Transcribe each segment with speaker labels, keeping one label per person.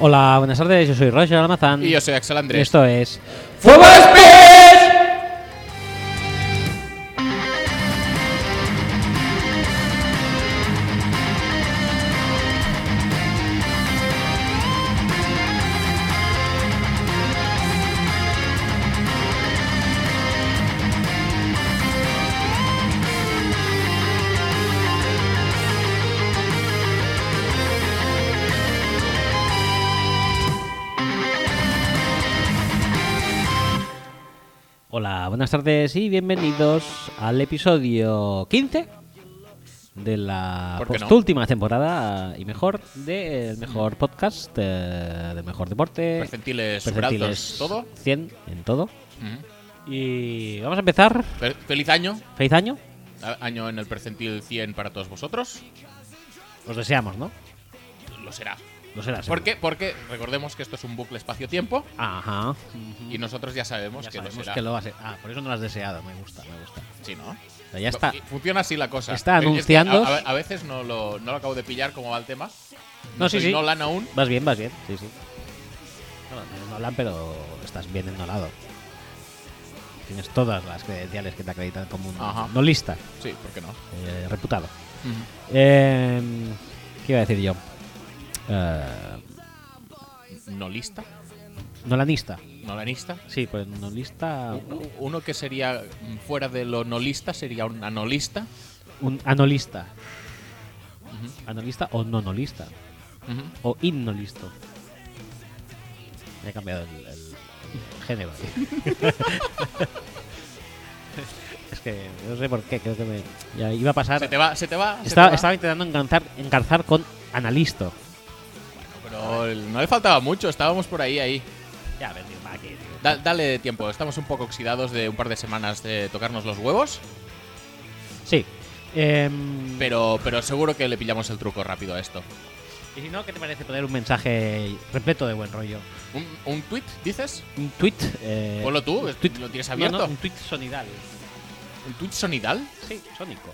Speaker 1: Hola, buenas tardes, yo soy Roger Almazán.
Speaker 2: Y yo soy Axel
Speaker 1: Y
Speaker 2: Andrés.
Speaker 1: esto es.
Speaker 2: ¡Fuego
Speaker 1: Hola, buenas tardes y bienvenidos al episodio 15 de la
Speaker 2: ¿Por qué no?
Speaker 1: postúltima temporada y mejor del mejor podcast, eh, del mejor deporte.
Speaker 2: Percentiles,
Speaker 1: percentiles
Speaker 2: superaltos, todo.
Speaker 1: 100 en todo.
Speaker 2: Ujú.
Speaker 1: Y vamos a empezar.
Speaker 2: Fel- Feliz año.
Speaker 1: Feliz año.
Speaker 2: A- Año en el percentil 100 para todos vosotros.
Speaker 1: Os deseamos, ¿no?
Speaker 2: Lo será.
Speaker 1: No será.
Speaker 2: ¿Por
Speaker 1: seguro.
Speaker 2: qué? Porque recordemos que esto es un bucle espacio-tiempo
Speaker 1: Ajá.
Speaker 2: y nosotros ya sabemos
Speaker 1: Ya
Speaker 2: que lo
Speaker 1: sabemos
Speaker 2: será.
Speaker 1: que lo va a ser. Ah, por eso no lo has deseado. Me gusta, me gusta.
Speaker 2: Sí, ¿no?
Speaker 1: O sea, ya está.
Speaker 2: Y Funciona así la cosa.
Speaker 1: Está
Speaker 2: Es que
Speaker 1: anunciando.
Speaker 2: a- a, a veces no lo, no lo acabo de pillar cómo va el tema.
Speaker 1: No, sí,
Speaker 2: soy
Speaker 1: sí.
Speaker 2: Nolan aún.
Speaker 1: Vas bien, vas bien. Sí, sí. Bueno, no eres Nolan, pero estás bien enolado. Tienes todas las credenciales que te acreditan como un
Speaker 2: Ajá.
Speaker 1: no lista,
Speaker 2: Sí, ¿por qué no?
Speaker 1: eh, reputado. Eh, ¿Qué iba a decir yo? Eh,
Speaker 2: No lista.
Speaker 1: Nolanista.
Speaker 2: Nolanista.
Speaker 1: Sí, pues nolista.
Speaker 2: U- Uno que sería mm, fuera de lo nolista sería un anolista.
Speaker 1: Un anolista.
Speaker 2: Ujú,
Speaker 1: Analista o nonolista.
Speaker 2: ujú.
Speaker 1: O innolisto. Me he cambiado el, el- el género. es que no sé por qué, creo que me. Ya iba a pasar.
Speaker 2: Se te va, se te va. se
Speaker 1: Estaba,
Speaker 2: te va.
Speaker 1: estaba intentando enganzar, encarzar con analisto.
Speaker 2: Pero el- no le faltaba mucho, estábamos por ahí, ahí.
Speaker 1: Ya, a ver, tío, va, que- tío.
Speaker 2: Da- dale tiempo, estamos un poco oxidados de un par de semanas de tocarnos los huevos,
Speaker 1: Sí. Em,
Speaker 2: pero, pero seguro que le pillamos el truco rápido a esto.
Speaker 1: y si no, ¿qué te parece poner un mensaje repleto de buen rollo?
Speaker 2: ¿Un, un tweet, dices?
Speaker 1: Un tweet. Eh,
Speaker 2: Ponlo tú,
Speaker 1: un tuit-
Speaker 2: lo tienes
Speaker 1: no,
Speaker 2: abierto.
Speaker 1: no, un tweet sonidal.
Speaker 2: ¿Un tweet sonidal?
Speaker 1: Sí, sónico.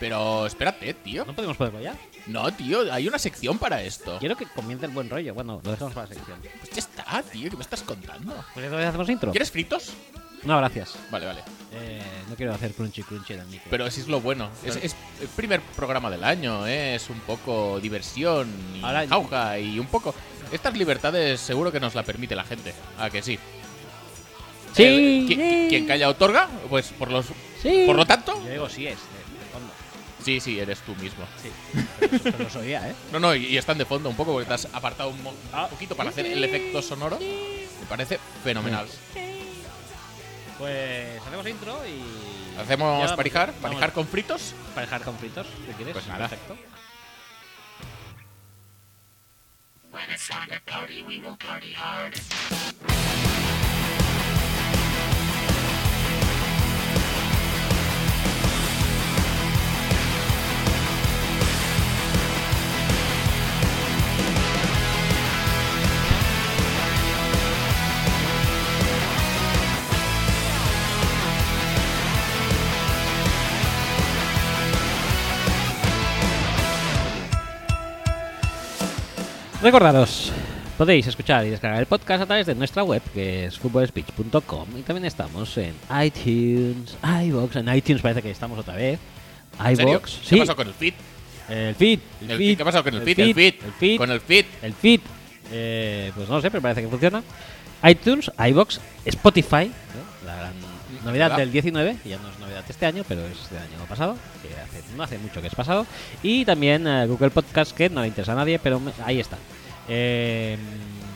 Speaker 2: Pero espérate, tío.
Speaker 1: ¿No podemos ponerlo ya?
Speaker 2: No, tío, hay una sección para esto.
Speaker 1: Quiero que comience el buen rollo. Bueno, lo dejamos para la sección.
Speaker 2: Pues ya está, tío, ¿qué me estás contando?
Speaker 1: Pues entonces hacemos intro.
Speaker 2: ¿Quieres fritos?
Speaker 1: No, gracias.
Speaker 2: Vale, vale.
Speaker 1: Eh, no quiero hacer crunchy crunchy en el micro.
Speaker 2: Pero sí es lo bueno. Es, es el primer programa del año, ¿eh? es un poco diversión y
Speaker 1: Ahora-
Speaker 2: jauja y un poco. Estas libertades seguro que nos la permite la gente. Ah, que sí.
Speaker 1: Sí,
Speaker 2: Eh, qui-
Speaker 1: sí.
Speaker 2: Quien calla otorga, pues por los.
Speaker 1: sí.
Speaker 2: Por lo tanto.
Speaker 1: Yo digo sí es, de, de fondo.
Speaker 2: Sí, sí, eres tú mismo.
Speaker 1: Sí. Pero eso- pero lo oía, ¿eh?
Speaker 2: No, no, y, y están de fondo un poco porque te has apartado un, mo- un
Speaker 1: Ah.
Speaker 2: poquito para hacer el efecto sonoro. Me parece fenomenal.
Speaker 1: Pues hacemos intro y. Ya
Speaker 2: Hacemos
Speaker 1: vamos-
Speaker 2: parijar,
Speaker 1: vamos-
Speaker 2: parijar con fritos.
Speaker 1: Parejar con fritos, si quieres.
Speaker 2: Pues nada.
Speaker 1: Perfecto. Recordaros, podéis escuchar y descargar el podcast a través de nuestra web, que es footballspeech.com. Y también estamos en iTunes, iBox. En iTunes parece que estamos otra vez.
Speaker 2: ¿En serio?
Speaker 1: iBox.
Speaker 2: ¿Qué
Speaker 1: Sí.
Speaker 2: pasó con el fit?
Speaker 1: El feed. El,
Speaker 2: El
Speaker 1: feed,
Speaker 2: fit, ¿Qué pasó con el, fit?
Speaker 1: feed,
Speaker 2: El fit.
Speaker 1: El feed.
Speaker 2: Con el fit.
Speaker 1: el feed. eh, pues no lo sé, pero parece que funciona. iTunes, iBox, Spotify, ¿no? la gran novedad
Speaker 2: Mm, ¿Verdad?
Speaker 1: del 19, que ya no es novedad este año, pero es del año pasado, que hace- no hace mucho que es pasado. Y también eh, Google Podcast, que no le interesa a nadie, pero me- ahí está. Eh,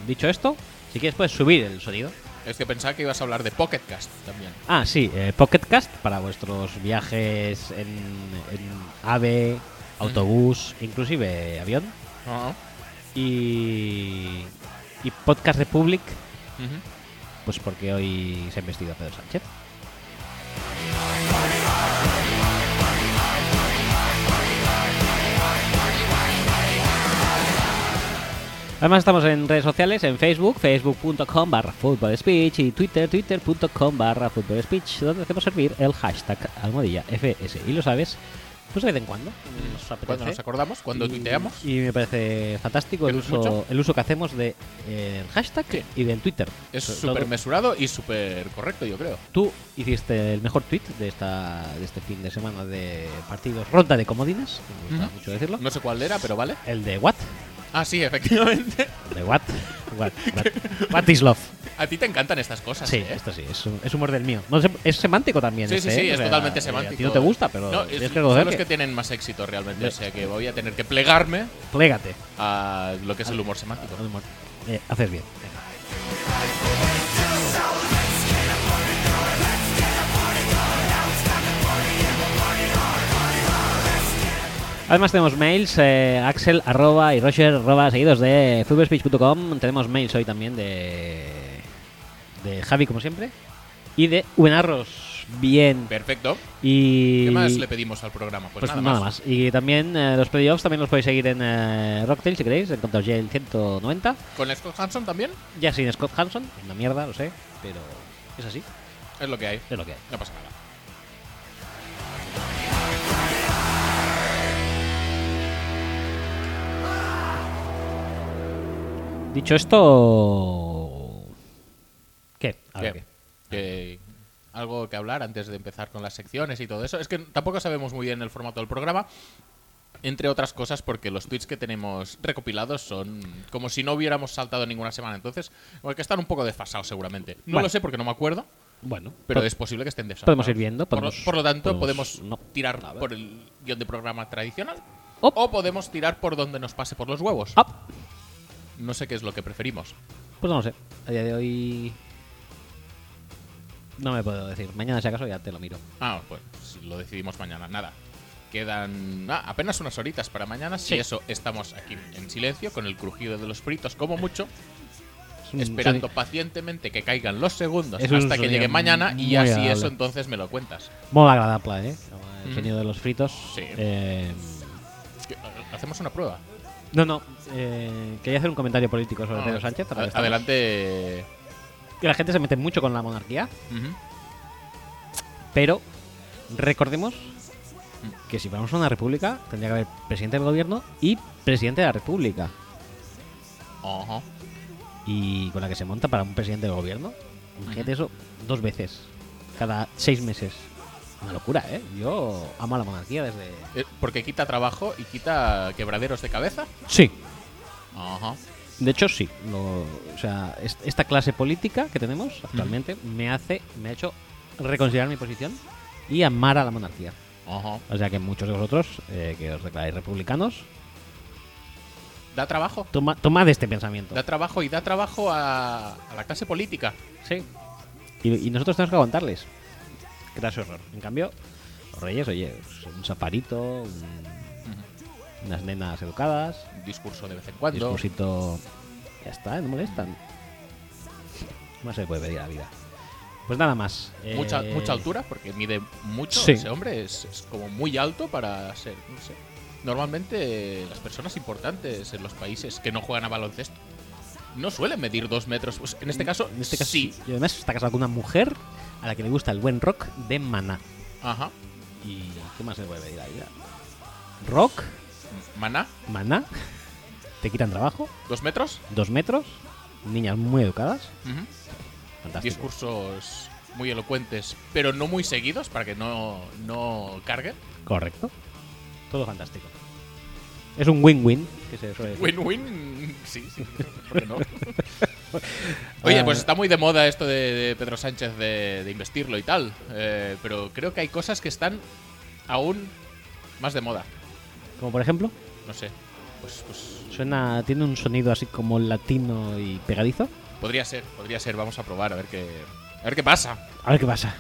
Speaker 1: dicho esto, si quieres puedes subir el sonido.
Speaker 2: Es que pensaba que ibas a hablar de Pocket Cast también.
Speaker 1: Ah, sí, eh, Pocket Cast para vuestros viajes en, en AVE, autobús, inclusive avión. Ah, Y, y Podcast Republic
Speaker 2: Ujú.
Speaker 1: Pues porque hoy se ha investido a Pedro Sánchez. Además estamos en redes sociales, en Facebook, facebook.com barra Football speech y Twitter, twitter.com barra Football speech, donde hacemos servir el hashtag almohadilla FS. Y lo sabes, pues de vez en cuando. Nos
Speaker 2: Cuando nos
Speaker 1: apetece.
Speaker 2: acordamos, cuando
Speaker 1: Y-
Speaker 2: tuiteamos.
Speaker 1: Y me parece fantástico el
Speaker 2: ¿Quieres
Speaker 1: uso,
Speaker 2: mucho?
Speaker 1: el uso que hacemos del de, eh, el hashtag
Speaker 2: Sí.
Speaker 1: y del Twitter.
Speaker 2: Es
Speaker 1: Todo-
Speaker 2: súper mesurado y súper correcto, yo creo.
Speaker 1: Tú hiciste el mejor tweet de esta de este fin de semana de partidos ronda de comodines, que me gusta
Speaker 2: Ujú.
Speaker 1: mucho decirlo.
Speaker 2: No sé cuál era, pero vale.
Speaker 1: El de what?
Speaker 2: Ah, sí, efectivamente.
Speaker 1: De what? What, what, what is love?
Speaker 2: A ti te encantan estas cosas,
Speaker 1: Sí,
Speaker 2: ¿eh?
Speaker 1: esto sí, es, es humor del mío. No, es, es semántico también.
Speaker 2: Sí, sí,
Speaker 1: este,
Speaker 2: sí,
Speaker 1: ¿eh? O
Speaker 2: es
Speaker 1: sea,
Speaker 2: totalmente
Speaker 1: eh,
Speaker 2: semántico.
Speaker 1: A ti no te gusta, pero
Speaker 2: No, es-
Speaker 1: tienes que
Speaker 2: son
Speaker 1: reconocer
Speaker 2: los
Speaker 1: que,
Speaker 2: que tienen más éxito realmente.
Speaker 1: Ve-
Speaker 2: O sea que voy a tener que plegarme
Speaker 1: plégate.
Speaker 2: a lo que es el humor semántico.
Speaker 1: Humor. Eh, haces bien. venga. Además tenemos mails, eh, axel arroba y roger arroba seguidos de footballspeech.com. Tenemos mails hoy también de, de Javi, como siempre, y de Ubenarros. Bien.
Speaker 2: Perfecto.
Speaker 1: Y
Speaker 2: ¿Qué más le pedimos al programa? Pues,
Speaker 1: pues
Speaker 2: nada, más.
Speaker 1: Y también eh, los playoffs también los podéis seguir en eh, Rocktail si queréis, en Contra el 190.
Speaker 2: ¿Con Scott Hanson también?
Speaker 1: Ya sin Scott Hanson, una mierda, lo sé, pero es así,
Speaker 2: Es lo que hay.
Speaker 1: es lo que hay.
Speaker 2: No pasa nada.
Speaker 1: Dicho esto. ¿Qué? A ver,
Speaker 2: Que-
Speaker 1: ¿qué?
Speaker 2: que- algo que hablar antes de empezar con las secciones y todo eso. Es que tampoco sabemos muy bien el formato del programa. Entre otras cosas, porque los tweets que tenemos recopilados son como si no hubiéramos saltado ninguna semana. Entonces, porque están un poco desfasados seguramente. No
Speaker 1: Vale.
Speaker 2: lo sé porque no me acuerdo,
Speaker 1: Bueno, pues,
Speaker 2: pero
Speaker 1: pod-
Speaker 2: es posible que estén desfasados.
Speaker 1: podemos ir viendo,
Speaker 2: Por lo-
Speaker 1: podemos-
Speaker 2: por, lo tanto,
Speaker 1: podemos-
Speaker 2: podemos,
Speaker 1: no.
Speaker 2: tirar
Speaker 1: A ver.
Speaker 2: por el guión de programa tradicional
Speaker 1: Op.
Speaker 2: o podemos tirar por donde nos pase por los huevos.
Speaker 1: Ah,
Speaker 2: No sé qué es lo que preferimos.
Speaker 1: pues no lo sé. A día de hoy. No me puedo decir. Mañana, si acaso, ya te lo miro.
Speaker 2: Ah, pues lo decidimos mañana. Nada. Quedan ah, apenas unas horitas para mañana. Si
Speaker 1: Sí.
Speaker 2: eso, estamos aquí en silencio, con el crujido de los fritos, como mucho,
Speaker 1: Es un
Speaker 2: esperando
Speaker 1: sonido-
Speaker 2: pacientemente que caigan los segundos
Speaker 1: Es un
Speaker 2: hasta que
Speaker 1: sonido
Speaker 2: llegue mañana.
Speaker 1: muy
Speaker 2: Y así
Speaker 1: agradable.
Speaker 2: eso, entonces me lo cuentas.
Speaker 1: Mola agradable, ¿eh? El
Speaker 2: Mm.
Speaker 1: sonido de los fritos.
Speaker 2: Sí.
Speaker 1: Eh,
Speaker 2: ¿Qué- eh, Hacemos una prueba.
Speaker 1: no, no. eh, quería hacer un comentario político sobre
Speaker 2: No,
Speaker 1: Pedro Sánchez. ahora
Speaker 2: ad-
Speaker 1: que estamos-
Speaker 2: Ah, adelante.
Speaker 1: Que la gente se mete mucho con la monarquía.
Speaker 2: Ujú.
Speaker 1: Pero recordemos que si vamos a una república, tendría que haber presidente del gobierno y presidente de la república.
Speaker 2: Ajá.
Speaker 1: Y con la que se monta para un presidente del gobierno, imagínate eso dos veces, cada seis meses. Una locura, ¿eh? Yo amo a la monarquía desde.
Speaker 2: Eh, Porque quita trabajo y quita quebraderos de cabeza.
Speaker 1: Sí.
Speaker 2: Ajá.
Speaker 1: De hecho, sí. Lo- o sea, es- esta clase política que tenemos actualmente me hace, me ha hecho reconsiderar mi posición y amar a la monarquía.
Speaker 2: Ajá.
Speaker 1: O sea que muchos de vosotros eh, que os declaráis republicanos,
Speaker 2: Da trabajo.
Speaker 1: toma, tomad este pensamiento.
Speaker 2: Da trabajo y da trabajo a, a la clase política.
Speaker 1: Sí. Y, y nosotros tenemos que aguantarles. Graso error. En cambio, los reyes, oye, pues, un safarito, un- unas nenas educadas,
Speaker 2: Un discurso de vez en
Speaker 1: un
Speaker 2: cuando.
Speaker 1: discursito. Ya está, no molestan. Más se le puede pedir a la vida. Pues nada más.
Speaker 2: mucha,
Speaker 1: Eh,
Speaker 2: mucha altura, porque mide mucho
Speaker 1: Sí.
Speaker 2: ese hombre, es, es como muy alto para ser, no sé. Normalmente las personas importantes en los países que no juegan a baloncesto no suelen medir dos metros. Pues, en este caso,
Speaker 1: En este caso,
Speaker 2: sí.
Speaker 1: Y además está casado con una mujer a la que le gusta el buen rock de Maná.
Speaker 2: Ajá.
Speaker 1: ¿Y qué más se le puede pedir a la vida? Rock,
Speaker 2: Maná,
Speaker 1: Maná, te quitan trabajo,
Speaker 2: dos metros.
Speaker 1: dos metros, niñas muy educadas.
Speaker 2: Ujú.
Speaker 1: Fantástico.
Speaker 2: Discursos muy elocuentes, pero no muy seguidos para que no, no carguen.
Speaker 1: Correcto. Todo fantástico. Es un win-win, que se suele decir.
Speaker 2: Win-win, sí, sí. ¿Por qué no? Oye, pues está muy de moda esto de, de Pedro Sánchez de, de investirlo y tal. eh, pero creo que hay cosas que están aún más de moda.
Speaker 1: Como por ejemplo,
Speaker 2: No sé. Pues, pues
Speaker 1: suena, tiene un sonido así como latino y pegadizo.
Speaker 2: podría ser, podría ser. Vamos a probar, a ver qué, a ver qué pasa.
Speaker 1: A ver qué pasa.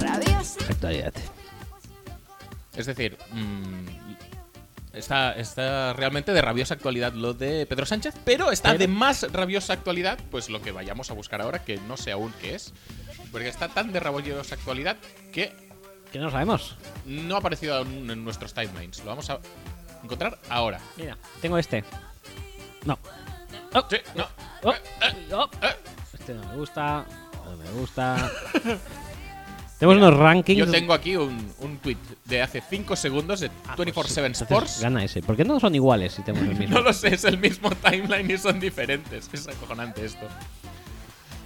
Speaker 3: Rabiosa.
Speaker 1: Actualidad.
Speaker 2: Es decir, mm, está, está realmente de rabiosa actualidad lo de Pedro Sánchez, pero está
Speaker 1: Pero-
Speaker 2: de más rabiosa actualidad, pues lo que vayamos a buscar ahora, que no sé aún qué es. Porque está tan de rabiosa actualidad que
Speaker 1: Que no sabemos.
Speaker 2: no ha aparecido aún en nuestros timelines. Lo vamos a encontrar ahora.
Speaker 1: Mira, tengo este. No.
Speaker 2: Sí, no.
Speaker 1: Oh, oh. Este no me gusta. No me gusta. Tenemos
Speaker 2: Mira,
Speaker 1: unos rankings.
Speaker 2: Yo tengo aquí un, un tweet de hace 5 segundos de
Speaker 1: Ah, pues
Speaker 2: 24-7
Speaker 1: entonces
Speaker 2: Sports.
Speaker 1: Gana ese. ¿Por qué no son iguales si tenemos el mismo?
Speaker 2: No lo sé, es el mismo timeline y son diferentes. Es acojonante esto.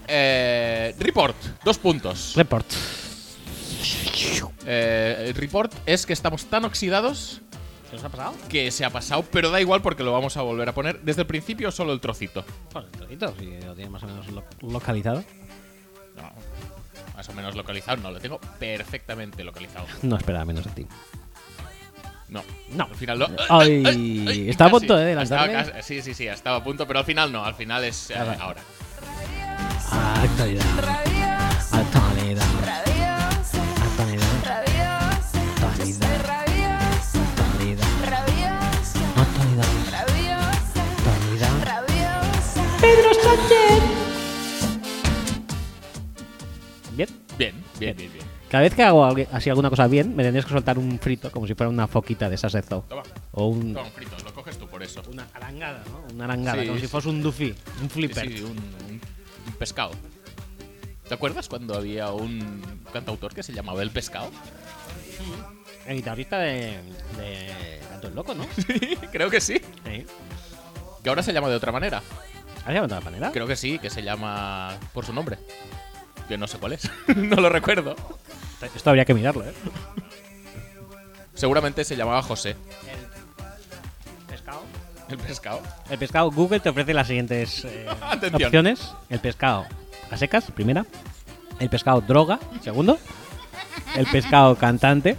Speaker 2: Eh, report, dos puntos.
Speaker 1: Report.
Speaker 2: Eh, el report es que estamos tan oxidados
Speaker 1: ¿Se nos ha pasado?
Speaker 2: que se ha pasado, pero da igual porque lo vamos a volver a poner. Desde el principio solo el trocito.
Speaker 1: Pues un trocito, si lo tiene más o menos lo- localizado.
Speaker 2: No, más o menos localizado, no, lo tengo perfectamente localizado.
Speaker 1: No esperaba menos de ti.
Speaker 2: Eh, No,
Speaker 1: No.
Speaker 2: al final no.
Speaker 1: Ay, está a
Speaker 2: eh, Casi.
Speaker 1: punto eh, de
Speaker 2: Estaba
Speaker 1: lanzarme.
Speaker 2: casi- Sí, sí, sí, estaba a punto, pero al final no, al final es eh,
Speaker 1: Ahora.
Speaker 2: ahora.
Speaker 1: Ah, actualidad. Actualidad. Actualidad. Actualidad. Actualidad. Actualidad. Actualidad. Bien.
Speaker 2: Bien, bien, bien, bien.
Speaker 1: Cada vez que hago algu- así alguna cosa bien, me tendrías que soltar un frito, como si fuera una foquita de esas de zoo.
Speaker 2: Toma,
Speaker 1: O un,
Speaker 2: toma, frito, lo coges tú por eso.
Speaker 1: una arangada, ¿no? Una arangada,
Speaker 2: Sí,
Speaker 1: como si
Speaker 2: sí.
Speaker 1: fuese un Duffy, un flipper.
Speaker 2: Sí, sí, un, un- un pescado. ¿Te acuerdas cuando había un cantautor que se llamaba El Pescado?
Speaker 1: El guitarrista de, de Gato el Loco, ¿no?
Speaker 2: Creo que sí.
Speaker 1: ¿Eh?
Speaker 2: Que ahora se llama de otra manera.
Speaker 1: ¿Has llamado a la panera?
Speaker 2: Creo que sí, que se llama por su nombre. Que no sé cuál es. no lo recuerdo.
Speaker 1: Esto habría que mirarlo, ¿eh?
Speaker 2: Seguramente se llamaba José.
Speaker 1: El pescado.
Speaker 2: El Pescado.
Speaker 1: El pescado Google te ofrece las siguientes eh,
Speaker 2: Atención.
Speaker 1: opciones. El pescado a secas, primera. El pescado droga, segundo. El pescado cantante.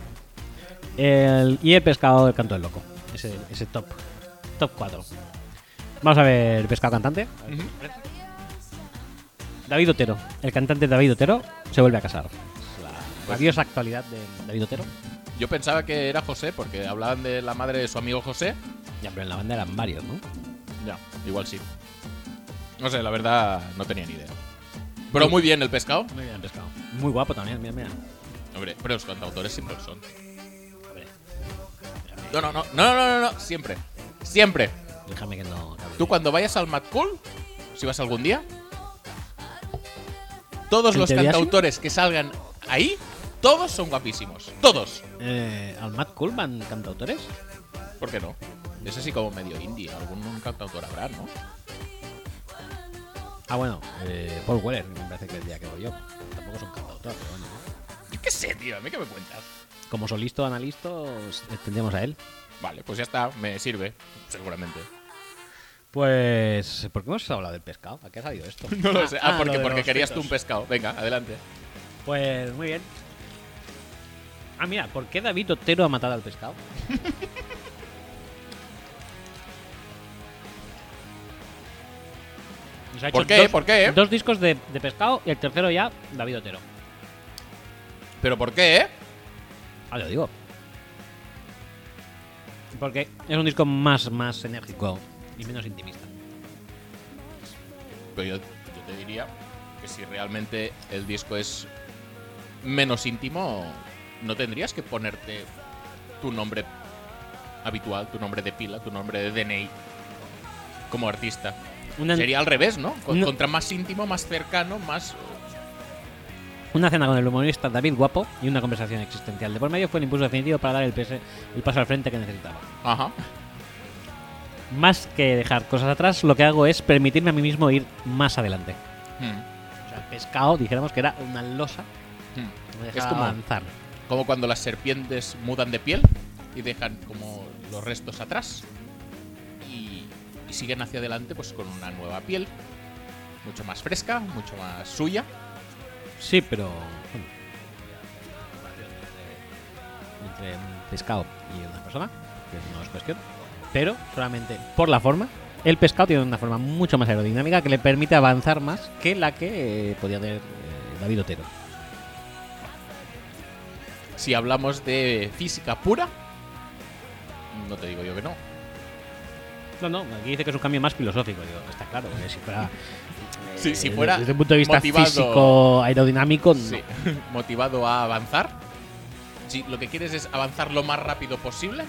Speaker 1: El- y el pescado del canto del loco. Ese, ese top. Top 4. Vamos a ver el pescado cantante.
Speaker 2: Ujú.
Speaker 1: David Otero. El cantante David Otero se vuelve a casar. La diosa actualidad de David Otero.
Speaker 2: Yo pensaba que era José porque hablaban de la madre de su amigo José.
Speaker 1: Ya, pero en la banda eran varios, ¿no?
Speaker 2: Ya, igual sí. No sé, la verdad no tenía ni idea. Pero muy bien el pescado.
Speaker 1: Muy bien el pescado. Muy guapo también, mira, mira.
Speaker 2: Hombre, pero los cantautores siempre lo son.
Speaker 1: A ver,
Speaker 2: No, no, no, no, no, no, no, siempre. Siempre.
Speaker 1: déjame que no. que hable
Speaker 2: Tú
Speaker 1: bien.
Speaker 2: cuando vayas al Mad Cool, si vas algún día, todos
Speaker 1: ¿En
Speaker 2: los
Speaker 1: teoría sí?
Speaker 2: cantautores que salgan ahí, todos son guapísimos. Todos.
Speaker 1: Eh, ¿Al Matt Coolman cantautores?
Speaker 2: ¿Por qué no? Es así como medio indie. Algún cantautor habrá, ¿no?
Speaker 1: Ah, bueno, eh, Paul Weller, me parece que el día que voy yo. Tampoco es un cantautor, pero bueno.
Speaker 2: Yo qué sé, tío. ¿A mí qué me cuentas?
Speaker 1: Como solisto, analisto, s- eh, tendríamos a él.
Speaker 2: Vale, pues ya está. Me sirve. Seguramente.
Speaker 1: Pues, ¿por qué hemos hablado del pescado? ¿A qué ha salido esto?
Speaker 2: No lo sé. Ah,
Speaker 1: lo
Speaker 2: porque,
Speaker 1: de
Speaker 2: porque
Speaker 1: los
Speaker 2: querías tú
Speaker 1: fritos.
Speaker 2: un pescado. Venga, adelante.
Speaker 1: Pues, muy bien. Ah, mira, ¿por qué David Otero ha matado al pescado? Nos ha
Speaker 2: ¿Por
Speaker 1: hecho
Speaker 2: qué?
Speaker 1: dos-
Speaker 2: ¿Por qué?
Speaker 1: Dos discos de, de pescado y el tercero ya, David Otero.
Speaker 2: ¿Pero por qué, eh?
Speaker 1: Ah, lo digo. Porque es un disco más, más enérgico y menos intimista.
Speaker 2: Pero yo, yo te diría que si realmente el disco es menos íntimo, no tendrías que ponerte tu nombre habitual, tu nombre de pila, tu nombre de DNI como artista.
Speaker 1: Una,
Speaker 2: Sería al revés, ¿no? Con-
Speaker 1: No.
Speaker 2: Contra más íntimo, más cercano, más...
Speaker 1: una cena con el humorista David Guapo y una conversación existencial. De por medio fue el impulso definitivo para dar el, pese- el paso al frente que necesitaba.
Speaker 2: Ajá.
Speaker 1: Más que dejar cosas atrás, lo que hago es permitirme a mí mismo ir más adelante.
Speaker 2: Hmm,
Speaker 1: O sea, el pescado, dijéramos que era una losa.
Speaker 2: hmm.
Speaker 1: que me
Speaker 2: Es
Speaker 1: dejaba
Speaker 2: como,
Speaker 1: avanzar.
Speaker 2: como cuando las serpientes mudan de piel y dejan como los restos atrás y, y siguen hacia adelante pues con una nueva piel, mucho más fresca, mucho más suya.
Speaker 1: Sí, pero. bueno, entre un pescado y una persona, que no es cuestión. Pero solamente por la forma, el pescado tiene una forma mucho más aerodinámica que le permite avanzar más que la que eh, podía tener eh, David Otero.
Speaker 2: Si hablamos de física pura, no te digo yo que no.
Speaker 1: No, no, aquí dice que es un cambio más filosófico. Digo, está claro, porque si fuera.
Speaker 2: Sí,
Speaker 1: eh,
Speaker 2: si fuera
Speaker 1: Desde un punto de vista
Speaker 2: motivado-
Speaker 1: físico, aerodinámico, no.
Speaker 2: Sí, motivado a avanzar. Si lo que quieres es avanzar lo más rápido posible,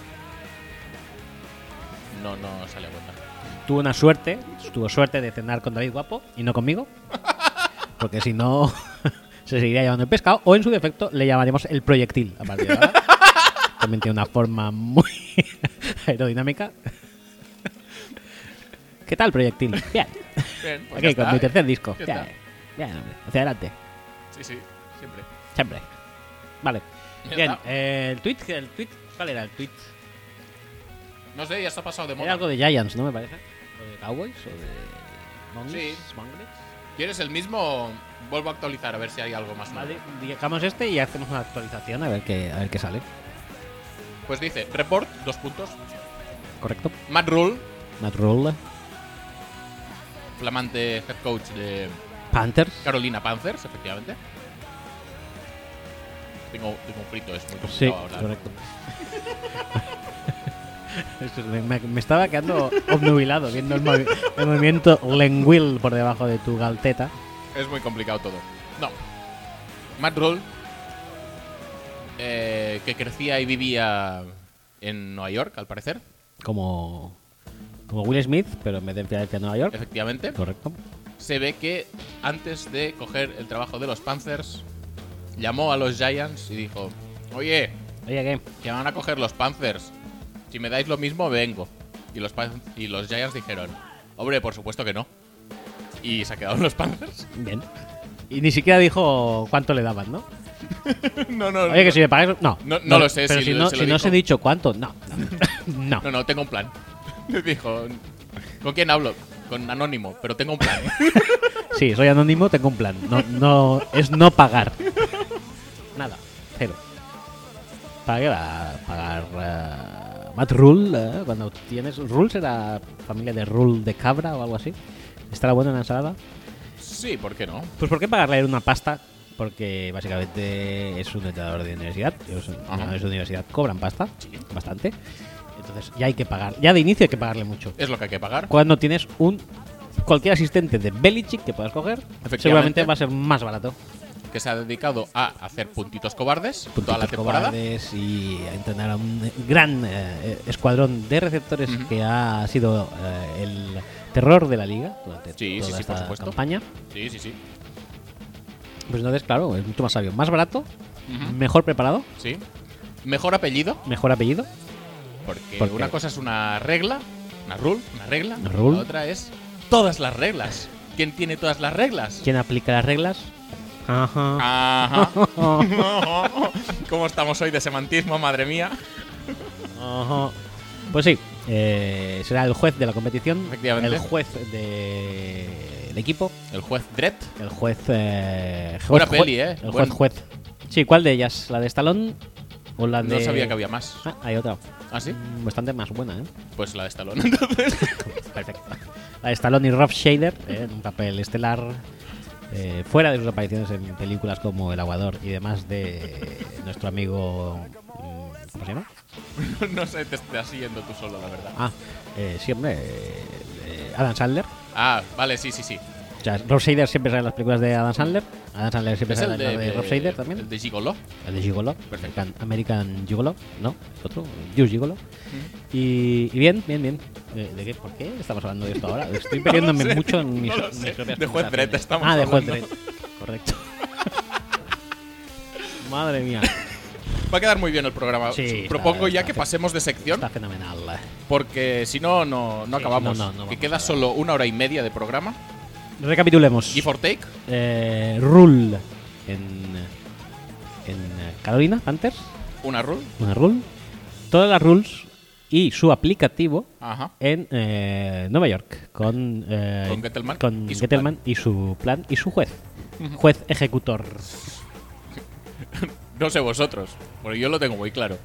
Speaker 2: no, no sale a cuenta.
Speaker 1: Tuvo una suerte, tuvo suerte de cenar con David Guapo y no conmigo. Porque si no, se seguiría llamando el pescado. O en su defecto, le llamaríamos el proyectil a partir de ahora. También tiene una forma muy aerodinámica. ¿Qué tal, proyectil? Bien.
Speaker 2: Bien, pues ya
Speaker 1: Aquí con
Speaker 2: está,
Speaker 1: mi
Speaker 2: ¿eh?
Speaker 1: tercer disco.
Speaker 2: Ya
Speaker 1: Bien,
Speaker 2: está.
Speaker 1: bien, hombre. Hacia adelante.
Speaker 2: Sí, sí, siempre.
Speaker 1: Siempre. Vale.
Speaker 2: Ya
Speaker 1: Bien,
Speaker 2: está.
Speaker 1: eh, el tweet, el tweet, ¿cuál era el tweet?
Speaker 2: No sé, ya está pasado de
Speaker 1: Era
Speaker 2: moda.
Speaker 1: algo de Giants, ¿no? Me parece. ¿O de Cowboys o de Mongols?
Speaker 2: Sí.
Speaker 1: Mongols.
Speaker 2: ¿Quieres el mismo? Vuelvo a actualizar a ver si hay algo más nuevo.
Speaker 1: Vale, dejamos este y hacemos una actualización a ver qué, a ver qué sale.
Speaker 2: Pues dice, report, dos puntos.
Speaker 1: ¿Correcto?
Speaker 2: Matt Rule,
Speaker 1: Matt Rule,
Speaker 2: flamante head coach de
Speaker 1: Panthers.
Speaker 2: Carolina Panthers, efectivamente. Tengo, tengo un frito, es muy complicado
Speaker 1: Sí,
Speaker 2: hablar.
Speaker 1: correcto. Eso es, me, me estaba quedando obnubilado viendo el, movi- el movimiento Lenguil por debajo de tu galteta.
Speaker 2: Es muy complicado todo. No. Matt Roll, eh, que crecía y vivía en Nueva York, al parecer,
Speaker 1: Como, como Will Smith, pero en vez de en Filadelfia, Nueva York.
Speaker 2: efectivamente,
Speaker 1: Correcto.
Speaker 2: se ve que antes de coger el trabajo de los Panthers, llamó a los Giants y dijo, oye,
Speaker 1: Oye, ¿qué?
Speaker 2: que van a coger los Panthers. Si me dais lo mismo, vengo. Y los, Pan- y los Giants dijeron, hombre, por supuesto que no. Y se quedaron los Panthers.
Speaker 1: Bien. Y ni siquiera dijo cuánto le daban, ¿no?
Speaker 2: no, no,
Speaker 1: Oye, que si me pagáis. No.
Speaker 2: No- no lo sé
Speaker 1: Pero
Speaker 2: si
Speaker 1: si,
Speaker 2: lo-
Speaker 1: no,
Speaker 2: se lo
Speaker 1: si no
Speaker 2: dijo.
Speaker 1: os he dicho cuánto, no. No.
Speaker 2: No, no, tengo un plan. Le dijo, ¿con quién hablo? Con Anónimo, pero tengo un plan.
Speaker 1: Sí, soy anónimo, tengo un plan. No, no, es no pagar. Nada, cero. ¿Para qué va a pagar eh, Matt Rule? eh? cuando tienes. ¿Rule será familia de Rule de cabra o algo así? ¿Estará buena en la ensalada?
Speaker 2: Sí, ¿por qué no?
Speaker 1: Pues ¿por qué pagarle una pasta? Porque básicamente es un entrenador de universidad. Los entrenadores de universidad cobran pasta, bastante. Entonces ya hay que pagar. Ya de inicio hay que pagarle mucho
Speaker 2: Es lo que hay que pagar.
Speaker 1: cuando tienes un cualquier asistente de Belichick que puedas coger,
Speaker 2: Efectivamente.
Speaker 1: seguramente va a ser más barato.
Speaker 2: Que se ha dedicado a hacer puntitos cobardes toda la
Speaker 1: Puntitos
Speaker 2: temporada.
Speaker 1: cobardes y a entrenar a un gran eh, escuadrón de receptores
Speaker 2: Ujú.
Speaker 1: que ha sido eh, el terror de la liga durante
Speaker 2: Sí,
Speaker 1: toda
Speaker 2: sí, sí, por
Speaker 1: esta
Speaker 2: supuesto.
Speaker 1: campaña.
Speaker 2: Sí, sí, sí.
Speaker 1: Pues entonces, claro, es mucho más sabio, más barato,
Speaker 2: Ujú.
Speaker 1: mejor preparado,
Speaker 2: Sí. Mejor apellido,
Speaker 1: mejor apellido.
Speaker 2: porque
Speaker 1: ¿Por qué?
Speaker 2: una cosa es una regla, una rule, una regla.
Speaker 1: Una rule.
Speaker 2: La otra es todas las reglas. ¿Quién tiene todas las reglas?
Speaker 1: ¿Quién aplica las reglas? Ajá.
Speaker 2: Ajá. ¿Cómo estamos hoy de semantismo, madre mía?
Speaker 1: Ajá. Pues sí, eh, será el juez de la competición,
Speaker 2: Efectivamente.
Speaker 1: el juez del equipo
Speaker 2: El juez Dredd.
Speaker 1: El juez. Eh, juez
Speaker 2: Buena
Speaker 1: juez-
Speaker 2: peli, ¿eh?
Speaker 1: El
Speaker 2: Buen-
Speaker 1: juez, juez. Sí, ¿cuál de ellas? ¿La de Stallone o la de.?
Speaker 2: No sabía que había más.
Speaker 1: Ah, hay otra.
Speaker 2: ¿Ah, sí?
Speaker 1: Mm, Bastante más buena, ¿eh?
Speaker 2: Pues la de Stallone, entonces.
Speaker 1: Perfecto. La de Stallone y Rob Shader, ¿eh? en un papel estelar. eh, fuera de sus apariciones en películas como El Aguador y demás de nuestro amigo. mm, ¿Cómo se llama?
Speaker 2: No sé, te estás siguiendo tú solo, la verdad.
Speaker 1: Ah, eh, sí, hombre. eh, eh, Adam Sandler.
Speaker 2: Ah, vale, sí, sí, sí.
Speaker 1: O sea, Rob Shader siempre sale en las películas de Adam Sandler. Adam Sandler siempre
Speaker 2: ¿Es
Speaker 1: sale
Speaker 2: el
Speaker 1: en la
Speaker 2: de,
Speaker 1: de, Rob Shader también.
Speaker 2: El de Gigolo.
Speaker 1: El de Gigolo,
Speaker 2: Perfecto.
Speaker 1: American, American Gigolo, ¿no? Otro, You Gigolo. Y, y bien, bien, bien. Eh, ¿De qué? ¿Por qué estamos hablando de esto ahora? Estoy
Speaker 2: No lo
Speaker 1: perdiéndome
Speaker 2: sé,
Speaker 1: mucho en mis,
Speaker 2: no lo
Speaker 1: mis
Speaker 2: sé.
Speaker 1: propias
Speaker 2: De Juez Dredd
Speaker 1: conversaciones.
Speaker 2: estamos
Speaker 1: Ah, de Juez
Speaker 2: hablando.
Speaker 1: Dredd. correcto. Madre mía,
Speaker 2: Va a quedar muy bien el programa.
Speaker 1: Sí, está-
Speaker 2: Propongo ya
Speaker 1: está-
Speaker 2: que pasemos de sección,
Speaker 1: está fenomenal.
Speaker 2: porque si no, no, no
Speaker 1: Sí,
Speaker 2: acabamos.
Speaker 1: no, no, no
Speaker 2: que
Speaker 1: vamos
Speaker 2: queda
Speaker 1: a acabar.
Speaker 2: solo una hora y media de programa.
Speaker 1: Recapitulemos.
Speaker 2: Give or take.
Speaker 1: Eh, rule en, en eh, Carolina, Panthers,
Speaker 2: Una rule.
Speaker 1: una rule. Todas las rules y su aplicativo
Speaker 2: Ajá.
Speaker 1: en eh, Nueva York con, eh,
Speaker 2: Con Gettleman
Speaker 1: con
Speaker 2: y su
Speaker 1: Gettleman y su plan y su juez. Juez ejecutor.
Speaker 2: No sé vosotros, pero yo lo tengo muy claro.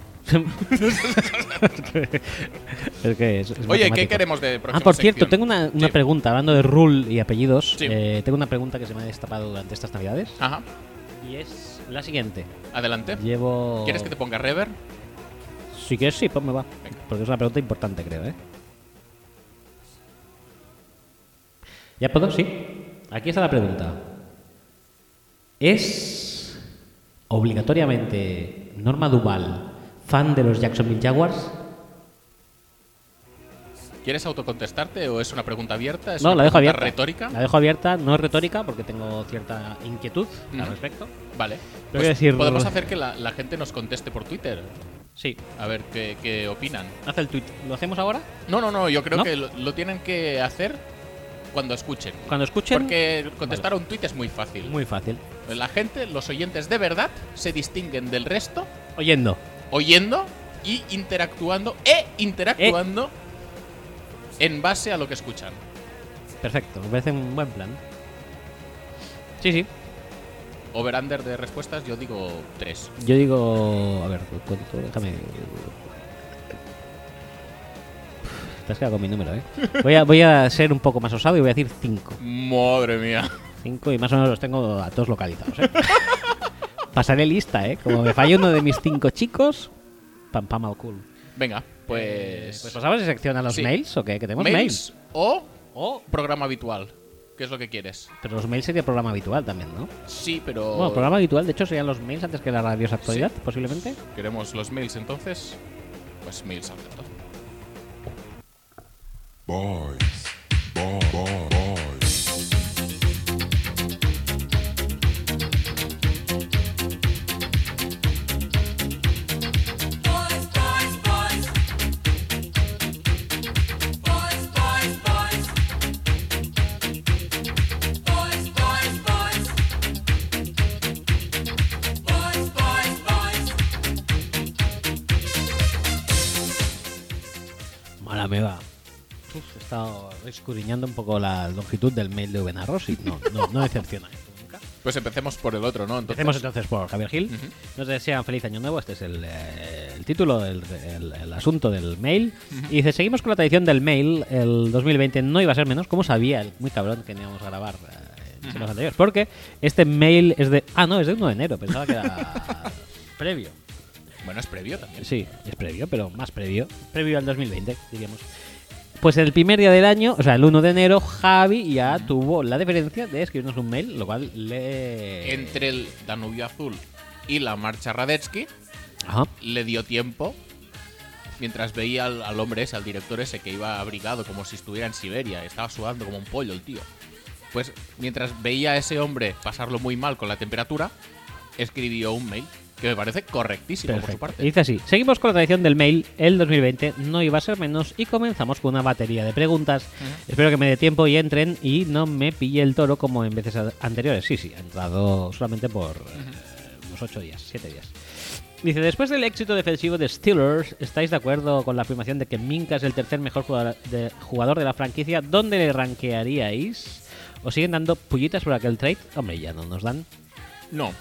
Speaker 1: Es que es- es
Speaker 2: Oye, ¿qué
Speaker 1: matemático.
Speaker 2: queremos de próxima
Speaker 1: Ah, por cierto,
Speaker 2: sección?
Speaker 1: tengo una, una
Speaker 2: Sí.
Speaker 1: pregunta, hablando de rule y apellidos.
Speaker 2: Sí.
Speaker 1: eh, tengo una pregunta que se me ha destapado durante estas navidades.
Speaker 2: Ajá.
Speaker 1: Y es la siguiente.
Speaker 2: Adelante.
Speaker 1: Llevo.
Speaker 2: ¿Eh? ¿Quieres que te ponga rever?
Speaker 1: Si quieres, sí, pues me va.
Speaker 2: Venga.
Speaker 1: Porque es una pregunta importante, creo, ¿eh? ¿Ya puedo? Sí. Aquí está la pregunta. ¿Es obligatoriamente Norma Duval fan de los Jacksonville Jaguars?
Speaker 2: ¿Quieres autocontestarte o es una pregunta abierta? ¿Es
Speaker 1: No,
Speaker 2: una
Speaker 1: la dejo
Speaker 2: pregunta
Speaker 1: abierta.
Speaker 2: retórica?
Speaker 1: La dejo abierta, no es retórica, porque tengo cierta inquietud al
Speaker 2: Ujú.
Speaker 1: respecto.
Speaker 2: Vale. Pues
Speaker 1: que decir-
Speaker 2: podemos hacer que la, la gente nos conteste por Twitter.
Speaker 1: Sí,
Speaker 2: A ver qué, qué opinan.
Speaker 1: haz el tweet. ¿Lo hacemos ahora?
Speaker 2: No, no, no. Yo creo
Speaker 1: ¿No?
Speaker 2: que lo, lo tienen que hacer cuando escuchen.
Speaker 1: Cuando escuchen,
Speaker 2: Porque contestar a un tweet es muy fácil.
Speaker 1: muy fácil.
Speaker 2: La gente, los oyentes de verdad, se distinguen del resto
Speaker 1: Oyendo.
Speaker 2: oyendo y interactuando e interactuando en base a lo que escuchan.
Speaker 1: Perfecto, me parece un buen plan. Sí, sí.
Speaker 2: Over-under de respuestas, yo digo tres.
Speaker 1: Yo digo. A ver, cuánto. Déjame. Te has quedado con mi número, ¿eh? Voy a, voy a ser un poco más osado y voy a decir 5.
Speaker 2: Madre mía.
Speaker 1: 5 y más o menos los tengo a todos localizados, ¿eh? Pasaré lista, ¿eh? Como me falle uno de mis cinco chicos, pam pam al cool.
Speaker 2: Venga, pues.
Speaker 1: Pues pasamos de sección a los
Speaker 2: Sí.
Speaker 1: mails o qué? Que tenemos mails.
Speaker 2: mails o
Speaker 1: Oh,
Speaker 2: programa habitual. ¿Qué es lo que quieres?
Speaker 1: pero los mails sería programa habitual también, ¿no?
Speaker 2: Sí, pero.
Speaker 1: Bueno, programa habitual, de hecho, serían los mails antes que la radiosa actualidad, posiblemente.
Speaker 2: ¿Queremos los mails entonces? Pues mails al tanto.
Speaker 3: Boys. Boy, boy, boys.
Speaker 4: Boys, boys, boys. Boys, boys, boys. Boys, boys, boys. Boys, boys, boys.
Speaker 1: Mala me va. Uf, he estado escudriñando un poco la longitud del mail de Benarrosi. No, no, no decepciona. ¿eh? Nunca.
Speaker 2: Pues empecemos por el otro, ¿no? Entonces,
Speaker 1: Empecemos entonces por Javier Gil.
Speaker 2: Ujú.
Speaker 1: Nos desean feliz año nuevo. Este es el, eh, el título, el, el- el asunto del mail. Y dice, seguimos con la tradición del mail. El 2020 no iba a ser menos, como sabía el muy cabrón que no íbamos a grabar eh, en semanas anteriores. Porque este mail es de... Ah, no, es de 1 de enero. Pensaba que era previo.
Speaker 2: Bueno, es previo también.
Speaker 1: Sí, es previo, pero más previo. Previo al 2020, diríamos. Pues el primer día del año, o sea, el 1 de enero, Javi ya tuvo la diferencia de escribirnos un mail, lo cual le...
Speaker 2: Entre el Danubio Azul y la marcha Radetzky,
Speaker 1: Ajá.
Speaker 2: le dio tiempo. Mientras veía al, al hombre ese, al director ese que iba abrigado como si estuviera en Siberia, estaba sudando como un pollo el tío. Pues mientras veía a ese hombre pasarlo muy mal con la temperatura, escribió un mail que me parece correctísimo por su
Speaker 1: Perfecto.
Speaker 2: parte.
Speaker 1: Dice así, seguimos con la tradición del mail, el 2020 no iba a ser menos y comenzamos con una batería de preguntas. Espero que me dé tiempo y entren y no me pille el toro como en veces a- anteriores. Sí, sí, ha entrado solamente por eh, unos 8 días, 7 días. Dice, después del éxito defensivo de Steelers, ¿estáis de acuerdo con la afirmación de que Minka es el tercer mejor jugador de, jugador de la franquicia? ¿Dónde le rankearíais? ¿Os siguen dando pullitas por aquel trade? Hombre, ya no nos dan.
Speaker 2: No.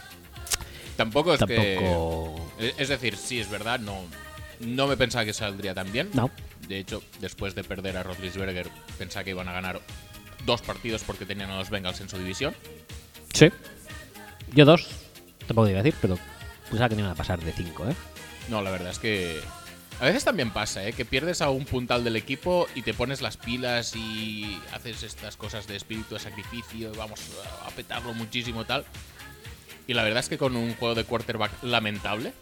Speaker 2: Tampoco es
Speaker 1: Tampoco...
Speaker 2: que. E, Es decir, sí, es verdad, no. No me pensaba que saldría tan bien.
Speaker 1: No.
Speaker 2: De hecho, después de perder a Rodlisberger, pensaba que iban a ganar dos partidos porque tenían a los Bengals en su división.
Speaker 1: Sí. Yo dos. Tampoco te iba a decir, pero pensaba que no iban a pasar de cinco, ¿eh?
Speaker 2: No, la verdad es que. A veces también pasa, ¿eh? Que pierdes a un puntal del equipo y te pones las pilas y haces estas cosas de espíritu de sacrificio, vamos a petarlo muchísimo tal. Y la verdad es que con un juego de quarterback lamentable,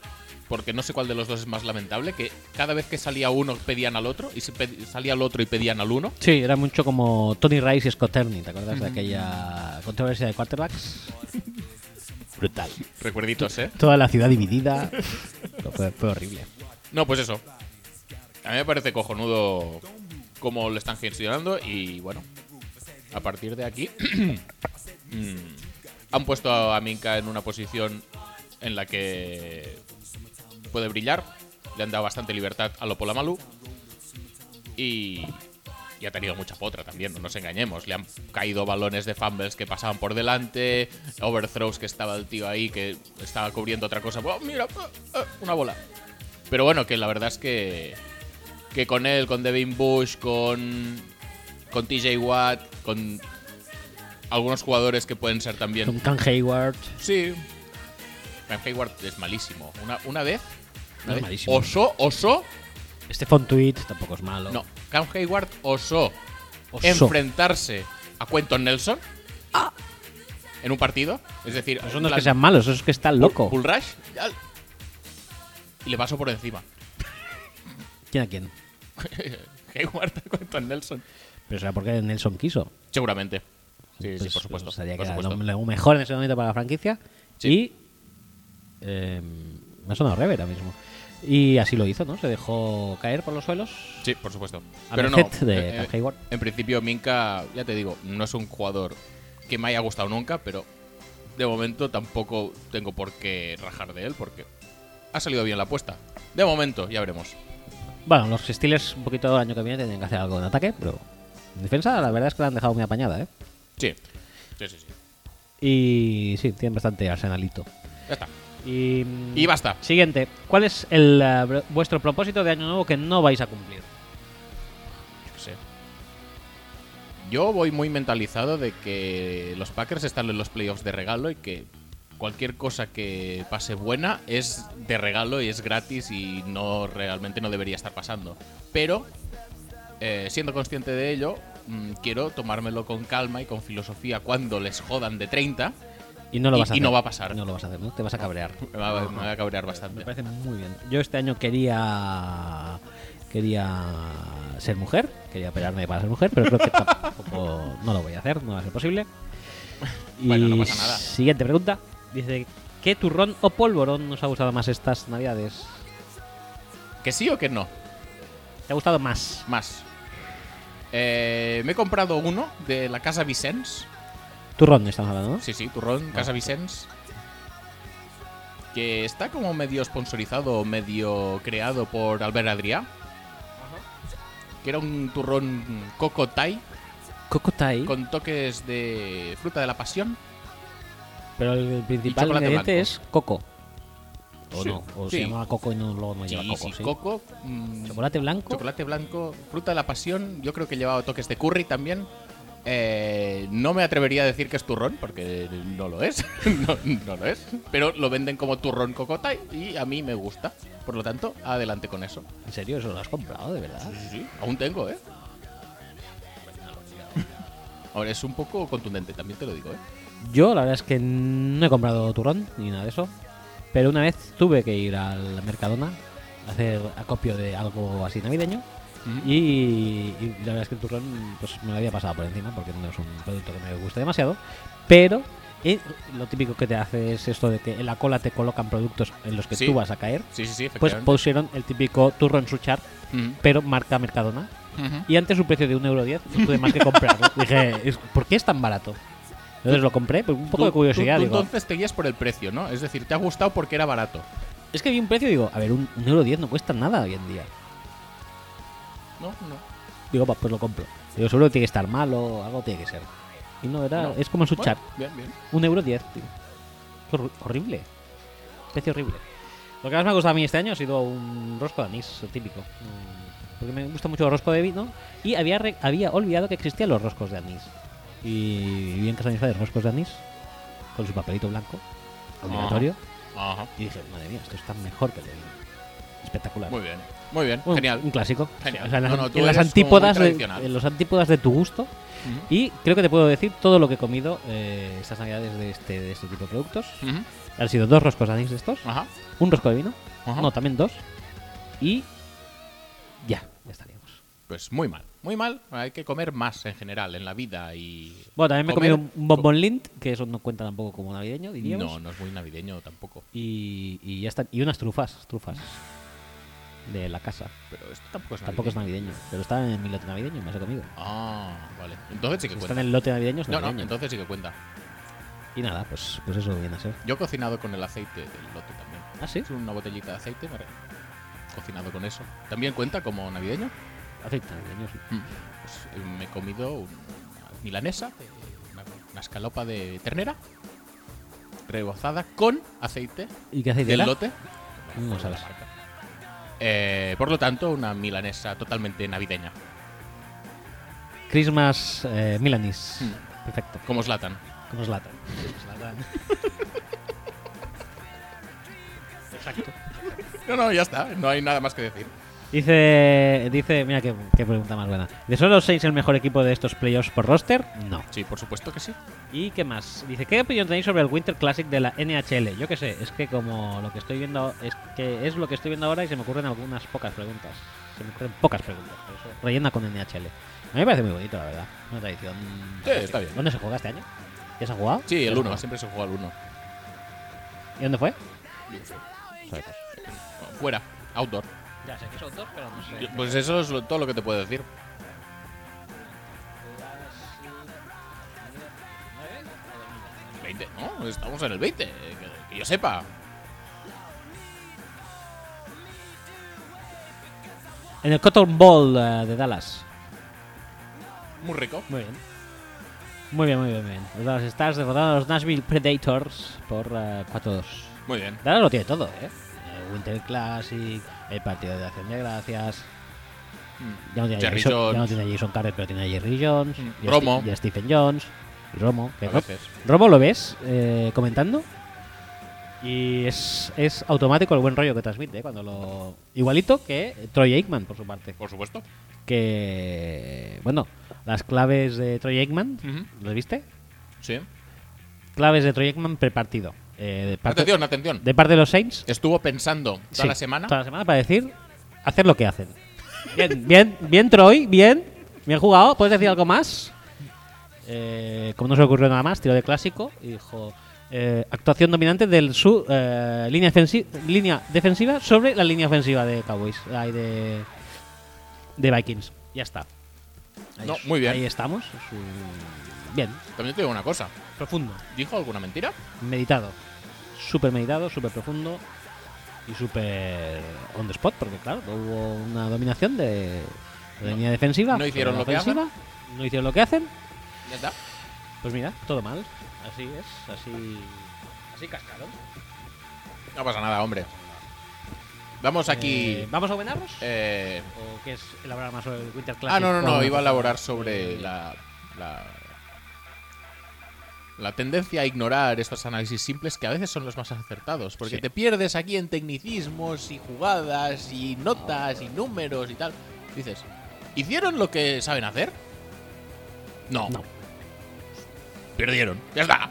Speaker 2: porque no sé cuál de los dos es más lamentable, que cada vez que salía uno pedían al otro, y si pe- salía al otro y pedían al uno.
Speaker 1: Sí, era mucho como Tony Rice y Scott Turney, ¿te acuerdas de aquella controversia de quarterbacks? Brutal.
Speaker 2: Recuerditos, ¿eh?
Speaker 1: Toda la ciudad dividida. No, fue, fue horrible.
Speaker 2: No, pues eso. A mí me parece cojonudo cómo lo están gestionando y bueno, a partir de aquí mm, han puesto a Minka en una posición en la que puede brillar. Le han dado bastante libertad a Lopola Malu y, y ha tenido mucha potra también, no nos engañemos. Le han caído balones de fumbles que pasaban por delante, overthrows que estaba el tío ahí que estaba cubriendo otra cosa. ¡Oh, mira! ah, ah, Una bola. Pero bueno, que la verdad es que. Que con él, con Devin Bush, con. Con TJ Watt, con. Algunos jugadores que pueden ser
Speaker 1: Con
Speaker 2: también.
Speaker 1: Cam Hayward.
Speaker 2: Sí. Cam Hayward es malísimo. Una, una vez.
Speaker 1: No es
Speaker 2: una vez
Speaker 1: malísimo.
Speaker 2: osó, osó.
Speaker 1: Este font tweet tampoco es malo.
Speaker 2: No, Cam Hayward osó,
Speaker 1: Osó.
Speaker 2: enfrentarse a Quentin Nelson. En un partido. Es decir,
Speaker 1: Esos no es
Speaker 2: en
Speaker 1: que
Speaker 2: plan,
Speaker 1: sean malos, esos es que están loco.
Speaker 2: Bull Rush. ya. Y le pasó por encima.
Speaker 1: ¿Quién a quién?
Speaker 2: Hayward con Nelson.
Speaker 1: Pero será porque Nelson quiso.
Speaker 2: Seguramente. Sí, sí,
Speaker 1: Pues,
Speaker 2: por supuesto.
Speaker 1: Sería que
Speaker 2: por
Speaker 1: era lo-
Speaker 2: supuesto.
Speaker 1: Lo, mejor en ese momento para la franquicia.
Speaker 2: Sí.
Speaker 1: Y. eh, me ha sonado Rever ahora mismo. Y así lo hizo, ¿no? Se dejó caer por los suelos.
Speaker 2: Sí, por supuesto.
Speaker 1: A
Speaker 2: Pero no.
Speaker 1: merced de
Speaker 2: eh,
Speaker 1: Tom Hayward.
Speaker 2: en principio, Minka, ya te digo, no es un jugador que me haya gustado nunca, pero de momento tampoco tengo por qué rajar de él porque ha salido bien la apuesta. De momento, ya veremos.
Speaker 1: Bueno, los Steelers un poquito el año que viene tienen que hacer algo en ataque, pero. En defensa, la verdad es que la han dejado muy apañada, ¿eh?
Speaker 2: Sí. Sí, sí, sí.
Speaker 1: Y sí, tienen bastante arsenalito.
Speaker 2: Ya está.
Speaker 1: Y, mm,
Speaker 2: Y basta.
Speaker 1: Siguiente. ¿Cuál es el, eh, br- vuestro propósito de año nuevo que no vais a cumplir?
Speaker 2: Yo qué sé. Yo voy muy mentalizado de que los Packers están en los playoffs de regalo y que cualquier cosa que pase buena es de regalo y es gratis y no realmente no debería estar pasando. Pero eh, siendo consciente de ello, mm, quiero tomármelo con calma y con filosofía cuando les jodan de 30.
Speaker 1: Y no lo
Speaker 2: Y-
Speaker 1: vas a
Speaker 2: y
Speaker 1: hacer.
Speaker 2: no va a pasar.
Speaker 1: No lo vas a hacer, ¿no? Te vas a cabrear.
Speaker 2: Me va, me va a cabrear
Speaker 1: Me
Speaker 2: bastante.
Speaker 1: parece muy bien. Yo este año quería quería ser mujer, quería operarme para ser mujer, pero creo que tampoco no lo voy a hacer, no va a ser posible. Y
Speaker 2: Bueno, no pasa nada.
Speaker 1: Siguiente pregunta. Dice, ¿qué turrón o polvorón nos ha gustado más estas navidades?
Speaker 2: ¿Que sí o que no?
Speaker 1: ¿Te ha gustado más?
Speaker 2: Más. Eh, me he comprado uno de la casa Vicens.
Speaker 1: Turrón estamos hablando, ¿no?
Speaker 2: Sí, sí, turrón, Casa Vicens. Que está como medio sponsorizado, medio creado por Albert Adrià. Que era un turrón coco thai
Speaker 1: Cocotai,
Speaker 2: con toques de fruta de la pasión.
Speaker 1: pero el principal
Speaker 2: chocolate
Speaker 1: ingrediente
Speaker 2: blanco.
Speaker 1: es coco. O
Speaker 2: Sí,
Speaker 1: no, o
Speaker 2: sí.
Speaker 1: se llama coco y no, luego no
Speaker 2: Sí,
Speaker 1: lleva coco.
Speaker 2: sí,
Speaker 1: sí.
Speaker 2: coco, mm,
Speaker 1: Chocolate blanco.
Speaker 2: chocolate blanco, fruta de la pasión. Yo creo que llevaba toques de curry también. Eh, no me atrevería a decir que es turrón, porque no lo es. no, no lo es. Pero lo venden como turrón coco thai y a mí me gusta. Por lo tanto, adelante con eso.
Speaker 1: ¿En serio eso lo has comprado, de verdad?
Speaker 2: Sí, sí, sí. Aún tengo, ¿eh? Ahora es un poco contundente, también te lo digo, ¿eh?
Speaker 1: Yo la verdad es que no he comprado turrón ni nada de eso. Pero una vez tuve que ir al Mercadona a hacer acopio de algo así navideño.
Speaker 2: Ujú.
Speaker 1: Y, y la verdad es que el turrón pues, me lo había pasado por encima porque no es un producto que me guste demasiado. Pero eh, lo típico que te hace es esto de que en la cola te colocan productos en los que
Speaker 2: Sí.
Speaker 1: tú vas a caer.
Speaker 2: Sí, sí, sí,
Speaker 1: Pues
Speaker 2: efectivamente.
Speaker 1: pusieron el típico turrón suchar,
Speaker 2: Ujú.
Speaker 1: pero marca Mercadona.
Speaker 2: Ujú.
Speaker 1: Y antes un precio de 1,10€ no tuve más que comprarlo. Dije, "Es- ¿por qué es tan barato? Entonces lo compré, pues, un poco de
Speaker 2: Tú- tú-
Speaker 1: curiosidad.
Speaker 2: tú
Speaker 1: digo,
Speaker 2: entonces te guías por el precio, ¿no? Es decir, te ha gustado porque era barato.
Speaker 1: es que vi un precio y digo, a ver, un 1,10€ no cuesta nada hoy en día.
Speaker 2: No, no.
Speaker 1: Digo, "Va, pues lo compro. Digo, seguro que tiene que estar malo, algo tiene que ser. Y no, era,
Speaker 2: No.
Speaker 1: es como en su
Speaker 2: Bueno,
Speaker 1: chat,
Speaker 2: bien, bien.
Speaker 1: 1,10€. tío. Qué horri- horrible. Precio horrible. Lo que más me ha gustado a mí este año ha sido un rosco de anís, el típico. Mm, Porque me gusta mucho el rosco de vino y había, re- había olvidado que existían los roscos de anís. Y vi en casa de mis padres roscos de anís con su papelito blanco,
Speaker 2: Ah.
Speaker 1: obligatorio.
Speaker 2: Ajá.
Speaker 1: Y dije, madre mía, esto está mejor que el de vino. Espectacular.
Speaker 2: Muy bien. Muy bien.
Speaker 1: Un-
Speaker 2: Genial.
Speaker 1: Un clásico.
Speaker 2: Genial.
Speaker 1: O sea, en las,
Speaker 2: No, no, tú
Speaker 1: en las
Speaker 2: eres como
Speaker 1: antípodas
Speaker 2: muy
Speaker 1: de,
Speaker 2: tradicional.
Speaker 1: en los antípodas de tu gusto.
Speaker 2: Ujú.
Speaker 1: Y creo que te puedo decir todo lo que he comido eh, estas navidades de este, de este tipo de productos.
Speaker 2: Ujú.
Speaker 1: Han sido dos roscos de anís de estos.
Speaker 2: Ajá.
Speaker 1: Un rosco de vino.
Speaker 2: Ah. Ajá.
Speaker 1: No, también dos. Y ya, ya estaríamos.
Speaker 2: Pues muy mal. Muy mal. Hay que comer más en general en la vida y.
Speaker 1: Bueno, también me he
Speaker 2: comer-
Speaker 1: comido un bombón lint, que eso no cuenta tampoco como navideño, diríamos.
Speaker 2: No, no es muy navideño tampoco.
Speaker 1: Y, y ya está. Y unas trufas, trufas. De la casa.
Speaker 2: Pero esto tampoco es navideño.
Speaker 1: Tampoco es navideño. Pero está en mi lote navideño, y me las he comido.
Speaker 2: Ah, vale. Entonces sí que
Speaker 1: Si está en
Speaker 2: cuenta.
Speaker 1: el lote navideño, es
Speaker 2: No,
Speaker 1: navideño.
Speaker 2: no, entonces sí que cuenta.
Speaker 1: Y nada, pues, pues eso viene a ser.
Speaker 2: Yo he cocinado con el aceite del lote también.
Speaker 1: ¿Ah, sí?
Speaker 2: Es una botellita de aceite, me re- cocinado con eso. ¿También cuenta como navideño?
Speaker 1: Aceite navideño, sí.
Speaker 2: Mm. Pues, eh, me he comido una milanesa, de- una, una escalopa de ternera, rebozada con aceite
Speaker 1: ¿Y qué aceite
Speaker 2: del
Speaker 1: era?
Speaker 2: lote. Pues,
Speaker 1: No sabes.
Speaker 2: Eh, por lo tanto, una milanesa totalmente navideña,
Speaker 1: Christmas eh, Milanis.
Speaker 2: Mm.
Speaker 1: Perfecto.
Speaker 2: como Slatan.
Speaker 1: Como Slatan. Exacto.
Speaker 2: No, no, ya está, no hay nada más que decir.
Speaker 1: Dice, dice, mira qué, qué pregunta más buena. ¿De solo seis el mejor equipo de estos playoffs por roster? No.
Speaker 2: Sí, por supuesto que sí.
Speaker 1: ¿Y qué más? Dice, ¿qué opinión tenéis sobre el Winter Classic de la NHL? Yo qué sé, es que como lo que estoy viendo es que es lo que estoy viendo ahora y se me ocurren algunas pocas preguntas. se me ocurren pocas preguntas. por eso rellena con NHL. A mí me parece muy bonito, la verdad. Una tradición.
Speaker 2: Sí, está bien.
Speaker 1: ¿Dónde se juega este año? ¿Ya se ha jugado?
Speaker 2: Sí,
Speaker 1: ¿Ya
Speaker 2: el
Speaker 1: se
Speaker 2: 1,
Speaker 1: ha jugado?
Speaker 2: siempre se juega al 1.
Speaker 1: ¿Y dónde fue?
Speaker 2: Fuera, outdoor.
Speaker 1: Ya sé que son dos, pero no sé.
Speaker 2: Pues eso es lo- todo lo que te puedo decir. El 20, ¿no? Estamos en el 20, eh, que, que yo sepa.
Speaker 1: En el Cotton Bowl eh, de Dallas.
Speaker 2: Muy rico.
Speaker 1: Muy bien. Muy bien, muy bien, muy bien. Los Dallas Stars derrotaron a los Nashville Predators por eh, 4-2.
Speaker 2: Muy bien.
Speaker 1: Dallas lo tiene todo, ¿eh? El Winter Classic, el partido de Acción de Gracias.
Speaker 2: Mm.
Speaker 1: Ya no tiene, a
Speaker 2: Jerry
Speaker 1: Jason, ya no
Speaker 2: Jones.
Speaker 1: tiene a Jason Carter, pero tiene a Jerry Jones.
Speaker 2: Mm.
Speaker 1: y a
Speaker 2: Romo.
Speaker 1: Ste- y a Stephen Jones. Y Romo. que
Speaker 2: A
Speaker 1: Ro-
Speaker 2: veces.
Speaker 1: Romo lo ves eh, comentando. Y es, es automático el buen rollo que transmite. ¿eh? cuando lo Igualito que Troy Aikman, por su parte.
Speaker 2: Por supuesto.
Speaker 1: Que, bueno, las claves de Troy Aikman,
Speaker 2: Ujú.
Speaker 1: ¿las viste?
Speaker 2: Sí.
Speaker 1: Claves de Troy Aikman prepartido. Eh, de, parte,
Speaker 2: Atención, atención.
Speaker 1: de parte de los Saints.
Speaker 2: Estuvo pensando toda
Speaker 1: Sí,
Speaker 2: la semana.
Speaker 1: Toda la semana para decir, hacer lo que hacen. Bien, bien, bien, Troy, bien. Bien jugado. ¿Puedes decir algo más? Eh, como no se le ocurrió nada más, tiró de clásico y dijo: eh, Actuación dominante de su eh, línea, defensi- línea defensiva sobre la línea ofensiva de Cowboys, ay, de, de Vikings. Ya está.
Speaker 2: No,
Speaker 1: es-
Speaker 2: muy bien.
Speaker 1: Ahí estamos. Su- Bien,
Speaker 2: También te digo una cosa.
Speaker 1: profundo,
Speaker 2: ¿Dijo alguna mentira?
Speaker 1: meditado. Súper meditado, súper profundo y súper on the spot, porque claro, no hubo una dominación de, de
Speaker 2: No.
Speaker 1: línea defensiva.
Speaker 2: No hicieron
Speaker 1: sobre la
Speaker 2: lo que
Speaker 1: ofensiva, No hicieron lo que hacen.
Speaker 2: Ya está.
Speaker 1: Pues mira, todo mal. Así es, así. Así cascaron.
Speaker 2: No pasa nada, hombre. Vamos aquí.
Speaker 1: Eh, ¿Vamos a homenajearlos?
Speaker 2: eh,
Speaker 1: ¿O quieres elaborar más sobre el Winter Classic?
Speaker 2: Ah, no, no,
Speaker 1: Vamos
Speaker 2: no. Iba a elaborar sobre
Speaker 1: Eh,
Speaker 2: la, la. la tendencia a ignorar estos análisis simples que a veces son los más acertados. Porque
Speaker 1: Sí.
Speaker 2: te pierdes aquí en tecnicismos y jugadas y notas y números y tal. Dices, ¿hicieron lo que saben hacer? No.
Speaker 1: No.
Speaker 2: Perdieron. Ya está.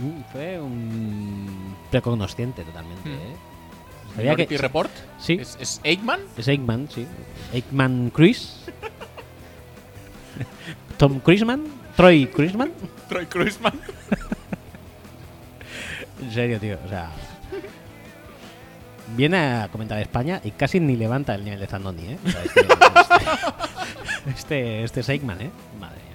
Speaker 1: Mm, Fue un. precognosciente totalmente,
Speaker 2: Hmm.
Speaker 1: ¿eh? Sabía
Speaker 2: Minority
Speaker 1: que.
Speaker 2: Report.
Speaker 1: Sí.
Speaker 2: ¿Es, es Aikman?
Speaker 1: Es Aikman, sí. Aikman Chris. Tom Cruiseman. Troy Cruiseman.
Speaker 2: Troy Cruisman.
Speaker 1: En serio, tío. O sea. Viene a comentar España y casi ni levanta el nivel de Zandoni, ¿eh? O sea, Este, este, este es Aikman, ¿eh? Madre mía.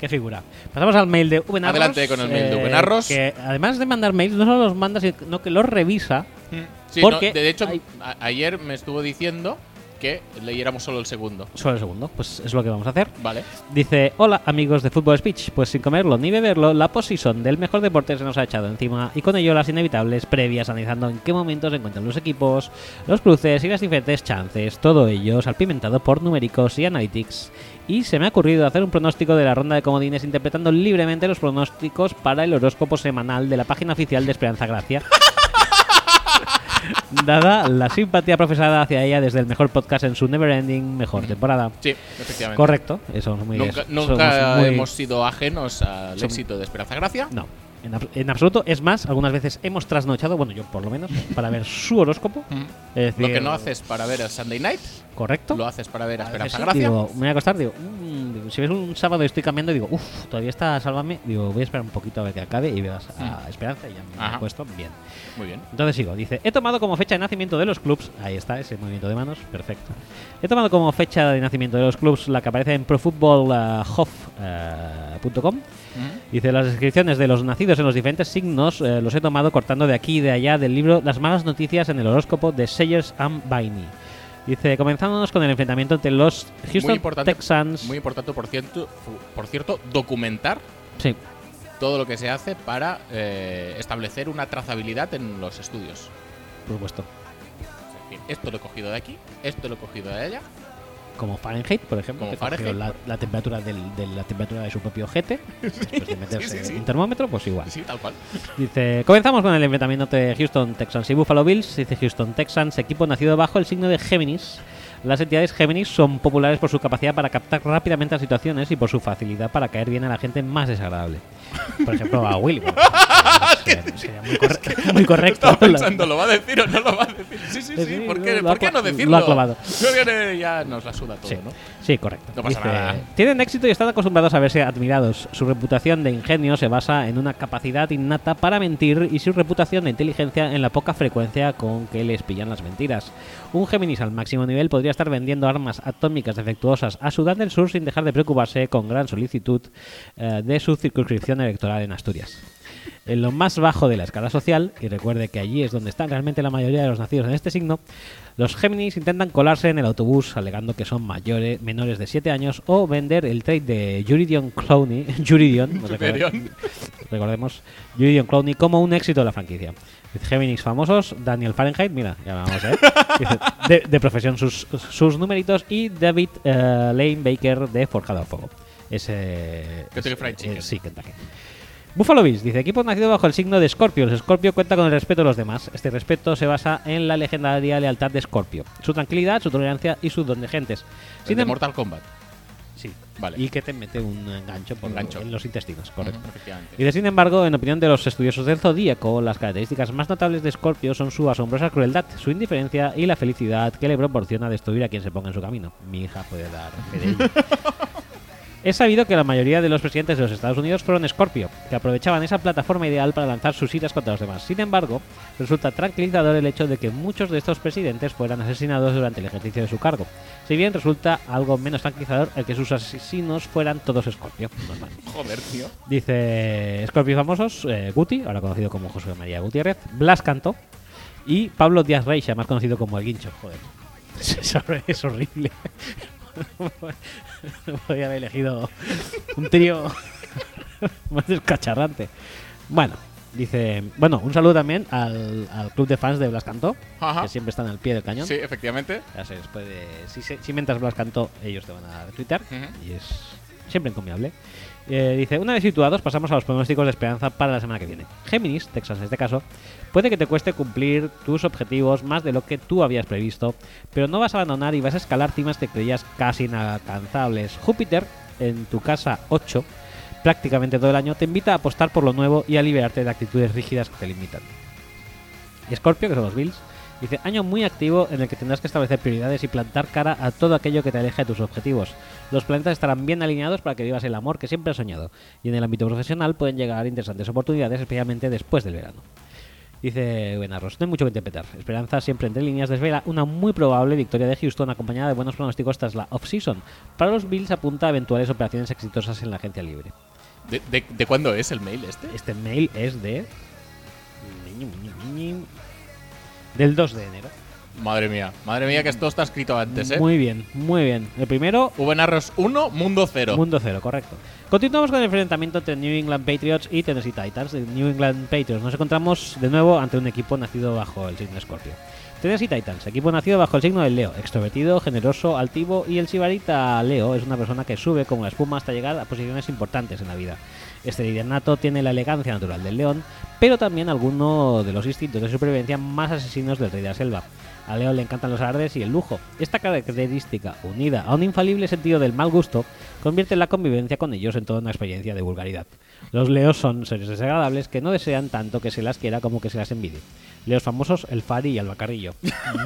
Speaker 1: Qué figura. Pasamos al mail de Ubenarros. eh,
Speaker 2: Adelante con el mail de Ubenarros.
Speaker 1: Que además de mandar mails, no solo los manda, sino que los revisa.
Speaker 2: Mm. Sí,
Speaker 1: Porque
Speaker 2: no, de hecho,
Speaker 1: hay-
Speaker 2: a- ayer me estuvo diciendo que leyéramos solo el segundo.
Speaker 1: Solo el segundo, pues es lo que vamos a hacer.
Speaker 2: Vale.
Speaker 1: Dice, hola amigos de Fútbol Speech, pues sin comerlo ni beberlo, la posición del mejor deporte se nos ha echado encima y con ello las inevitables previas analizando en qué momento se encuentran los equipos, los cruces y las diferentes chances, todo ello salpimentado por numéricos y analytics. Y se me ha ocurrido hacer un pronóstico de la ronda de comodines interpretando libremente los pronósticos para el horóscopo semanal de la página oficial de Esperanza Gracia. Dada la simpatía profesada hacia ella desde el mejor podcast en su Never Ending Mejor Temporada.
Speaker 2: Sí, efectivamente.
Speaker 1: Correcto, eso es muy
Speaker 2: Nunca,
Speaker 1: eso-
Speaker 2: nunca
Speaker 1: somos muy-
Speaker 2: hemos sido ajenos al
Speaker 1: somos-
Speaker 2: éxito de Esperanza Gracia.
Speaker 1: No, en, abs- en absoluto. Es más, algunas veces hemos trasnochado, bueno, yo por lo menos, para ver su horóscopo.
Speaker 2: Mm.
Speaker 1: Es
Speaker 2: Lo
Speaker 1: decir,
Speaker 2: que no haces para ver a Sunday Night,
Speaker 1: Correcto.
Speaker 2: lo haces para ver a
Speaker 1: A veces
Speaker 2: Esperanza
Speaker 1: sí,
Speaker 2: Gracia.
Speaker 1: digo, me voy a acostar, digo, mm, digo, si ves un sábado y estoy cambiando, digo, uff, todavía está, sálvame. Digo, voy a esperar un poquito a ver que acabe y veas a Esperanza y ya me he
Speaker 2: Mm. Ajá.
Speaker 1: puesto bien.
Speaker 2: Muy bien.
Speaker 1: Entonces sigo, dice, he tomado como fecha de nacimiento de los clubs, ahí está ese movimiento de manos, perfecto. He tomado como fecha de nacimiento de los clubs la que aparece en eh, profootballhof.com. Dice, las descripciones de los nacidos en los diferentes signos eh, los he tomado cortando de aquí y de allá del libro Las malas noticias en el horóscopo de Sayers and Bainey. Dice, comenzándonos con el enfrentamiento entre los
Speaker 2: muy
Speaker 1: Houston
Speaker 2: importante,
Speaker 1: Texans.
Speaker 2: Muy importante, por cierto, fu- por cierto, documentar
Speaker 1: Sí,
Speaker 2: todo lo que se hace para eh, establecer una trazabilidad en los estudios.
Speaker 1: por supuesto.
Speaker 2: Es decir, esto lo he cogido de aquí, esto lo he cogido de allá.
Speaker 1: Como Fahrenheit, por ejemplo,
Speaker 2: Como
Speaker 1: que cogió
Speaker 2: Fahrenheit,
Speaker 1: la, la temperatura del- de la temperatura de su propio ojete, después de meterse
Speaker 2: sí, sí.
Speaker 1: un termómetro, pues igual.
Speaker 2: Sí, tal cual.
Speaker 1: Dice, comenzamos con el enfrentamiento entre Houston Texans y Buffalo Bills. Dice Houston Texans, equipo nacido bajo el signo de Géminis. Las entidades Géminis son populares por su capacidad para captar rápidamente las situaciones y por su facilidad para caer bien a la gente más desagradable. Por ejemplo, a Willy. sería, sería muy, corre- muy correcto.
Speaker 2: Estaba pensando, ¿lo va a decir o no lo va a decir? Sí, sí,
Speaker 1: Sí,
Speaker 2: sí.
Speaker 1: sí,
Speaker 2: ¿Por,
Speaker 1: lo-
Speaker 2: qué,
Speaker 1: lo ha
Speaker 2: por qué
Speaker 1: cla-
Speaker 2: no
Speaker 1: lo ha
Speaker 2: decirlo?
Speaker 1: clavado.
Speaker 2: Yo viene, ya nos la suda todo,
Speaker 1: Sí.
Speaker 2: ¿no?
Speaker 1: Sí, correcto.
Speaker 2: No pasa nada.
Speaker 1: Tienen éxito y están acostumbrados a verse admirados. Su reputación de ingenio se basa en una capacidad innata para mentir y su reputación de inteligencia en la poca frecuencia con que les pillan las mentiras. Un Géminis al máximo nivel podría estar vendiendo armas atómicas defectuosas a Sudán del Sur sin dejar de preocuparse con gran solicitud eh, de su circunscripción electoral en Asturias. En lo más bajo de la escala social, y recuerde que allí es donde están realmente la mayoría de los nacidos en este signo, los Géminis intentan colarse en el autobús alegando que son mayores, menores de 7 años o vender el trade de Juridion Clowney, Juridion, ¿os recordáis?
Speaker 2: Juridion.
Speaker 1: recordemos, Juridion Clowney como un éxito de la franquicia. Géminis famosos, Daniel Fahrenheit, mira, ya vamos, ¿eh? Dice, De, de profesión sus, sus numeritos y David eh, Lane Baker de Forjado a Fuego. Ese,
Speaker 2: Kentucky Fried
Speaker 1: eh,
Speaker 2: Chicken.
Speaker 1: sí, Kentucky. Buffalo Bills dice: equipo nacido bajo el signo de Scorpio. El Scorpio cuenta con el respeto de los demás. Este respeto se basa en la legendaria lealtad de Scorpio, su tranquilidad, su tolerancia y su don de gentes.
Speaker 2: El de
Speaker 1: em-
Speaker 2: Mortal Kombat.
Speaker 1: sí.
Speaker 2: Vale.
Speaker 1: Y que te mete un eh, gancho, por
Speaker 2: Un gancho.
Speaker 1: en los intestinos, correcto.
Speaker 2: Ujú, efectivamente.
Speaker 1: Dice, sin embargo, en opinión de los estudiosos del zodíaco, las características más notables de Scorpio son su asombrosa crueldad, su indiferencia y la felicidad que le proporciona destruir a quien se ponga en su camino. Mi hija puede dar fe de ello. Es sabido que la mayoría de los presidentes de los Estados Unidos fueron Scorpio, que aprovechaban esa plataforma ideal para lanzar sus iras contra los demás. Sin embargo, resulta tranquilizador el hecho de que muchos de estos presidentes fueran asesinados durante el ejercicio de su cargo. Si bien resulta algo menos tranquilizador el que sus asesinos fueran todos Scorpio. Normal.
Speaker 2: Joder, tío.
Speaker 1: Dice Scorpio Famosos, eh, Guti, ahora conocido como José María Gutiérrez, Blas Cantó y Pablo Díaz Reixa, más conocido como El Guincho. Joder, es, hor- es horrible. No podía haber elegido un trío más descacharrante. Bueno, dice, bueno, un saludo también al, al club de fans de Blas Cantó,
Speaker 2: Ajá.
Speaker 1: que siempre están al pie del cañón.
Speaker 2: Sí, efectivamente.
Speaker 1: Ya se les puede- si, se- si mientras Blas cantó, ellos te van a Twitter
Speaker 2: Ujú.
Speaker 1: y es siempre encomiable. Eh, dice, una vez situados, pasamos a los pronósticos de esperanza para la semana que viene. Géminis, Texas en este caso, puede que te cueste cumplir tus objetivos más de lo que tú habías previsto, pero no vas a abandonar y vas a escalar cimas que creías casi inalcanzables. Júpiter, en tu casa 8, prácticamente todo el año, te invita a apostar por lo nuevo y a liberarte de actitudes rígidas que te limitan. Scorpio, que son los Bills, dice año muy activo en el que tendrás que establecer prioridades y plantar cara a todo aquello que te aleja de tus objetivos. Los planetas estarán bien alineados para que vivas el amor que siempre has soñado, y en el ámbito profesional pueden llegar interesantes oportunidades, especialmente después del verano. Dice Benarros, no hay mucho que interpretar. Esperanza siempre entre líneas desvela una muy probable victoria de Houston acompañada de buenos pronósticos tras la off-season. Para los Bills apunta a eventuales operaciones exitosas en la agencia libre.
Speaker 2: ¿De, de, de cuándo es el mail este?
Speaker 1: Este mail es de... Del 2 de enero.
Speaker 2: Madre mía. Madre mía, que esto está escrito antes, ¿eh?
Speaker 1: Muy bien, muy bien. El primero,
Speaker 2: Ubenarros 1, Mundo 0.
Speaker 1: Mundo Cero, correcto. Continuamos con el enfrentamiento entre New England Patriots y Tennessee Titans. De New England Patriots nos encontramos de nuevo ante un equipo nacido bajo el signo Escorpio. Tennessee Titans, equipo nacido bajo el signo del Leo, extrovertido, generoso, altivo y el sibarita Leo es una persona que sube como la espuma hasta llegar a posiciones importantes en la vida. Este líder nato tiene la elegancia natural del león, pero también alguno de los instintos de supervivencia más asesinos del rey de la selva. A Leo le encantan los alardes y el lujo. Esta característica, unida a un infalible sentido del mal gusto, convierte la convivencia con ellos en toda una experiencia de vulgaridad. Los leos son seres desagradables que no desean tanto que se las quiera como que se las envidie. Leos famosos, el Fari y el Bacarrillo.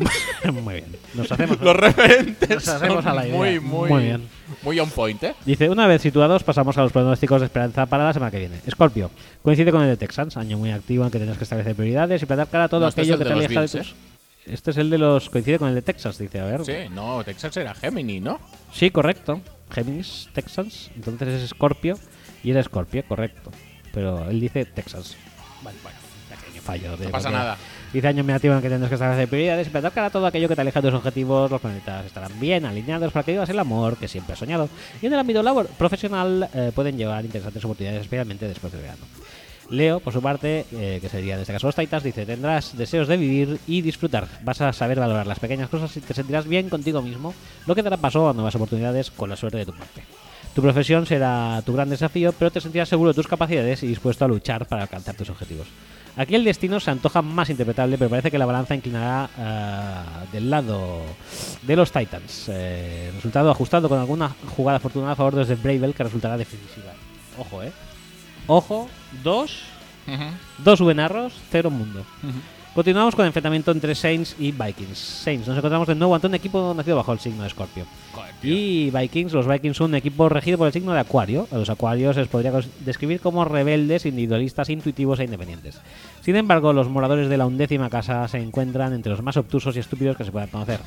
Speaker 1: Muy bien. Nos hacemos.
Speaker 2: Los referentes
Speaker 1: Nos hacemos
Speaker 2: son
Speaker 1: a la idea.
Speaker 2: Muy, muy,
Speaker 1: Muy bien.
Speaker 2: muy on point, ¿eh?
Speaker 1: Dice, una vez situados, pasamos a los pronósticos de esperanza para la semana que viene. Scorpio, coincide con el de Texans, año muy activo en que tendrás que establecer prioridades y plantar cara a todo
Speaker 2: No, este
Speaker 1: aquello
Speaker 2: es
Speaker 1: que
Speaker 2: el
Speaker 1: te
Speaker 2: de los
Speaker 1: aleja de
Speaker 2: Bills,
Speaker 1: tus... Este es el de los... coincide con el de Texas, dice, a ver.
Speaker 2: Sí, no, Texas era Gemini, ¿no?
Speaker 1: Sí, correcto. Géminis, Texans, entonces es Scorpio y era Scorpio, correcto. Pero él dice Texas. Vale, bueno, pequeño fallo. de-
Speaker 2: No pasa
Speaker 1: porque
Speaker 2: nada.
Speaker 1: Dice año negativo en el que tendrás que establecer prioridades y plantar cara a todo aquello que te aleja de tus objetivos. Los planetas estarán bien alineados para que vivas el amor que siempre has soñado. Y en el ámbito labor profesional eh, pueden llevar interesantes oportunidades, especialmente después del verano. Leo, por su parte, eh, que sería en este caso los Titans, dice, tendrás deseos de vivir y disfrutar. Vas a saber valorar las pequeñas cosas y te sentirás bien contigo mismo, lo que dará paso a nuevas oportunidades con la suerte de tu parte. Tu profesión será tu gran desafío, pero te sentirás seguro de tus capacidades y dispuesto a luchar para alcanzar tus objetivos. Aquí el destino se antoja más interpretable, pero parece que la balanza inclinará ah, del lado de los Titans. Eh, resultado ajustado con alguna jugada afortunada a favor de los de Bravel que resultará decisiva. Ojo, eh. Ojo, dos
Speaker 2: Ujú,
Speaker 1: Dos Venarros, cero Mundo.
Speaker 2: ujú.
Speaker 1: Continuamos con el enfrentamiento entre Saints y Vikings. Saints, nos encontramos de nuevo ante un equipo nacido bajo el signo de Escorpio.
Speaker 2: Joder, tío.
Speaker 1: Y Vikings, los Vikings son un equipo regido por el signo de Acuario. A los Acuarios se les podría cons- describir como rebeldes, individualistas, intuitivos e independientes. Sin embargo, los moradores de la undécima casa se encuentran entre los más obtusos y estúpidos que se puedan conocer.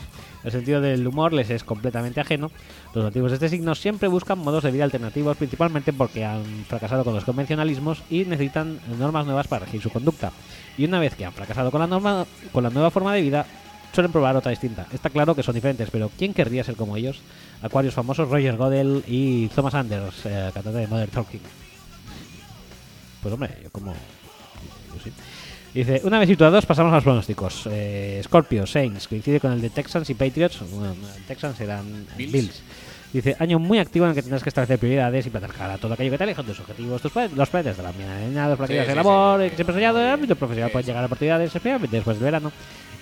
Speaker 1: El sentido del humor les es completamente ajeno. Los nativos de este signo siempre buscan modos de vida alternativos, principalmente porque han fracasado con los convencionalismos y necesitan normas nuevas para regir su conducta. Y una vez que han fracasado con la, norma, con la nueva forma de vida, suelen probar otra distinta. Está claro que son diferentes, pero ¿quién querría ser como ellos? Acuarios famosos Roger Godel y Thomas Anders, eh, cantante de Modern Talking. Pues hombre, yo como... yo sí. Dice, una vez situados pasamos a los pronósticos. Eh, Scorpio, Saints, coincide con el de Texans y Patriots. Bueno, no, Texans serán
Speaker 2: Bills.
Speaker 1: Bills. Dice, año muy activo en el que tendrás que establecer prioridades y platicar a todo aquello que te aleja de tus objetivos, tus planes, los planes de la mina de nada, los platillos
Speaker 2: sí,
Speaker 1: del
Speaker 2: sí,
Speaker 1: amor,
Speaker 2: sí,
Speaker 1: el que siempre
Speaker 2: sí,
Speaker 1: soñado,
Speaker 2: sí,
Speaker 1: el ámbito
Speaker 2: sí,
Speaker 1: profesional pues
Speaker 2: sí,
Speaker 1: puede
Speaker 2: sí.
Speaker 1: llegar a oportunidades especialmente después del verano.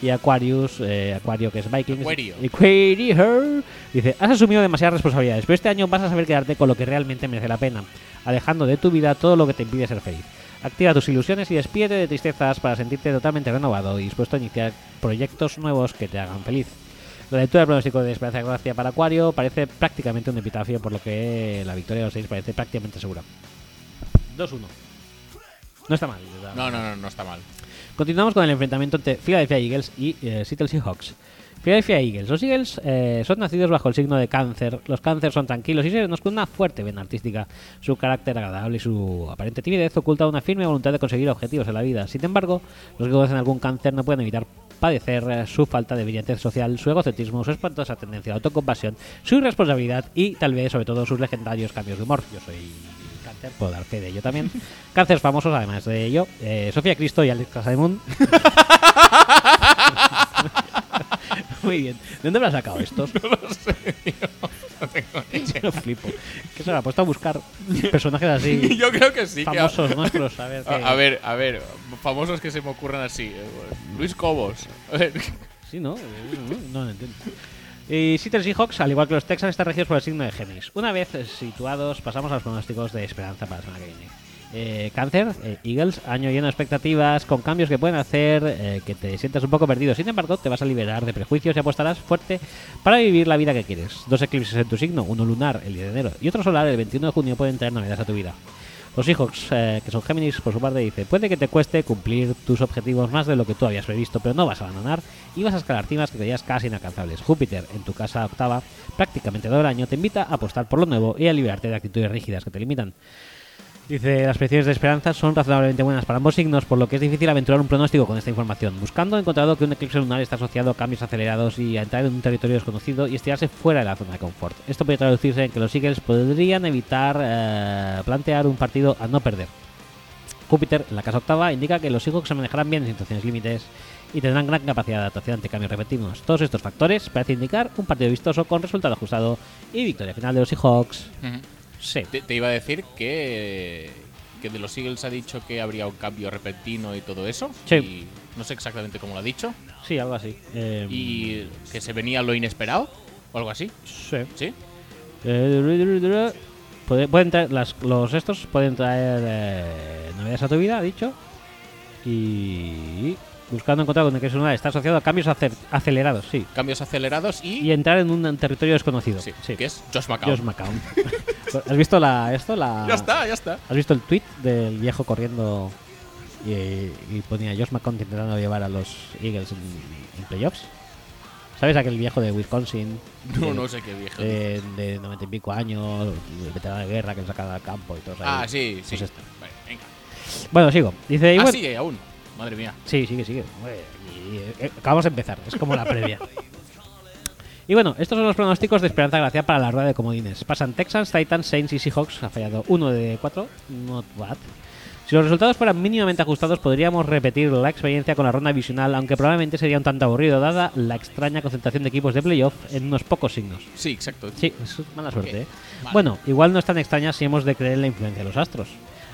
Speaker 1: Y Aquarius, eh, Acuario que es Vikings,
Speaker 2: Acuario.
Speaker 1: y Queer dice, has asumido demasiadas responsabilidades, pero este año vas a saber quedarte con lo que realmente merece la pena, alejando de tu vida todo lo que te impide ser feliz. Activa tus ilusiones y despídete de tristezas para sentirte totalmente renovado y dispuesto a iniciar proyectos nuevos que te hagan feliz. La lectura del pronóstico de Esperanza de Gracia para Acuario parece prácticamente un epitafio, por lo que la victoria de los seis parece prácticamente segura. 2-1. No está mal. la-
Speaker 2: No, no, no, no está mal.
Speaker 1: Continuamos con el enfrentamiento entre Philadelphia Eagles y eh, Seattle Seahawks. Philadelphia Eagles. Los Eagles eh, son nacidos bajo el signo de cáncer. Los cáncer son tranquilos y serenos con una fuerte vena artística. Su carácter agradable y su aparente timidez oculta una firme voluntad de conseguir objetivos en la vida. Sin embargo, los que gozan algún cáncer no pueden evitar padecer eh, su falta de brillantez social, su egocentrismo, su espantosa tendencia a la autocompasión, su irresponsabilidad y tal vez sobre todo sus legendarios cambios de humor. Yo soy Cáncer, puedo dar fe de ello también. Cánceres famosos, además de ello, eh, Sofía Cristo y Alex Casademun. Muy bien. ¿De dónde me has sacado estos? No lo sé. Yo flipo. ¿Qué se ha puesto a buscar personajes así
Speaker 2: Yo creo que sí. que-
Speaker 1: famosos nuestros? A ver,
Speaker 2: A,
Speaker 1: qué-
Speaker 2: a ver, a ver, famosos que se me ocurran así. eh, Luis Cobos. A ver,
Speaker 1: Sí, ¿no? No lo entiendo. Y Seattle Seahawks, al igual que los Texans, están regidos por el signo de Géminis. Una vez eh, situados, pasamos a los pronósticos de esperanza para la semana que viene. Eh, cáncer, eh, Eagles, año lleno de expectativas, con cambios que pueden hacer eh, que te sientas un poco perdido. Sin embargo, te vas a liberar de prejuicios y apostarás fuerte para vivir la vida que quieres. Dos eclipses en tu signo, uno lunar el 10 de enero y otro solar el 21 de junio, pueden traer novedades a tu vida. Los Seahawks, eh, que son Géminis, por su parte, dice, puede que te cueste cumplir tus objetivos más de lo que tú habías previsto, pero no vas a abandonar y vas a escalar cimas que creías casi inalcanzables. Júpiter, en tu casa octava, prácticamente todo el año, te invita a apostar por lo nuevo y a liberarte de actitudes rígidas que te limitan. Dice, las predicciones de esperanza son razonablemente buenas para ambos signos, por lo que es difícil aventurar un pronóstico con esta información. Buscando, he encontrado que un eclipse lunar está asociado a cambios acelerados y a entrar en un territorio desconocido y estirarse fuera de la zona de confort. Esto puede traducirse en que los Eagles podrían evitar eh, plantear un partido a no perder. Júpiter, en la casa octava, indica que los hijos se manejarán bien en situaciones límites y tendrán gran capacidad de adaptación ante cambios repetidos. Todos estos factores parecen indicar un partido vistoso con resultado ajustado y victoria final de los Seahawks. Sí.
Speaker 2: te, te iba a decir que, que de los Eagles ha dicho que habría un cambio repentino y todo eso.
Speaker 1: Sí.
Speaker 2: Y no sé exactamente cómo lo ha dicho.
Speaker 1: Sí, algo así. Eh,
Speaker 2: Y que se venía lo inesperado o algo así.
Speaker 1: sí.
Speaker 2: ¿Sí?
Speaker 1: Eh, puede- pueden traer- las- los estos pueden traer eh, novedades a tu vida, ha dicho. Y buscando encontrar con el que es una está asociado a cambios ace- acelerados, sí.
Speaker 2: Cambios acelerados y.
Speaker 1: Y entrar en un territorio desconocido.
Speaker 2: sí, que es Josh McCown.
Speaker 1: Josh McCown. ¿Has visto la esto? La,
Speaker 2: Ya está, ya está.
Speaker 1: ¿Has visto el tweet del viejo corriendo y, y ponía Josh McCown intentando llevar a los Eagles en, en playoffs? ¿Sabes aquel viejo de Wisconsin?
Speaker 2: No,
Speaker 1: Que-
Speaker 2: no sé qué viejo.
Speaker 1: de, Eh, de 90 y pico años, veterano de guerra que lo sacan al campo y todo eso.
Speaker 2: ah,
Speaker 1: ahí.
Speaker 2: sí, sí.
Speaker 1: Pues esto.
Speaker 2: Vale, venga.
Speaker 1: Bueno, sigo. Dice, y
Speaker 2: Ah,
Speaker 1: bueno-
Speaker 2: sigue aún. Madre mía.
Speaker 1: Sí, sigue, sigue. Hombre, y, eh, acabamos de empezar, es como la previa. Y bueno, estos son los pronósticos de Esperanza Gracia para la rueda de comodines. Pasan Texans, Titans, Saints y Seahawks. Ha fallado uno de cuatro. Not bad. Si los resultados fueran mínimamente ajustados, podríamos repetir la experiencia con la ronda visional, aunque probablemente sería un tanto aburrido, dada la extraña concentración de equipos de playoff en unos pocos signos.
Speaker 2: Sí, exacto.
Speaker 1: Sí, es mala suerte.
Speaker 2: Ok,
Speaker 1: ¿eh?
Speaker 2: vale.
Speaker 1: Bueno, igual no es tan extraña si hemos de creer en la influencia de los astros.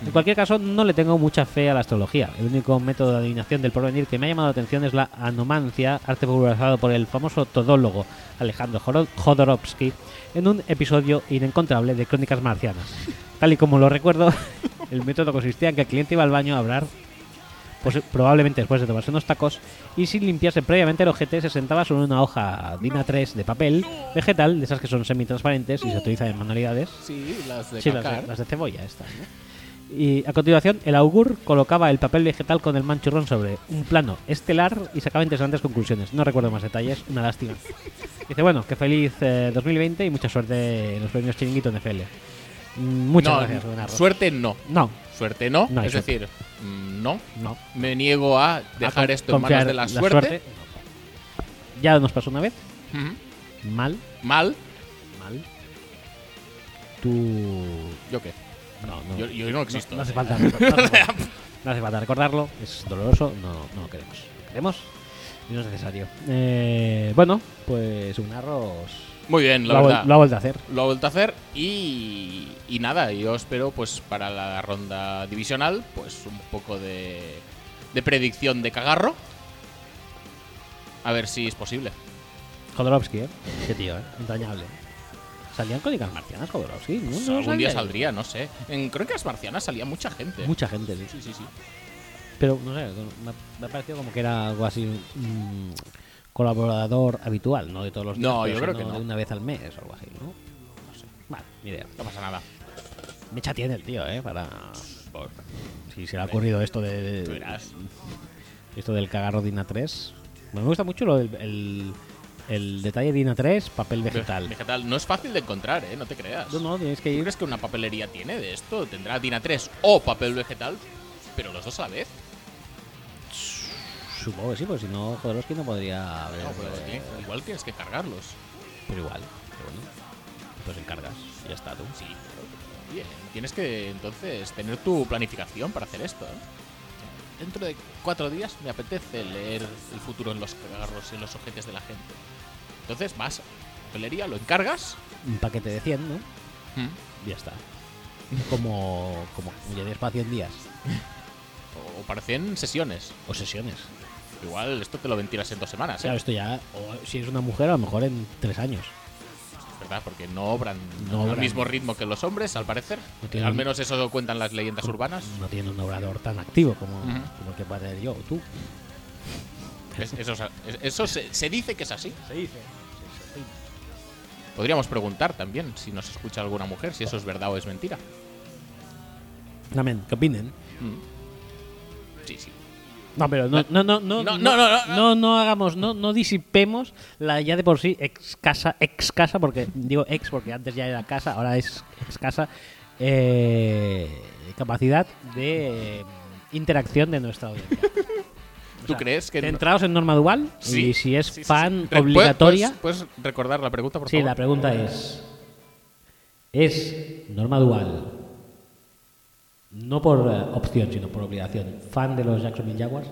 Speaker 1: En cualquier caso, no le tengo mucha fe a la astrología. El único método de adivinación del porvenir que me ha llamado la atención es la anomancia, arte popularizado por el famoso todólogo Alejandro Joro- Jodorowsky en un episodio inencontrable de Crónicas Marcianas. Tal y como lo recuerdo, El método consistía en que el cliente iba al baño a hablar, pues, probablemente después de tomarse unos tacos, y sin limpiarse previamente el ojete se sentaba sobre una hoja DIN A3 de papel vegetal, de esas que son semitransparentes y se utilizan en manualidades.
Speaker 2: Sí, las de
Speaker 1: Sí, las
Speaker 2: cacar.
Speaker 1: de, las de cebolla estas, ¿no? Y a continuación, el augur colocaba el papel vegetal con el manchurrón sobre un plano estelar y sacaba interesantes conclusiones. No recuerdo más detalles, una lástima. Dice, bueno, que feliz eh, 2020 y mucha suerte en los premios Chiringuito NFL. Mm, Muchas
Speaker 2: No,
Speaker 1: gracias, Rubén Arroz.
Speaker 2: suerte no.
Speaker 1: No,
Speaker 2: Suerte no.
Speaker 1: No hay
Speaker 2: es
Speaker 1: suerte.
Speaker 2: decir, mm, no.
Speaker 1: no.
Speaker 2: Me niego a dejar
Speaker 1: A con-
Speaker 2: esto en manos
Speaker 1: Ah, confiar
Speaker 2: de la suerte.
Speaker 1: no. Ya nos pasó una vez.
Speaker 2: Ujú.
Speaker 1: Mal,
Speaker 2: Mal.
Speaker 1: mal. Tú...
Speaker 2: ¿Yo qué?
Speaker 1: No, no.
Speaker 2: Yo, yo no existo. eh.
Speaker 1: No hace falta, no hace falta- no hace falta recordarlo, es doloroso, no, no lo queremos. Lo queremos y no es necesario. Eh, bueno, pues un arroz
Speaker 2: Muy bien, la
Speaker 1: lo, ha,
Speaker 2: verdad.
Speaker 1: vuel- lo ha vuelto a hacer.
Speaker 2: Lo ha vuelto a hacer y, y nada, yo espero pues para la ronda divisional pues un poco de, de predicción de cagarro. A ver si es posible.
Speaker 1: Jodorowsky, ¿eh? Qué tío, ¿eh? Entrañable. Salían cónicas marcianas, Jodorowsky. No, no lo
Speaker 2: Algún día
Speaker 1: sabía.
Speaker 2: saldría, no sé. En Crónicas Marcianas salía mucha gente.
Speaker 1: Mucha gente, sí.
Speaker 2: Sí, sí, sí.
Speaker 1: Pero, no sé, me ha, me ha parecido como que era algo así... mm, colaborador habitual, no de todos los días.
Speaker 2: No,
Speaker 1: pero
Speaker 2: yo creo
Speaker 1: sino
Speaker 2: que no.
Speaker 1: De una vez al mes o algo así, ¿no? No sé. Vale, ni idea.
Speaker 2: No pasa nada.
Speaker 1: Mecha tiene el tío, ¿eh? Para... Si se le ha ocurrido esto de...
Speaker 2: Tú verás.
Speaker 1: Esto del cagarro Dina 3. Bueno, me gusta mucho lo del, el, el detalle Dina 3, papel vegetal.
Speaker 2: Vegetal. No es fácil de encontrar, ¿eh? No te creas.
Speaker 1: No, no, tienes que
Speaker 2: ¿Tú
Speaker 1: ir...
Speaker 2: crees que una papelería tiene de esto? Tendrá Dina 3 o papel vegetal, pero los dos a la vez.
Speaker 1: Supongo que sí, porque si no, Jodorowsky no podría haber...
Speaker 2: No, pero
Speaker 1: eh,
Speaker 2: tiene- igual tienes que cargarlos.
Speaker 1: pero igual, pero bueno. Pues encargas, y ya está, tú.
Speaker 2: Sí, bien. Tienes que entonces tener tu planificación para hacer esto. ¿eh? Dentro de cuatro días me apetece leer el futuro en los carros y en los ojetes de la gente. Entonces vas a la papelería, lo encargas.
Speaker 1: Un paquete de 100, ¿no? Y ya está. Como... Como ya de espacio en días.
Speaker 2: O parecen sesiones.
Speaker 1: O sesiones.
Speaker 2: Igual esto te lo ventilas en dos semanas, ¿eh?
Speaker 1: Claro, esto ya... O si es una mujer, a lo mejor en tres años.
Speaker 2: ¿verdad? Porque no obran
Speaker 1: No
Speaker 2: al
Speaker 1: obran.
Speaker 2: mismo ritmo que los hombres, al parecer.
Speaker 1: No tienen-
Speaker 2: Al menos eso lo cuentan las leyendas urbanas.
Speaker 1: No tiene un obrador tan activo como,
Speaker 2: Ujú.
Speaker 1: como el que pueda tener yo o tú.
Speaker 2: Es- eso es- eso se, se dice que es así.
Speaker 1: Se dice.
Speaker 2: Podríamos preguntar también si nos escucha alguna mujer, si eso es verdad o es mentira.
Speaker 1: Amén. ¿Qué opinen?
Speaker 2: Sí, sí.
Speaker 1: No, pero no, no, no, no,
Speaker 2: No, no, no, no, no.
Speaker 1: no, no hagamos, no, no disipemos la ya de por sí ex casa, ex casa, porque digo ex porque antes ya era casa, ahora es ex casa, eh, capacidad de eh, interacción de nuestra audiencia.
Speaker 2: ¿Tú crees que no-
Speaker 1: Centraos en norma dual
Speaker 2: Sí,
Speaker 1: y si es
Speaker 2: sí, sí, sí.
Speaker 1: fan
Speaker 2: Re-
Speaker 1: obligatoria.
Speaker 2: ¿Puedes, puedes recordar la pregunta, por
Speaker 1: Sí,
Speaker 2: favor?
Speaker 1: la pregunta es: ¿Es norma dual, no por eh, opción, sino por obligación, fan de los Jacksonville Jaguars?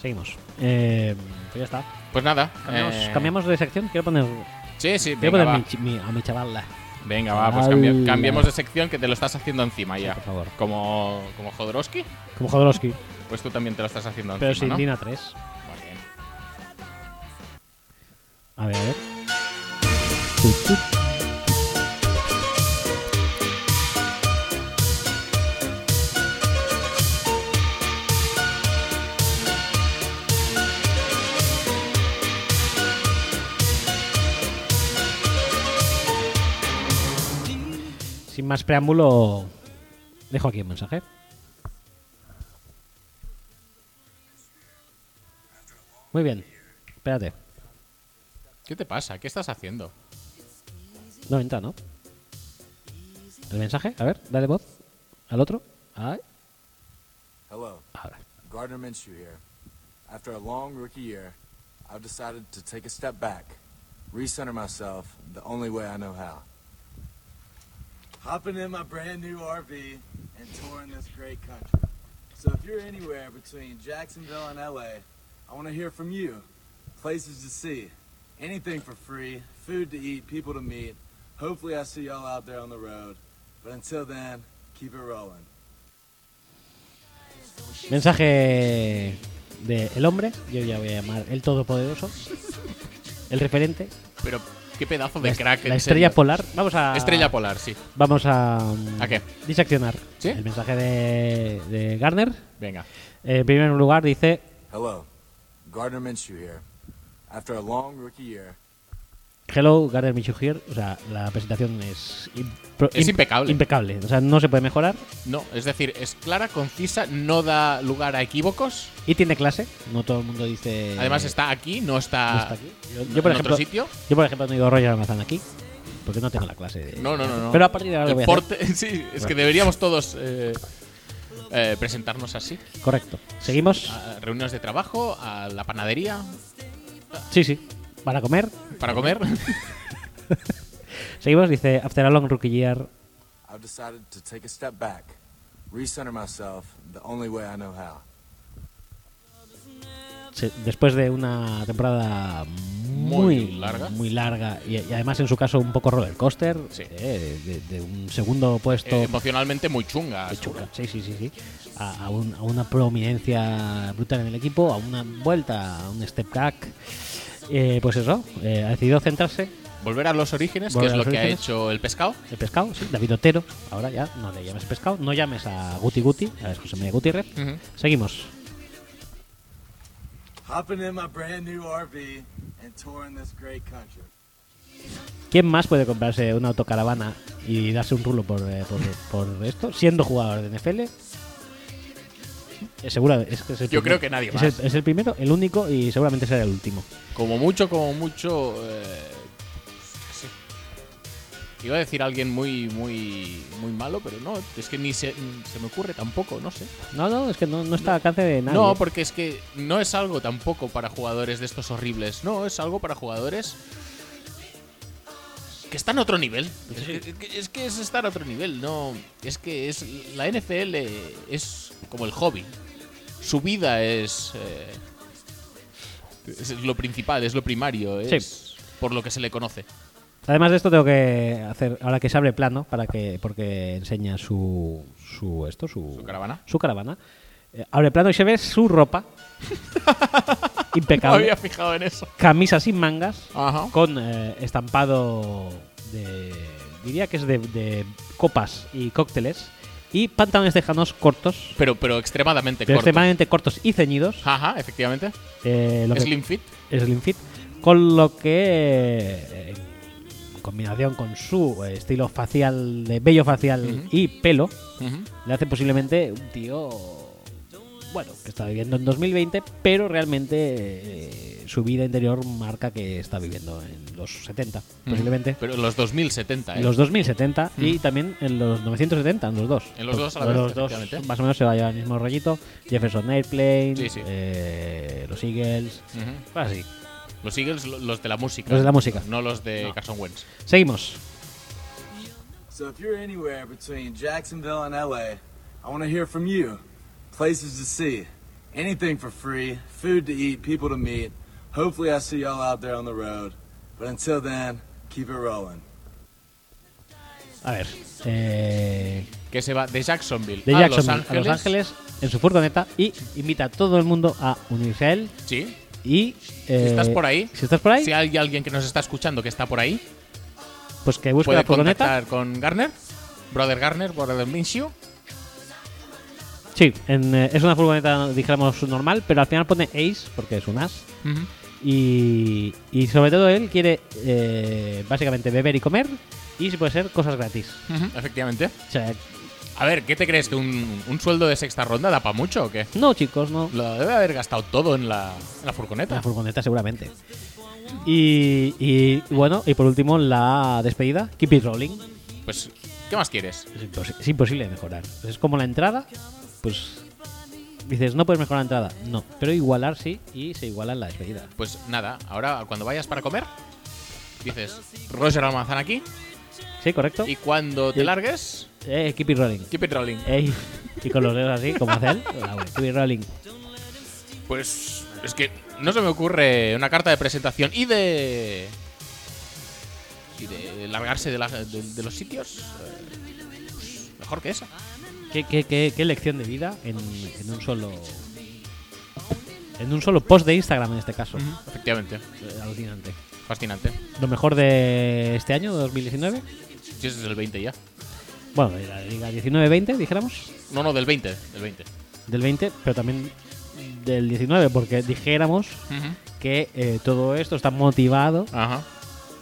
Speaker 1: Seguimos. Eh, pues ya está.
Speaker 2: Pues nada.
Speaker 1: Cambiamos,
Speaker 2: eh,
Speaker 1: cambiamos de sección. Quiero poner,
Speaker 2: Sí, sí,
Speaker 1: quiero
Speaker 2: venga,
Speaker 1: poner
Speaker 2: va.
Speaker 1: mi chi- mi- a mi eh, chavala.
Speaker 2: Venga, va, pues cambia-
Speaker 1: Al-
Speaker 2: cambiemos de sección que te lo estás haciendo encima ya.
Speaker 1: por favor.
Speaker 2: Como, como Jodorowsky,
Speaker 1: Como Jodorowsky,
Speaker 2: pues tú también te lo estás haciendo
Speaker 1: pero sin
Speaker 2: encima, ¿no?
Speaker 1: Dina 3.
Speaker 2: Muy bien.
Speaker 1: A ver, a ver. Sin más preámbulo, dejo aquí un mensaje. Muy bien, espérate.
Speaker 2: ¿Qué te pasa? ¿Qué estás haciendo?
Speaker 1: No entra, ¿no? El mensaje, a ver, dale voz al otro. Ay,
Speaker 5: Hello,
Speaker 1: ahora.
Speaker 5: Gardner Minshew here. After a long rookie year, I've decided to take a step back, recenter myself the only way I know how. Hopping in my brand new RV and touring this great country. So if you're anywhere between Jacksonville and LA, I want to hear from you. Places to see, anything for free, food to eat, people to meet. Hopefully, I see y'all out there on the road. But until then, keep it rolling.
Speaker 1: Mensaje de el hombre, yo ya voy a llamar el todopoderoso, el referente.
Speaker 2: Pero, qué pedazo
Speaker 1: La
Speaker 2: de
Speaker 1: est-
Speaker 2: crack.
Speaker 1: la
Speaker 2: en
Speaker 1: estrella
Speaker 2: serio.
Speaker 1: polar. Vamos a.
Speaker 2: Estrella polar, sí.
Speaker 1: Vamos a. mm,
Speaker 2: ¿A qué?
Speaker 1: Diseccionar
Speaker 2: ¿Sí?
Speaker 1: el mensaje de, de Garner.
Speaker 2: Venga.
Speaker 1: En primer lugar dice.
Speaker 5: Hello, Gardner Minshew here. After a long rookie year,
Speaker 1: Hello, Garner Michu here. O sea, la presentación es. impro-
Speaker 2: Es
Speaker 1: im-
Speaker 2: impecable.
Speaker 1: Impecable. O sea, no se puede mejorar.
Speaker 2: No, es decir, es clara, concisa, no da lugar a equívocos.
Speaker 1: Y tiene clase. No todo el mundo dice.
Speaker 2: Eh, Además está aquí, no está,
Speaker 1: no está aquí. Yo,
Speaker 2: Ah, en
Speaker 1: yo, por
Speaker 2: otro
Speaker 1: ejemplo,
Speaker 2: sitio.
Speaker 1: yo, por ejemplo, no he ido a Roger Almazán aquí. Porque no tengo la clase de.
Speaker 2: No, no, no, no.
Speaker 1: Pero a partir de ahora
Speaker 2: El
Speaker 1: lo voy a hacer.
Speaker 2: porte- sí, es que deberíamos todos eh, eh, presentarnos así.
Speaker 1: Correcto. Seguimos.
Speaker 2: A reuniones de trabajo, a la panadería,
Speaker 1: Sí, sí. Para comer.
Speaker 2: para comer.
Speaker 1: Seguimos. Dice After a long rookie year.
Speaker 5: I've decided to take a step back, recenter myself the only way I know how.
Speaker 1: se- después de una temporada muy,
Speaker 2: Muy larga.
Speaker 1: muy larga y, y además en su caso un poco roller coaster
Speaker 2: Sí.
Speaker 1: eh, de, de un segundo puesto
Speaker 2: Eh, emocionalmente muy chunga.
Speaker 1: Qué chula, sí, sí, sí, sí. A, a un- a una prominencia brutal en el equipo, a una vuelta, a un step back. Eh, pues eso, eh, ha decidido centrarse
Speaker 2: Volver a los orígenes, que
Speaker 1: Volver
Speaker 2: es
Speaker 1: a
Speaker 2: lo
Speaker 1: los
Speaker 2: que ha
Speaker 1: orígenes.
Speaker 2: hecho el pescado.
Speaker 1: el pescado, sí, David Otero, ahora ya no le llames pescado, no llames a Guti Guti, a José María Gutiérrez.
Speaker 2: Ujú.
Speaker 1: Seguimos.
Speaker 5: Hopping in my brand new RV and touring this great country.
Speaker 1: ¿Quién más puede comprarse una autocaravana y darse un rulo por, eh, por- por esto? Siendo jugador de NFL. Eh, Segura, es que es el
Speaker 2: Yo
Speaker 1: primero.
Speaker 2: creo que nadie
Speaker 1: Es
Speaker 2: más.
Speaker 1: el- es el primero, el único y seguramente será el último.
Speaker 2: Como mucho, como mucho. eh, sí. Iba a decir alguien muy, muy, muy malo, pero no, es que ni se, se me ocurre tampoco, no sé.
Speaker 1: No, no, es que no, no está al alcance de nadie.
Speaker 2: No, porque es que no es algo tampoco para jugadores de estos horribles. No, es algo para jugadores que están a otro nivel. Es que- Es que es estar a otro nivel, no. Es que es la NFL es como el hobby. Su vida es, eh, es lo principal, es lo primario, es por lo que se le conoce.
Speaker 1: Además de esto tengo que hacer ahora que se abre plano para que porque enseña su su esto su,
Speaker 2: Su caravana.
Speaker 1: su caravana. Eh, abre plano y se ve su ropa
Speaker 2: No
Speaker 1: impecable,
Speaker 2: había fijado en eso.
Speaker 1: camisa sin mangas
Speaker 2: Ajá.
Speaker 1: con eh, estampado de diría que es de, de copas y cócteles y pantalones tejanos cortos,
Speaker 2: Pero, pero extremadamente
Speaker 1: pero
Speaker 2: corto.
Speaker 1: extremadamente cortos y ceñidos.
Speaker 2: Ajá, efectivamente.
Speaker 1: eh, lo que-
Speaker 2: Slim fit.
Speaker 1: Slim Fit, con lo que eh, en combinación con su eh, estilo facial, de vello facial
Speaker 2: Ujú.
Speaker 1: y pelo,
Speaker 2: Ujú.
Speaker 1: le hace posiblemente un tío, bueno, que está viviendo en 2020, pero realmente eh, su vida interior marca que está viviendo en los 70, posiblemente.
Speaker 2: Pero en los 2070, ¿eh?
Speaker 1: En los 2070 y
Speaker 2: Mm.
Speaker 1: también en los 970, en los dos.
Speaker 2: En los dos a la
Speaker 1: En
Speaker 2: vez,
Speaker 1: los dos,
Speaker 2: efectivamente.
Speaker 1: más o menos se va a llevar el mismo rollito. Jefferson Airplane,
Speaker 2: Sí, sí.
Speaker 1: eh, los Eagles, Pues
Speaker 2: Ujú.
Speaker 1: así.
Speaker 2: Los Eagles, lo- los de la música.
Speaker 1: Los de la música.
Speaker 2: No los de
Speaker 1: No.
Speaker 2: Carson Wentz.
Speaker 1: Seguimos.
Speaker 5: So if you're anywhere between Jacksonville and LA, I want to hear from you. Places to see, anything for free, food to eat, people to meet. Hopefully, I see y'all out there on the road. But until then, keep it rolling.
Speaker 1: A ver. eh,
Speaker 2: Que se va de Jacksonville,
Speaker 1: de
Speaker 2: a,
Speaker 1: Jackson
Speaker 2: los Ángeles,
Speaker 1: a Los Ángeles en su furgoneta y invita a todo el mundo a unirse a él.
Speaker 2: Sí.
Speaker 1: Y. eh,
Speaker 2: estás por ahí,
Speaker 1: Si estás por ahí,
Speaker 2: Si hay alguien que nos está escuchando que está por ahí,
Speaker 1: pues que busque la
Speaker 2: puede
Speaker 1: furgoneta.
Speaker 2: contactar con Garner. Brother Garner, Brother Minshew.
Speaker 1: Sí, en, eh, es una furgoneta, dijéramos, normal, pero al final pone Ace, porque es un as.
Speaker 2: Ujú.
Speaker 1: Y, y sobre todo él quiere eh, básicamente beber y comer y si puede ser cosas gratis.
Speaker 2: Ujú, Efectivamente.
Speaker 1: O sea,
Speaker 2: A ver, ¿qué te crees? ¿Que un, un sueldo de sexta ronda da para mucho o qué?
Speaker 1: no chicos, no.
Speaker 2: Lo debe haber gastado todo en la, en la furgoneta.
Speaker 1: La furgoneta seguramente. Y, y bueno, y por último la despedida, Keep It Rolling.
Speaker 2: Pues, ¿qué más quieres?
Speaker 1: Es, impos- es imposible mejorar. Es como la entrada, pues dices, no puedes mejorar la entrada. No, pero igualar sí y se iguala en la despedida.
Speaker 2: Pues nada, ahora cuando vayas para comer, dices Roger Almazán aquí.
Speaker 1: Sí, correcto.
Speaker 2: Y cuando te
Speaker 1: Sí.
Speaker 2: largues,
Speaker 1: Eh, keep it rolling.
Speaker 2: keep it rolling.
Speaker 1: Ey, y con los dedos así, como hace él. Hola, güey, keep it rolling.
Speaker 2: Pues es que no se me ocurre una carta de presentación y de. y de largarse de, la- de- de los sitios. eh, pues, mejor que esa.
Speaker 1: ¿Qué, qué, qué, qué lección de vida en, en un solo. En un solo post de Instagram en este caso.
Speaker 2: Efectivamente.
Speaker 1: Eh, Alucinante.
Speaker 2: Fascinante.
Speaker 1: Lo mejor de este año, 2019.
Speaker 2: Sí, ese es el 20 ya.
Speaker 1: Bueno, de la Liga 19-20, dijéramos.
Speaker 2: No, no, del 20. Del 20.
Speaker 1: Del 20, pero también del 19, porque dijéramos que eh, todo esto está motivado
Speaker 2: Ajá.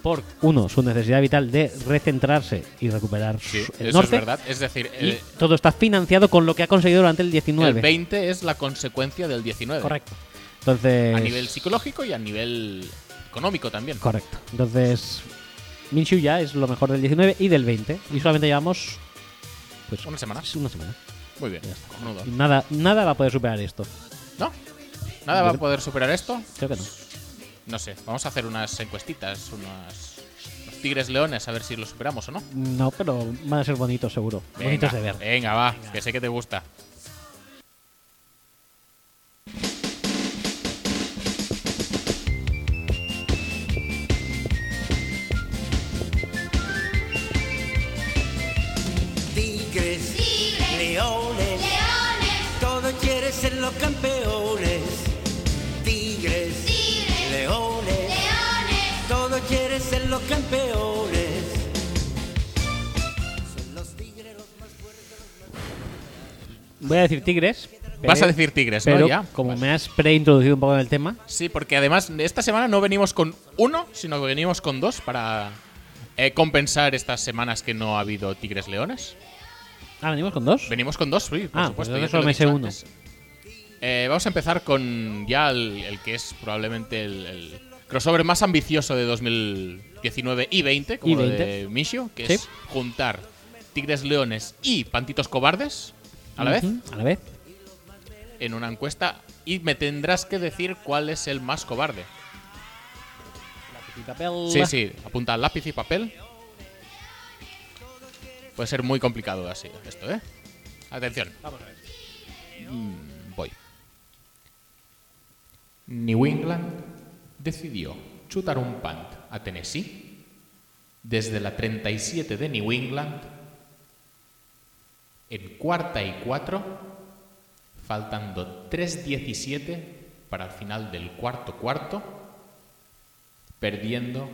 Speaker 1: por, uno, su necesidad vital de recentrarse y recuperar
Speaker 2: Sí,
Speaker 1: su- el
Speaker 2: eso es
Speaker 1: norte.
Speaker 2: verdad. Es decir, eh,
Speaker 1: Y
Speaker 2: el,
Speaker 1: todo está financiado con lo que ha conseguido durante el
Speaker 2: el
Speaker 1: 19.
Speaker 2: 20 es la consecuencia del 19.
Speaker 1: Correcto. Entonces.
Speaker 2: A nivel psicológico y a nivel económico también.
Speaker 1: Correcto. Entonces, Minshew ya es lo mejor del 19 y del 20. Y solamente llevamos. Pues,
Speaker 2: Una semana.
Speaker 1: Una semana.
Speaker 2: Muy bien.
Speaker 1: Ya está.
Speaker 2: cojonudo.
Speaker 1: Y Nada, nada va a poder superar esto.
Speaker 2: ¿No? ¿Nada va a poder superar esto?
Speaker 1: Creo que no.
Speaker 2: No sé. Vamos a hacer unas encuestitas, unas los tigres leones, a ver si lo superamos o no.
Speaker 1: No, pero van a ser bonitos, seguro. Bonitos de ver.
Speaker 2: Venga, eh. va, que sé que te gusta.
Speaker 6: Tigres, leones, todos quieren ser los campeones. Tigres, leones, todos quieren ser los campeones. Son los tigres los más fuertes.
Speaker 1: Voy a decir tigres.
Speaker 2: Vas a
Speaker 1: pero-
Speaker 2: decir tigres,
Speaker 1: pero
Speaker 2: ¿no? Ya.
Speaker 1: como
Speaker 2: Vale.
Speaker 1: me has preintroducido un poco en el tema,
Speaker 2: Sí, porque además esta semana no venimos con uno, sino que venimos con dos para eh, compensar estas semanas que no ha habido tigres leones.
Speaker 1: ah, venimos con dos.
Speaker 2: Venimos con dos, sí, por
Speaker 1: Ah, pues
Speaker 2: supuesto.
Speaker 1: entonces
Speaker 2: ya te lo he
Speaker 1: solo me
Speaker 2: dicho
Speaker 1: sé
Speaker 2: antes. Eh, vamos a empezar con ya el, el que es probablemente el, el crossover más ambicioso de 2019 y 20, como
Speaker 1: Y
Speaker 2: lo
Speaker 1: 20.
Speaker 2: de Mishio, que
Speaker 1: Sí.
Speaker 2: es juntar Tigres Leones y Pantitos Cobardes a la vez
Speaker 1: Ujú, A la vez.
Speaker 2: en una encuesta y me tendrás que decir cuál es el más cobarde. Sí, sí, apunta lápiz y papel. Puede ser muy complicado así esto, ¿eh? Atención. Vamos voy. New England decidió chutar un punt a Tennessee desde la 37 de New England en cuarta y cuatro, faltando 3.17 para el final del cuarto cuarto perdiendo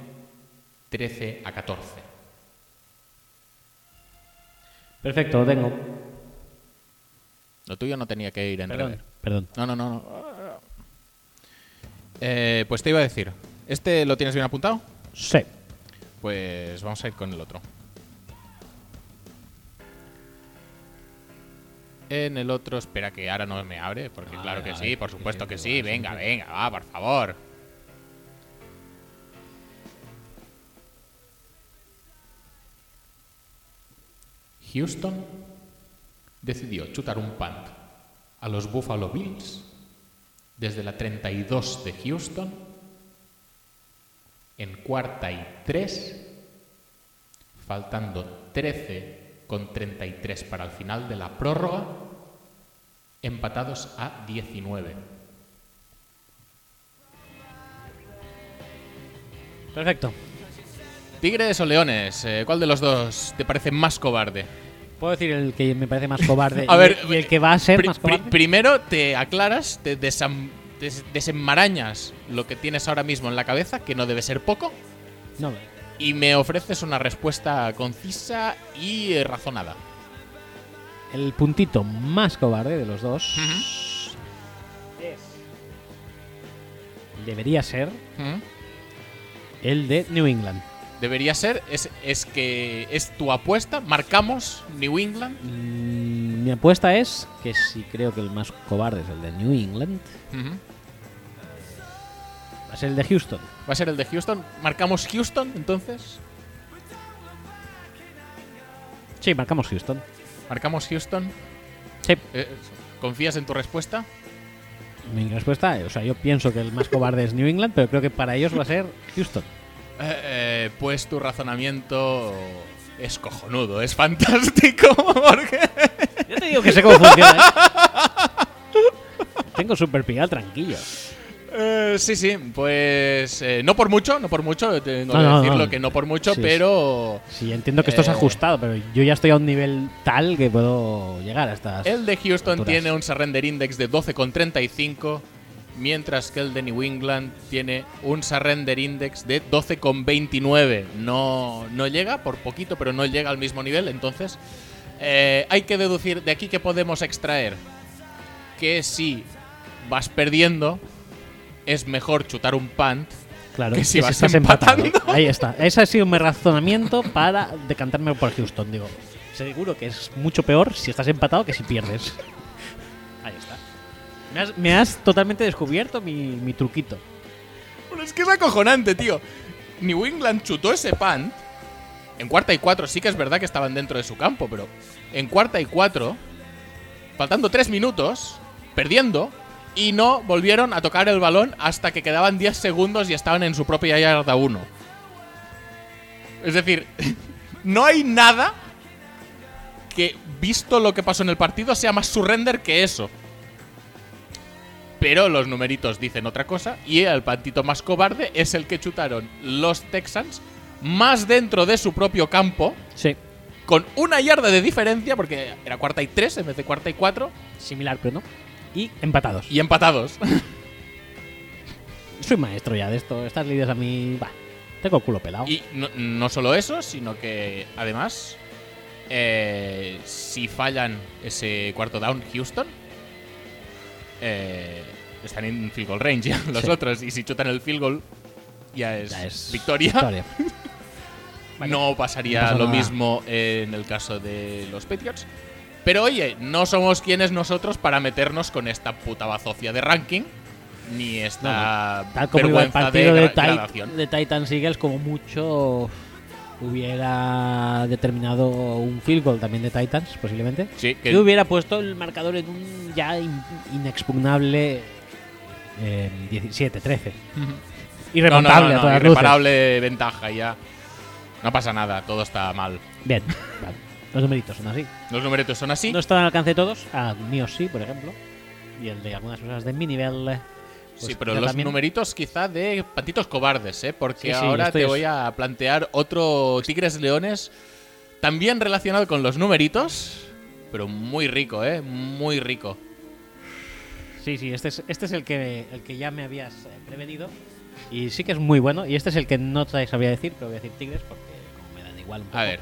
Speaker 2: 13 a 14.
Speaker 1: Perfecto, lo tengo.
Speaker 2: Lo tuyo no tenía que ir en
Speaker 1: Perdón.
Speaker 2: revés.
Speaker 1: Perdón.
Speaker 2: No, no, no. no. Eh, pues te iba a decir, ¿este lo tienes bien apuntado?
Speaker 1: Sí.
Speaker 2: Pues vamos a ir con el otro. En el otro, espera que ahora no me abre, porque
Speaker 1: A
Speaker 2: claro
Speaker 1: ver,
Speaker 2: que
Speaker 1: a
Speaker 2: sí,
Speaker 1: ver,
Speaker 2: por
Speaker 1: que
Speaker 2: supuesto
Speaker 1: Ah, sí,
Speaker 2: que
Speaker 1: que
Speaker 2: sí,
Speaker 1: va,
Speaker 2: venga, venga, va, por favor. Houston decidió chutar un punt a los Buffalo Bills desde la 32 de Houston en cuarta y tres, faltando 13 con 33 para el final de la prórroga, empatados a 19.
Speaker 1: Perfecto.
Speaker 2: Tigres o leones, eh, ¿cuál de los dos te parece más cobarde?
Speaker 1: Puedo decir el que me parece más cobarde
Speaker 2: A
Speaker 1: y-
Speaker 2: ver,
Speaker 1: y el que va a ser
Speaker 2: pri-
Speaker 1: más
Speaker 2: pri-
Speaker 1: cobarde.
Speaker 2: primero te aclaras, te desam- des- desenmarañas lo que tienes ahora mismo en la cabeza, que no debe ser poco,
Speaker 1: No,
Speaker 2: y me ofreces una respuesta concisa y eh, razonada.
Speaker 1: el puntito más cobarde de los dos debería ser
Speaker 2: ¿Mm?
Speaker 1: el de New England.
Speaker 2: Debería ser, es, es que es tu apuesta, marcamos New England.
Speaker 1: Mm, Mi apuesta es que si creo que el más cobarde es el de New England,
Speaker 2: Ujú.
Speaker 1: va a ser el de Houston.
Speaker 2: Va a ser el de Houston. ¿Marcamos Houston entonces?
Speaker 1: Sí, marcamos Houston.
Speaker 2: ¿Marcamos Houston?
Speaker 1: Sí,
Speaker 2: Eh, ¿Confías en tu respuesta?
Speaker 1: mi respuesta, o sea, yo pienso que el más cobarde es New England, pero creo que para ellos va a ser Houston.
Speaker 2: Eh, eh, pues tu razonamiento es cojonudo, es fantástico. Porque
Speaker 1: Yo te digo que sé cómo funciona. ¿eh? Tengo super pillado tranquilo.
Speaker 2: Eh, sí, sí, pues eh, no por mucho, no por mucho, tengo
Speaker 1: No,
Speaker 2: que
Speaker 1: no,
Speaker 2: decirlo
Speaker 1: no.
Speaker 2: que no por mucho,
Speaker 1: Sí,
Speaker 2: pero
Speaker 1: Sí, entiendo que esto es
Speaker 2: Eh.
Speaker 1: ajustado, pero yo ya estoy a un nivel tal que puedo llegar a estas.
Speaker 2: el de Houston
Speaker 1: Alturas.
Speaker 2: tiene un surrender index de 12,35 mientras que el de New England tiene un surrender index de 12,29. No, no llega, por poquito, pero no llega al mismo nivel. Entonces, eh, hay que deducir de aquí que podemos extraer que si vas perdiendo, es mejor chutar un punt
Speaker 1: Claro,
Speaker 2: que si vas
Speaker 1: estás
Speaker 2: empatando.
Speaker 1: Ahí está. Ese ha sido mi razonamiento para decantarme por Houston. Digo, seguro que es mucho peor si estás empatado que si pierdes. Ahí está. Me has, me has totalmente descubierto mi, mi truquito.
Speaker 2: Bueno, es que es acojonante, tío. New England chutó ese punt. En cuarta y cuatro sí que es verdad que estaban dentro de su campo, pero en cuarta y cuatro, faltando tres minutos, perdiendo, y no volvieron a tocar el balón hasta que quedaban 10 segundos y estaban en su propia yarda 1. Es decir, no hay nada que, visto lo que pasó en el partido, sea más surrender que eso. Pero los numeritos dicen otra cosa y el pantito más cobarde es el que chutaron los Texans más dentro de su propio campo
Speaker 1: Sí.
Speaker 2: con una yarda de diferencia porque era cuarta y tres en vez de cuarta y cuatro
Speaker 1: Similar, pero no. Y empatados.
Speaker 2: y empatados.
Speaker 1: Soy maestro ya de esto. Estas líneas a mí. Bah, tengo el culo pelado.
Speaker 2: y no, no solo eso, sino que además eh, si fallan ese cuarto down Houston eh, están en field goal range ya los
Speaker 1: Sí.
Speaker 2: otros y si chutan el field goal ya es,
Speaker 1: Ya es
Speaker 2: victoria. no pasaría
Speaker 1: no pasa
Speaker 2: lo
Speaker 1: nada.
Speaker 2: mismo en el caso de los Patriots. Pero oye, no somos quienes nosotros para meternos con esta puta bazofia de ranking, ni esta
Speaker 1: Tal como iba el
Speaker 2: vergüenza de,
Speaker 1: partido de,
Speaker 2: gra-
Speaker 1: Tit-
Speaker 2: gradación.
Speaker 1: de Titans Eagles, como mucho hubiera determinado un field goal también de Titans, posiblemente.
Speaker 2: Sí, que-
Speaker 1: Yo hubiera puesto el marcador en un ya in- inexpugnable eh, 17-13.
Speaker 2: No, no, no,
Speaker 1: Irremontable
Speaker 2: no,
Speaker 1: a todas luces.
Speaker 2: irreparable ventaja ya. No pasa nada, todo está mal.
Speaker 1: Bien, vale. Los numeritos son así.
Speaker 2: Los numeritos son así.
Speaker 1: No están al alcance de todos. A míos sí, por ejemplo. Y el de algunas personas de mi nivel. eh, pues
Speaker 2: sí, pero
Speaker 1: quizá
Speaker 2: los
Speaker 1: también.
Speaker 2: numeritos quizá de patitos cobardes, ¿eh? Porque
Speaker 1: Sí, sí,
Speaker 2: ahora
Speaker 1: estoy
Speaker 2: te
Speaker 1: es-
Speaker 2: voy a plantear otro Tigres Leones, también relacionado con los numeritos, pero muy rico, ¿eh? Muy rico.
Speaker 1: Sí, sí, este es, este es el, que, el que ya me habías eh, prevenido. Y sí que es muy bueno. Y este es el que no te sabía decir, pero voy a decir Tigres porque como me dan igual un poco.
Speaker 2: A ver.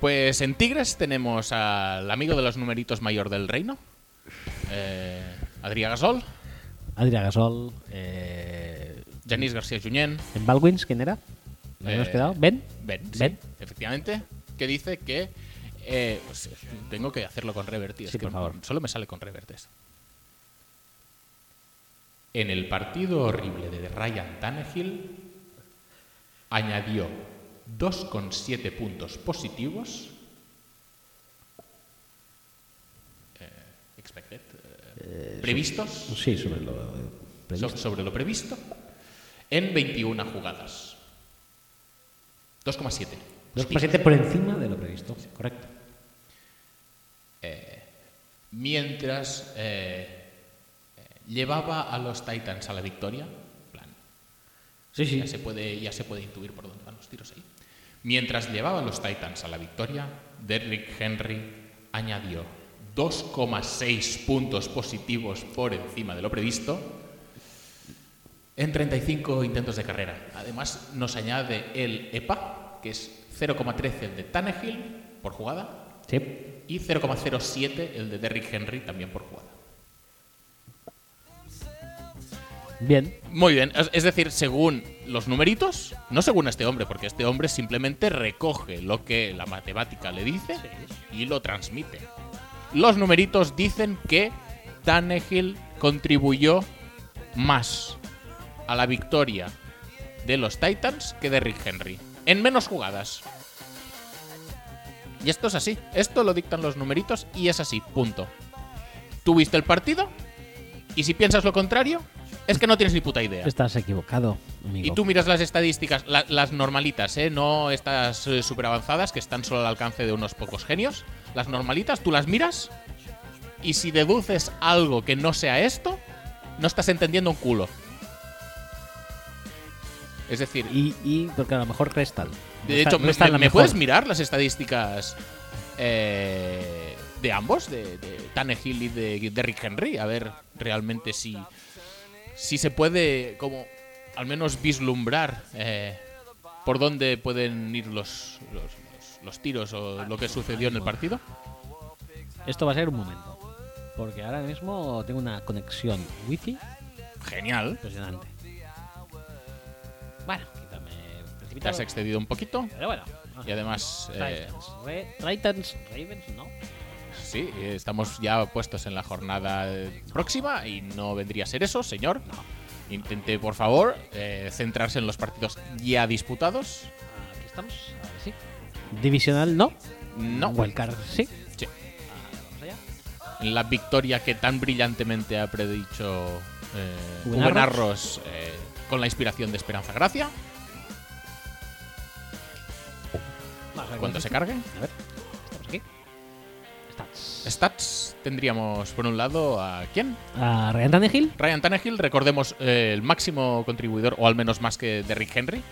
Speaker 2: Pues en Tigres tenemos al amigo de los numeritos mayor del reino, eh, Adrià Gasol,
Speaker 1: Adrià Gasol. Eh,
Speaker 2: Janis García Junyent,
Speaker 1: ¿En Baldwins quién era? ¿Nos hemos
Speaker 2: Eh,
Speaker 1: quedado? ¿Ben?
Speaker 2: Ben, sí,
Speaker 1: Ben.
Speaker 2: efectivamente, que dice que... eh, pues, tengo que hacerlo con revert, tío, es
Speaker 1: Sí,
Speaker 2: que
Speaker 1: por favor.
Speaker 2: Solo me sale con revert esto. En el partido horrible de Ryan Tannehill, añadió 2,7 puntos positivos. eh, expected, eh, previstos
Speaker 1: Sí, sobre lo
Speaker 2: so- sobre lo previsto en 21 jugadas. 2,7.
Speaker 1: pacientes por encima de lo previsto. Correcto.
Speaker 2: Mientras eh, eh, llevaba a los Titans a la victoria, en plan,
Speaker 1: Sí, sí.
Speaker 2: ya, se puede, ya se puede intuir por dónde van los tiros ahí. Mientras llevaba a los Titans a la victoria, Derrick Henry añadió 2,6 puntos positivos por encima de lo previsto en 35 intentos de carrera. Además, nos añade el EPA, que es 0,13 el de Tannehill por jugada,
Speaker 1: Sí.
Speaker 2: y 0,07 el de Derrick Henry también por jugada.
Speaker 1: Bien.
Speaker 2: Muy bien, es- es decir, según los numeritos, no según este hombre, porque este hombre simplemente recoge lo que la matemática le dice y lo transmite. Los numeritos dicen que Tannehill contribuyó más a la victoria de los Titans que de Rick Henry, en menos jugadas. Y esto es así, esto lo dictan los numeritos y es así, punto. Tuviste el partido y si piensas lo contrario, es que no tienes ni puta idea.
Speaker 1: Estás equivocado, amigo.
Speaker 2: Y tú miras las estadísticas, la- las normalitas, ¿eh? No estas super avanzadas que están solo al alcance de unos pocos genios. Las normalitas, tú las miras y si deduces algo que no sea esto, no estás entendiendo un culo. Es decir,
Speaker 1: Y, y porque a lo mejor Crystal. No
Speaker 2: de
Speaker 1: está-
Speaker 2: hecho,
Speaker 1: no
Speaker 2: me-
Speaker 1: está en
Speaker 2: me,
Speaker 1: la
Speaker 2: me
Speaker 1: mejor.
Speaker 2: puedes mirar las estadísticas eh, de ambos, de, de Tannehill y de, de Rick Henry? A ver realmente si si se puede, como al menos vislumbrar eh, por dónde pueden ir los, los, los- los tiros o lo que sucedió en el partido.
Speaker 1: Esto va a ser un momento. Porque ahora mismo tengo una conexión wifi
Speaker 2: Genial.
Speaker 1: impresionante. Bueno, quítame el
Speaker 2: Te
Speaker 1: precipitado,
Speaker 2: has excedido un poquito
Speaker 1: Pero bueno.
Speaker 2: y además, eh,
Speaker 1: Titans, Re- Titans, Ravens, no.
Speaker 2: sí, eh, estamos ya puestos en la jornada eh, próxima y no vendría a ser eso, señor. Intente, por favor, eh, centrarse en los partidos ya disputados.
Speaker 1: Aquí estamos. A ver, sí. Divisional, no.
Speaker 2: No,
Speaker 1: Wildcard, sí. Ah,
Speaker 2: Sí.
Speaker 1: Vamos allá.
Speaker 2: la victoria que tan brillantemente ha predicho eh,
Speaker 1: Rubén
Speaker 2: Rubén Arros, eh, con la inspiración de Esperanza Gracia,
Speaker 1: Vamos a ver
Speaker 2: cuando
Speaker 1: cómo
Speaker 2: se
Speaker 1: está.
Speaker 2: cargue.
Speaker 1: A ver. Estamos aquí. Stats.
Speaker 2: Stats, tendríamos por un lado a quién?
Speaker 1: A Ah, Ryan Tannehill.
Speaker 2: Ryan Tannehill, recordemos eh, el máximo contribuidor, o al menos más que de Rick Henry,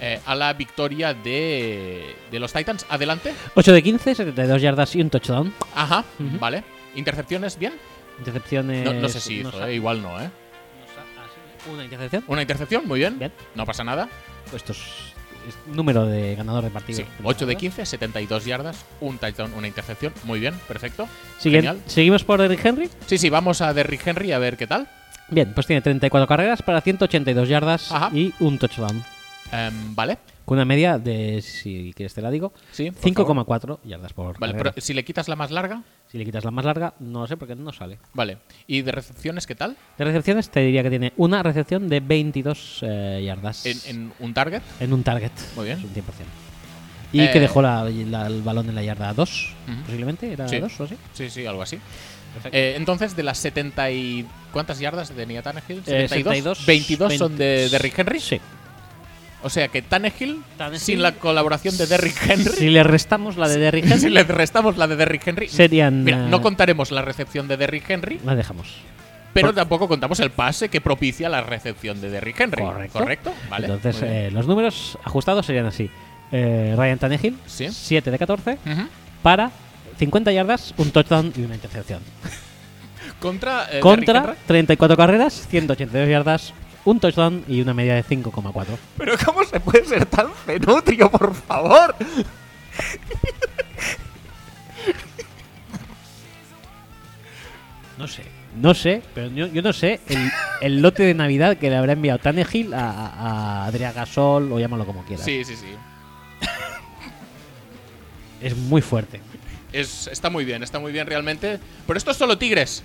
Speaker 2: eh, a la victoria de, de los Titans. Adelante.
Speaker 1: 8 de 15, 72 yardas y un touchdown.
Speaker 2: Ajá,
Speaker 1: Ujú.
Speaker 2: vale. Intercepciones, bien.
Speaker 1: Intercepciones.
Speaker 2: No, no sé si
Speaker 1: nos
Speaker 2: hizo,
Speaker 1: ha-
Speaker 2: eh, igual no,
Speaker 1: nos
Speaker 2: ¿eh?
Speaker 1: ha- ah, sí, Una intercepción.
Speaker 2: Una intercepción, muy bien.
Speaker 1: Bien.
Speaker 2: No pasa nada.
Speaker 1: Esto es, es número de ganador de partido.
Speaker 2: Sí, 8 de 15, 72 yardas, un touchdown, una intercepción. Muy bien, perfecto.
Speaker 1: Siguiente-
Speaker 2: Genial.
Speaker 1: Seguimos por Derrick Henry.
Speaker 2: Sí, sí, vamos a Derrick Henry a ver qué tal.
Speaker 1: Bien, pues tiene 34 carreras para 182 yardas
Speaker 2: Ajá.
Speaker 1: y un touchdown.
Speaker 2: Em, vale.
Speaker 1: Con una media de, si quieres te la digo,
Speaker 2: Sí, por favor.
Speaker 1: 5,4 yardas por
Speaker 2: Vale,
Speaker 1: carrera.
Speaker 2: pero si le quitas la más larga,
Speaker 1: Si le quitas la más larga, no lo sé porque no sale.
Speaker 2: vale. ¿Y de recepciones qué tal?
Speaker 1: De recepciones te diría que tiene una recepción de 22 eh, yardas
Speaker 2: En, en un target.
Speaker 1: en un target.
Speaker 2: Muy bien.
Speaker 1: Es un 100%. Y
Speaker 2: Eh,
Speaker 1: que dejó la- la- el balón en la yarda 2,
Speaker 2: Ujú.
Speaker 1: posiblemente. ¿Era
Speaker 2: Sí.
Speaker 1: 2 o así?
Speaker 2: Sí, sí, algo así.
Speaker 1: Perfecto.
Speaker 2: Eh, entonces, de las 70 y... ¿Cuántas yardas tenía Tannehill?
Speaker 1: Eh,
Speaker 2: 72. 22 son de
Speaker 1: 20.
Speaker 2: Derrick Henry.
Speaker 1: Sí.
Speaker 2: O sea que Tannehill,
Speaker 1: Tannehill-
Speaker 2: sin la colaboración de Derrick Henry,
Speaker 1: Si le restamos la de Derrick Henry,
Speaker 2: si le restamos la de Derrick Henry,
Speaker 1: serían.
Speaker 2: mira,
Speaker 1: eh,
Speaker 2: no contaremos la recepción de Derrick Henry,
Speaker 1: La dejamos.
Speaker 2: Pero
Speaker 1: Por-
Speaker 2: tampoco contamos el pase que propicia la recepción de Derrick Henry.
Speaker 1: Correcto.
Speaker 2: Vale.
Speaker 1: Entonces,
Speaker 2: muy bien.
Speaker 1: eh, los números ajustados serían así: Eh, Ryan Tannehill,
Speaker 2: Sí.
Speaker 1: 7 de 14,
Speaker 2: Ujú.
Speaker 1: para 50 yardas, un touchdown y una intercepción.
Speaker 2: Contra. eh, Derrick
Speaker 1: Contra
Speaker 2: Henry.
Speaker 1: 34 carreras, 182 yardas, un touchdown y una media de 5,4.
Speaker 2: Pero ¿cómo se puede ser tan fenutrio, por favor?
Speaker 1: No sé. No sé, pero yo, yo no sé el, el lote de Navidad que le habrá enviado Tannehill a, a, a Adrià Gasol o llámalo como quieras.
Speaker 2: Sí, sí, sí.
Speaker 1: Es muy fuerte.
Speaker 2: Es, está muy bien, está muy bien realmente. Pero esto es solo Tigres.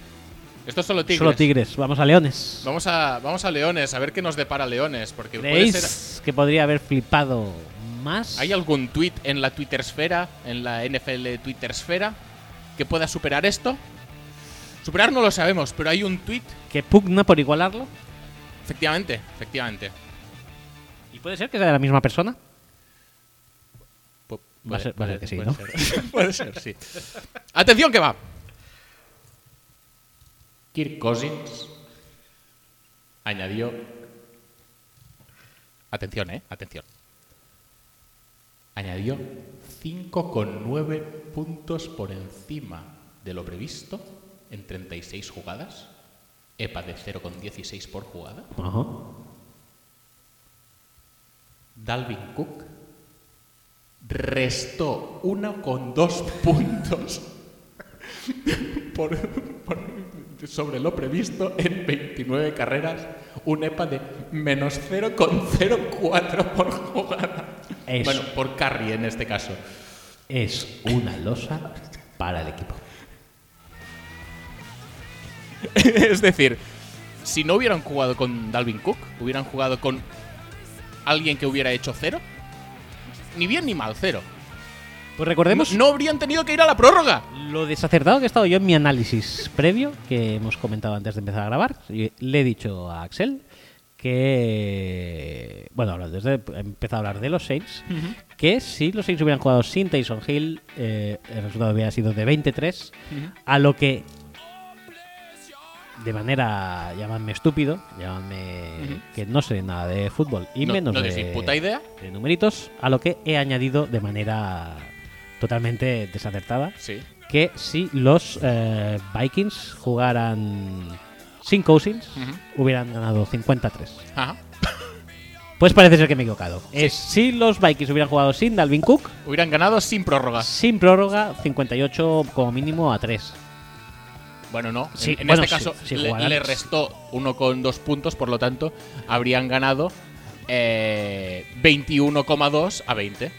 Speaker 2: Esto es solo Tigres.
Speaker 1: Solo Tigres, vamos a Leones.
Speaker 2: Vamos a, vamos a Leones, a ver qué nos depara Leones. Porque puede
Speaker 1: ¿Creéis
Speaker 2: ser.
Speaker 1: que podría haber flipado más?
Speaker 2: ¿Hay algún tweet en la Twittersfera, en la NFL Twittersfera, que pueda superar esto? Superar no lo sabemos, pero hay un tweet.
Speaker 1: que pugna por igualarlo?
Speaker 2: Efectivamente, efectivamente.
Speaker 1: ¿Y puede ser que sea de la misma persona? Va
Speaker 2: Pu-
Speaker 1: a
Speaker 2: puede-
Speaker 1: ser- va a ser
Speaker 2: puede-
Speaker 1: que sí,
Speaker 2: puede
Speaker 1: ¿no?
Speaker 2: ser. Puede ser, sí. Atención que va. Kirk Cousins añadió. Atención, eh, atención. Añadió 5,9 puntos por encima de lo previsto en 36 jugadas. EPA de 0,16 por jugada.
Speaker 1: Ajá.
Speaker 2: Dalvin Cook restó 1,2 puntos por- por- sobre lo previsto en 29 carreras, un EPA de menos 0,04 por jugada.
Speaker 1: Es-
Speaker 2: Bueno, por carry en este caso.
Speaker 1: Es una losa para el equipo.
Speaker 2: es decir, si no hubieran jugado con Dalvin Cook, hubieran jugado con alguien que hubiera hecho cero, ni bien ni mal, cero.
Speaker 1: Pues recordemos
Speaker 2: no habrían tenido que ir a la prórroga.
Speaker 1: lo desacertado que he estado yo en mi análisis previo, que hemos comentado antes de empezar a grabar. Y Le he dicho a Axel que. Bueno, ahora desde he empezado a hablar de los Saints. Que si los Saints hubieran jugado sin Tyson Hill, eh, el resultado hubiera sido de 23. A lo que. De manera. Llámame estúpido, llámame. Que no sé nada de fútbol. Y
Speaker 2: No-
Speaker 1: menos
Speaker 2: no
Speaker 1: de.
Speaker 2: tenéis ni puta idea.
Speaker 1: De numeritos. A lo que he añadido de manera. Totalmente desacertada
Speaker 2: Sí.
Speaker 1: que si los eh, Vikings jugaran sin Cousins,
Speaker 2: Ujú.
Speaker 1: hubieran ganado 53.
Speaker 2: Ajá.
Speaker 1: Pues parece ser que me he equivocado. Es si los Vikings hubieran jugado sin Dalvin Cook,
Speaker 2: Hubieran ganado sin prórrogas.
Speaker 1: sin prórroga, 58 como mínimo a 3.
Speaker 2: Bueno, no. En-
Speaker 1: Sí,
Speaker 2: en
Speaker 1: bueno,
Speaker 2: este caso
Speaker 1: sí, sí,
Speaker 2: le,
Speaker 1: jugarán.
Speaker 2: le restó uno con dos puntos, por lo tanto, habrían ganado eh, 21,2 a 20.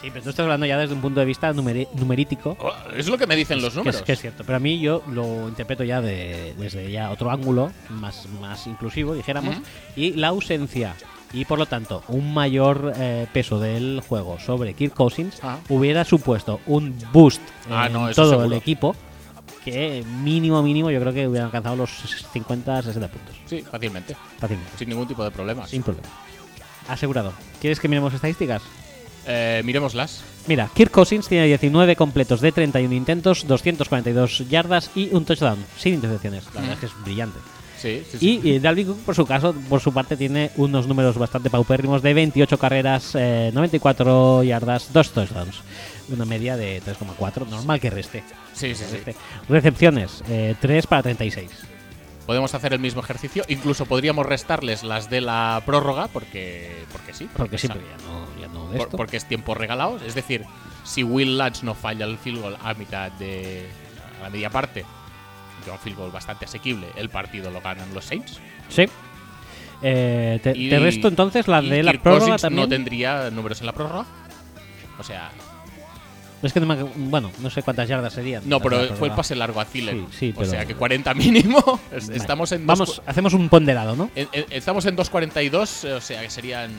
Speaker 1: Sí, pero tú estás hablando ya desde un punto de vista numeri- numerítico.
Speaker 2: Oh, es lo que me dicen los
Speaker 1: Que es,
Speaker 2: números.
Speaker 1: que es cierto, pero a mí yo lo interpreto ya de- desde ya otro ángulo, más, más inclusivo, dijéramos,
Speaker 2: Ujú.
Speaker 1: y la ausencia y por lo tanto un mayor eh, peso del juego sobre Kirk Cousins
Speaker 2: Ah.
Speaker 1: hubiera supuesto un boost
Speaker 2: Ah,
Speaker 1: en
Speaker 2: no, eso
Speaker 1: todo el
Speaker 2: seguro.
Speaker 1: equipo que mínimo, mínimo, yo creo que hubieran alcanzado los 50, 60 puntos,
Speaker 2: Sí, fácilmente.
Speaker 1: fácilmente,
Speaker 2: Sin ningún tipo de problemas.
Speaker 1: sin problema. Asegurado. ¿Quieres que miremos estadísticas?
Speaker 2: Eh, miremoslas.
Speaker 1: Mira, Kirk Cousins tiene 19 completos de 31 intentos, 242 yardas y un touchdown, sin intercepciones. La verdad es que es brillante.
Speaker 2: Sí, sí, sí.
Speaker 1: Y eh, Dalvin Cook, por su caso, por su parte, tiene unos números bastante paupérrimos de 28 carreras, eh, 94 yardas, 2 touchdowns. Una media de 3,4, normal que reste.
Speaker 2: Sí, sí, sí.
Speaker 1: Reste. Recepciones, 3 para 36.
Speaker 2: Podemos hacer el mismo ejercicio. Incluso podríamos restarles las de la prórroga, porque, porque sí.
Speaker 1: Porque siempre
Speaker 2: sa-
Speaker 1: ya no, ya no de
Speaker 2: por-
Speaker 1: esto.
Speaker 2: porque es tiempo regalado. Es decir, si Will Latch no falla el field goal a mitad de. a la media parte, que un field goal bastante asequible, el partido lo ganan los Saints.
Speaker 1: Sí. Eh, te,
Speaker 2: Y-
Speaker 1: te resto entonces la
Speaker 2: y
Speaker 1: de la
Speaker 2: Kirk
Speaker 1: prórroga
Speaker 2: Cousins
Speaker 1: también.
Speaker 2: No tendría números en la prórroga. O sea,
Speaker 1: Es que no me- bueno, no sé cuántas yardas serían.
Speaker 2: no,
Speaker 1: las de la
Speaker 2: pero fue el
Speaker 1: prórroga.
Speaker 2: pase largo a Thielen.
Speaker 1: Sí, sí,
Speaker 2: o
Speaker 1: pero-
Speaker 2: sea que 40 mínimo. Es-
Speaker 1: Vale.
Speaker 2: Estamos en dos
Speaker 1: Vamos, hacemos un ponderado, ¿no?
Speaker 2: En- en- Estamos en 2.42, eh, o sea que serían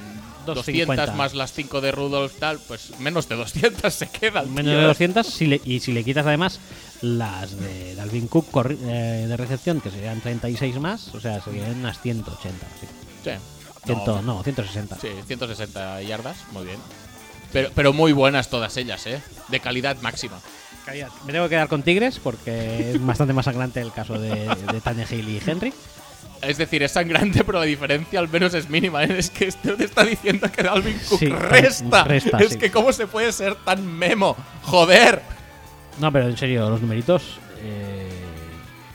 Speaker 1: 250.
Speaker 2: 200 más las 5 de Rudolf, tal, pues menos de 200 se quedan.
Speaker 1: Menos
Speaker 2: tío.
Speaker 1: de 200 si le- y si le quitas además las de Dalvin Cook corri- eh, de recepción, que serían 36 más, o sea, serían unas 180. Sí.
Speaker 2: Sí.
Speaker 1: 100,
Speaker 2: No,
Speaker 1: no, 160.
Speaker 2: sí, 160 yardas, muy bien. Pero, pero muy buenas todas ellas, ¿eh? De calidad máxima.
Speaker 1: Calidad. Me tengo que quedar con Tigres porque es bastante más sangrante el caso de, de Tannehill y Henry.
Speaker 2: Es decir, es sangrante, pero la diferencia al menos es mínima. ¿eh? Es que este te está diciendo que Dalvin Cook
Speaker 1: Sí,
Speaker 2: resta.
Speaker 1: resta,
Speaker 2: Es
Speaker 1: sí.
Speaker 2: que cómo se puede ser tan memo. Joder.
Speaker 1: No, pero en serio, los numeritos eh,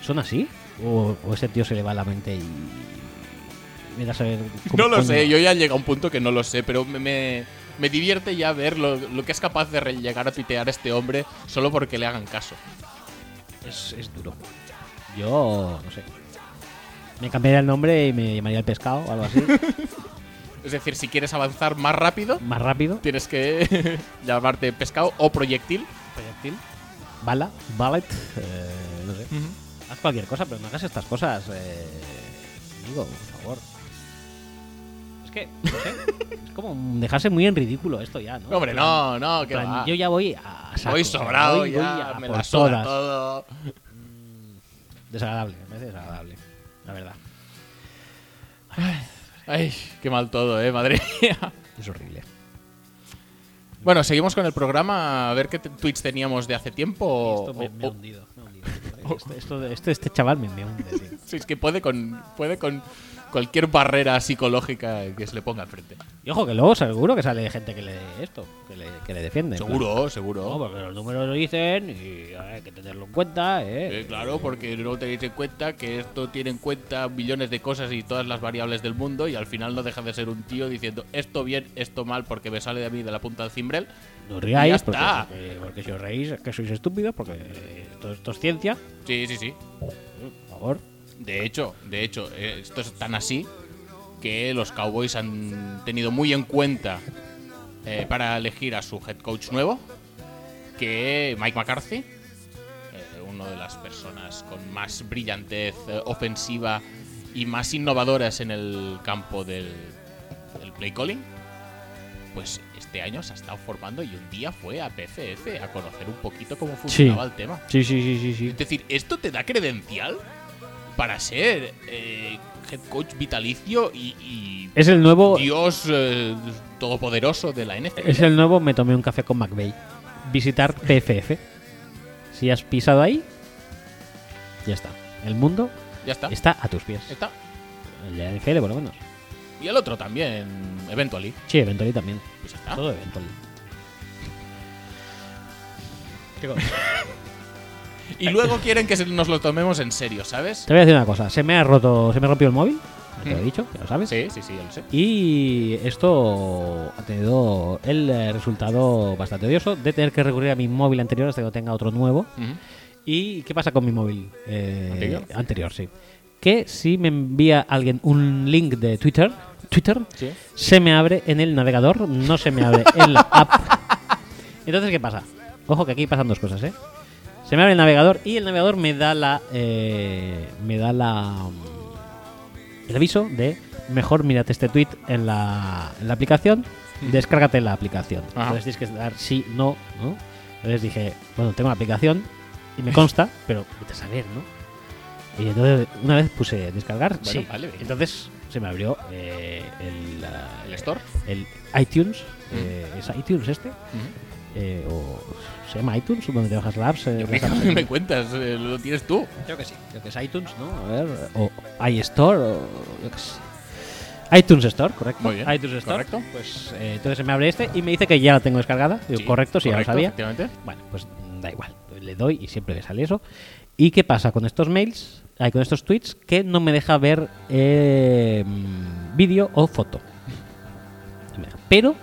Speaker 1: son así. ¿O, o ese tío se le va la mente y. Mira a saber cómo
Speaker 2: No lo
Speaker 1: coño
Speaker 2: sé,
Speaker 1: va.
Speaker 2: yo ya llega a un punto que no lo sé, pero me, me, me divierte ya ver lo, lo que es capaz de re- llegar a tuitear este hombre solo porque le hagan caso.
Speaker 1: Es, es duro. Yo no sé. Me cambiaría el nombre y me llamaría el pescado o algo así.
Speaker 2: Es decir, si quieres avanzar más rápido,
Speaker 1: más rápido.
Speaker 2: tienes que llamarte pescado o proyectil.
Speaker 1: Proyectil. Bala. Ballet. eh, no sé. Haz cualquier cosa, pero no hagas estas cosas. Eh, amigo, por favor. Es que, no sé. es como dejarse muy en ridículo esto ya, ¿no?
Speaker 2: Hombre,
Speaker 1: En plan-
Speaker 2: no, no,
Speaker 1: en
Speaker 2: que
Speaker 1: plan,
Speaker 2: va.
Speaker 1: Yo ya voy a saco,
Speaker 2: Voy
Speaker 1: o sea,
Speaker 2: sobrado,
Speaker 1: voy- voy
Speaker 2: ya,
Speaker 1: a
Speaker 2: me
Speaker 1: por
Speaker 2: la suda
Speaker 1: todas.
Speaker 2: todo.
Speaker 1: Desagradable, me parece desagradable. La verdad.
Speaker 2: Ay, qué mal todo, eh, madre mía.
Speaker 1: Es horrible.
Speaker 2: Bueno, seguimos con el programa a ver qué te- tweets teníamos de hace tiempo. o-
Speaker 1: Esto me, me ha
Speaker 2: o-
Speaker 1: hundido. me ha hundido. Esto- esto- esto- este chaval me, me hunde, tío.
Speaker 2: Sí, es que puede con, puede con cualquier barrera psicológica que se le ponga al frente.
Speaker 1: Y ojo, que luego seguro que sale gente que le esto, que le, que le defiende. en plan,
Speaker 2: Seguro, seguro.
Speaker 1: No, porque los números lo dicen y a ver, hay que tenerlo en cuenta, ¿eh?
Speaker 2: Eh, claro, porque no tenéis en cuenta que esto tiene en cuenta millones de cosas y todas las variables del mundo y al final no deja de ser un tío diciendo esto bien, esto mal porque me sale de mí de la punta del cimbrel.
Speaker 1: No os riáis,
Speaker 2: Ya
Speaker 1: porque,
Speaker 2: está.
Speaker 1: porque- porque si os reís es que sois estúpidos, porque eh, esto, esto es ciencia.
Speaker 2: Sí, sí, sí.
Speaker 1: Por favor.
Speaker 2: De hecho, de hecho, eh, esto es tan así que los Cowboys han tenido muy en cuenta eh, para elegir a su head coach nuevo que Mike McCarthy, eh, una de las personas con más brillantez eh, ofensiva y más innovadoras en el campo del, del play calling, pues este año se ha estado formando y un día fue a PFF a conocer un poquito cómo funcionaba el tema.
Speaker 1: Sí, sí, sí, sí, sí.
Speaker 2: Es decir, ¿esto te da credencial para ser eh, head coach vitalicio y, y
Speaker 1: Es el nuevo.
Speaker 2: Dios eh, todopoderoso de la NFL?
Speaker 1: Es el nuevo me tomé un café con McVeigh. Visitar PFF. Si has pisado ahí, ya está. El mundo
Speaker 2: Ya está.
Speaker 1: está a tus pies.
Speaker 2: Está.
Speaker 1: El de la NFL, por lo menos.
Speaker 2: Y el otro también, eventually.
Speaker 1: Sí, Eventually también.
Speaker 2: Pues ya está.
Speaker 1: Todo Eventually.
Speaker 2: Y luego quieren que se- nos lo tomemos en serio, ¿sabes?
Speaker 1: Te voy a decir una cosa. Se me ha roto, se me rompió el móvil. ya Te lo he dicho, ya lo sabes.
Speaker 2: Sí, sí, sí, ya lo sé.
Speaker 1: Y esto ha tenido el eh, resultado bastante odioso de tener que recurrir a mi móvil anterior hasta que no tenga otro nuevo.
Speaker 2: Ujú.
Speaker 1: ¿Y qué pasa con mi móvil eh,
Speaker 2: ¿Anterior?
Speaker 1: sí. Que si me envía alguien un link de Twitter, Twitter
Speaker 2: Sí.
Speaker 1: se me abre en el navegador, no se me abre en la app. Entonces, ¿qué pasa? Ojo que aquí pasan dos cosas, ¿eh? Se me abre el navegador y el navegador me da la. eh, me da la. mm, el aviso de mejor mírate este tweet en la, en la aplicación, descárgate la aplicación.
Speaker 2: Mm. Ajá.
Speaker 1: Entonces tienes que dar sí, no, ¿no? Entonces dije, bueno, tengo la aplicación y me consta, pero vete a saber, ¿no? Y entonces una vez puse descargar,
Speaker 2: Bueno,
Speaker 1: sí.
Speaker 2: vale.
Speaker 1: Entonces se me abrió eh, el, ah,
Speaker 2: ¿El store?
Speaker 1: el iTunes, eh, ¿es iTunes este?
Speaker 2: Ujú.
Speaker 1: Eh, o, ¿Se llama iTunes? ¿Donde te bajas la apps? eh,
Speaker 2: Yo
Speaker 1: las
Speaker 2: me,
Speaker 1: apps?
Speaker 2: me cuentas, eh, lo tienes tú.
Speaker 1: Creo que sí, creo que es iTunes, ¿no? A ver, o iStore, o yo qué sé. iTunes Store, correcto.
Speaker 2: Muy bien,
Speaker 1: iTunes Store.
Speaker 2: correcto.
Speaker 1: Pues eh, entonces se me abre este y me dice que ya la tengo descargada. Digo, correcto, sí, ya lo
Speaker 2: correcto,
Speaker 1: sabía.
Speaker 2: Efectivamente.
Speaker 1: Bueno, pues mm, da igual. Le doy y siempre me sale eso. ¿Y qué pasa con estos mails? Hay con estos tweets que no me deja ver eh, mm, vídeo o foto. No me deja. Pero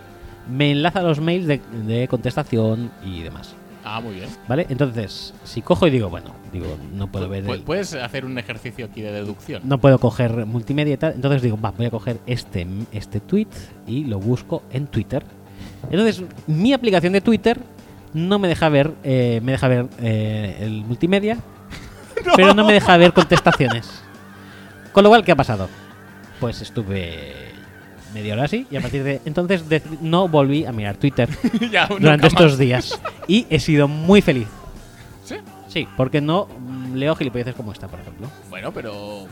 Speaker 1: me enlaza los mails de, de contestación y demás.
Speaker 2: Ah, muy bien.
Speaker 1: ¿Vale? Entonces, si cojo y digo, bueno, digo, no puedo ver.
Speaker 2: Pu-
Speaker 1: el-
Speaker 2: Puedes hacer un ejercicio aquí de deducción.
Speaker 1: no puedo coger multimedia y tal. Entonces digo, va, voy a coger este, este tweet y lo busco en Twitter. Entonces, mi aplicación de Twitter no me deja ver, eh, me deja ver eh, el multimedia, pero no me deja ver contestaciones. Con lo cual, ¿qué ha pasado? Pues estuve media hora así y a partir de entonces dec- no volví a mirar Twitter
Speaker 2: Ya, nunca
Speaker 1: durante estos
Speaker 2: más.
Speaker 1: días y he sido muy feliz.
Speaker 2: Sí.
Speaker 1: Sí, porque no mm, leo gilipolleces como esta, por ejemplo.
Speaker 2: Bueno, pero.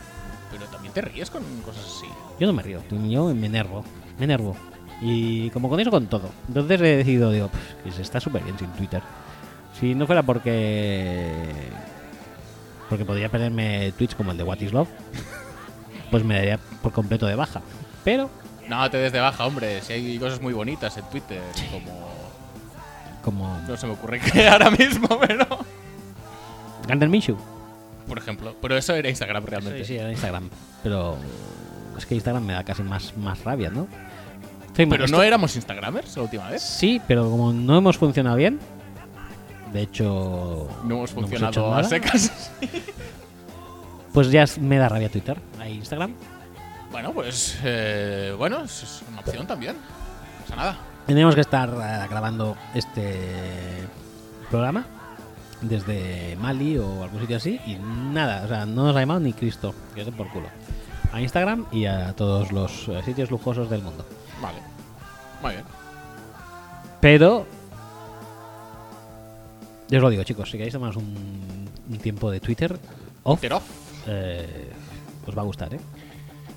Speaker 2: Pero también te ríes con cosas así.
Speaker 1: Yo no me río, yo me enervo, me enervo. Y como con eso, con todo. Entonces he decidido, digo, "Pff, que se está súper bien sin Twitter. Si no fuera porque. Porque podría perderme tweets como el de What is Love, pues me daría por completo de baja. Pero,
Speaker 2: No, te des de baja, hombre. Si hay cosas muy bonitas en Twitter, como.
Speaker 1: como.
Speaker 2: No se me ocurre que ahora mismo, pero.
Speaker 1: Gander Minshew.
Speaker 2: Por ejemplo. Pero eso era Instagram realmente.
Speaker 1: Sí, sí, era Instagram. Pero. Es que Instagram me da casi más, más rabia, ¿no? Estoy mal,
Speaker 2: Pero
Speaker 1: estoy-
Speaker 2: no éramos Instagramers la última vez.
Speaker 1: Sí, pero como no hemos funcionado bien. De hecho.
Speaker 2: No hemos
Speaker 1: hecho
Speaker 2: funcionado a
Speaker 1: nada.
Speaker 2: secas.
Speaker 1: Pues ya es- me da rabia Twitter. Hay Instagram.
Speaker 2: bueno, pues. eh, bueno, es- es una opción también. No pasa nada.
Speaker 1: Tenemos que estar eh, grabando este programa desde Mali o algún sitio así. Y nada, o sea, no nos ha llamado ni Cristo. Que den por culo. A Instagram y a todos los eh, sitios lujosos del mundo.
Speaker 2: Vale. Muy bien.
Speaker 1: Pero. Yo os lo digo, chicos. Si queréis tomaros un, un tiempo de Twitter off,
Speaker 2: Twitter off.
Speaker 1: eh, os va a gustar, ¿eh?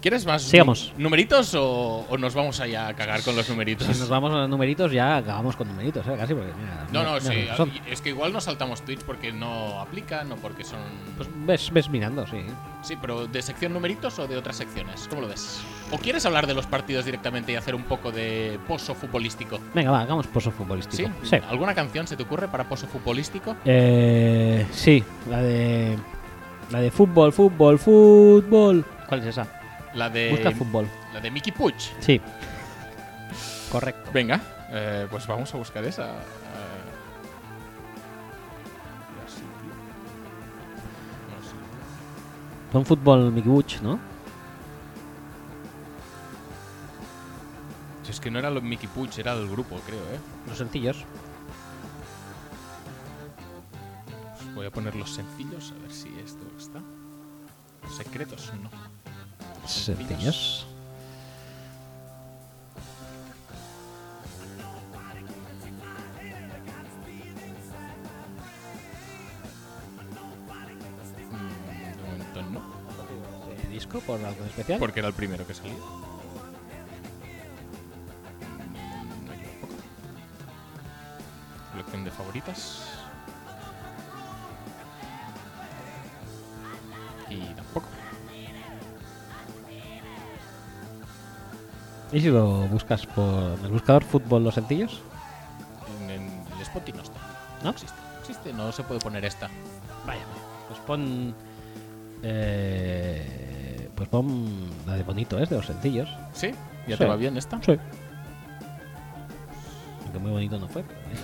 Speaker 2: ¿Quieres más
Speaker 1: Sigamos.
Speaker 2: nu- numeritos o, o nos vamos allá a cagar con los numeritos?
Speaker 1: Si nos vamos a los numeritos, ya acabamos con numeritos, ¿eh? Casi porque. mira,
Speaker 2: No, no,
Speaker 1: mira
Speaker 2: sí.
Speaker 1: lo que son.
Speaker 2: Es que igual nos saltamos tweets porque no aplican o porque son.
Speaker 1: Pues ves, ves mirando, sí.
Speaker 2: sí, pero ¿de sección numeritos o de otras secciones? ¿Cómo lo ves? ¿O quieres hablar de los partidos directamente y hacer un poco de pozo futbolístico?
Speaker 1: Venga, va, hagamos pozo
Speaker 2: ¿Sí?
Speaker 1: futbolístico. Sí.
Speaker 2: ¿Alguna canción se te ocurre para pozo futbolístico?
Speaker 1: Eh, sí, la de. La de fútbol, fútbol, fútbol. ¿Cuál es esa? Eh,
Speaker 2: La de.
Speaker 1: Busca fútbol.
Speaker 2: La de Mickey Puch.
Speaker 1: Sí. Correcto.
Speaker 2: Venga, eh, pues vamos a buscar esa. eh. No sé.
Speaker 1: Son fútbol Mickey Buch, ¿no?
Speaker 2: Si es que no era los Mickey Puch, era el grupo, creo, ¿eh?
Speaker 1: Los sencillos.
Speaker 2: Pues voy a poner los sencillos, a ver si esto está. Los secretos, no.
Speaker 1: Sencillos.
Speaker 2: Mm, De momento no,
Speaker 1: ¿De disco por algo especial?
Speaker 2: porque era el primero que salió. Colección de favoritas. Y tampoco.
Speaker 1: ¿Y si lo buscas por en el buscador fútbol los sencillos?
Speaker 2: En, en el Spotify no está.
Speaker 1: ¿No?
Speaker 2: existe. Existe, no se puede poner esta.
Speaker 1: Vaya, vaya. Pues pon. eh, pues pon la de bonito, es de los sencillos.
Speaker 2: ¿Sí? ¿Ya
Speaker 1: Sí.
Speaker 2: te va bien esta?
Speaker 1: Sí. Aunque muy bonito no fue, pero bueno.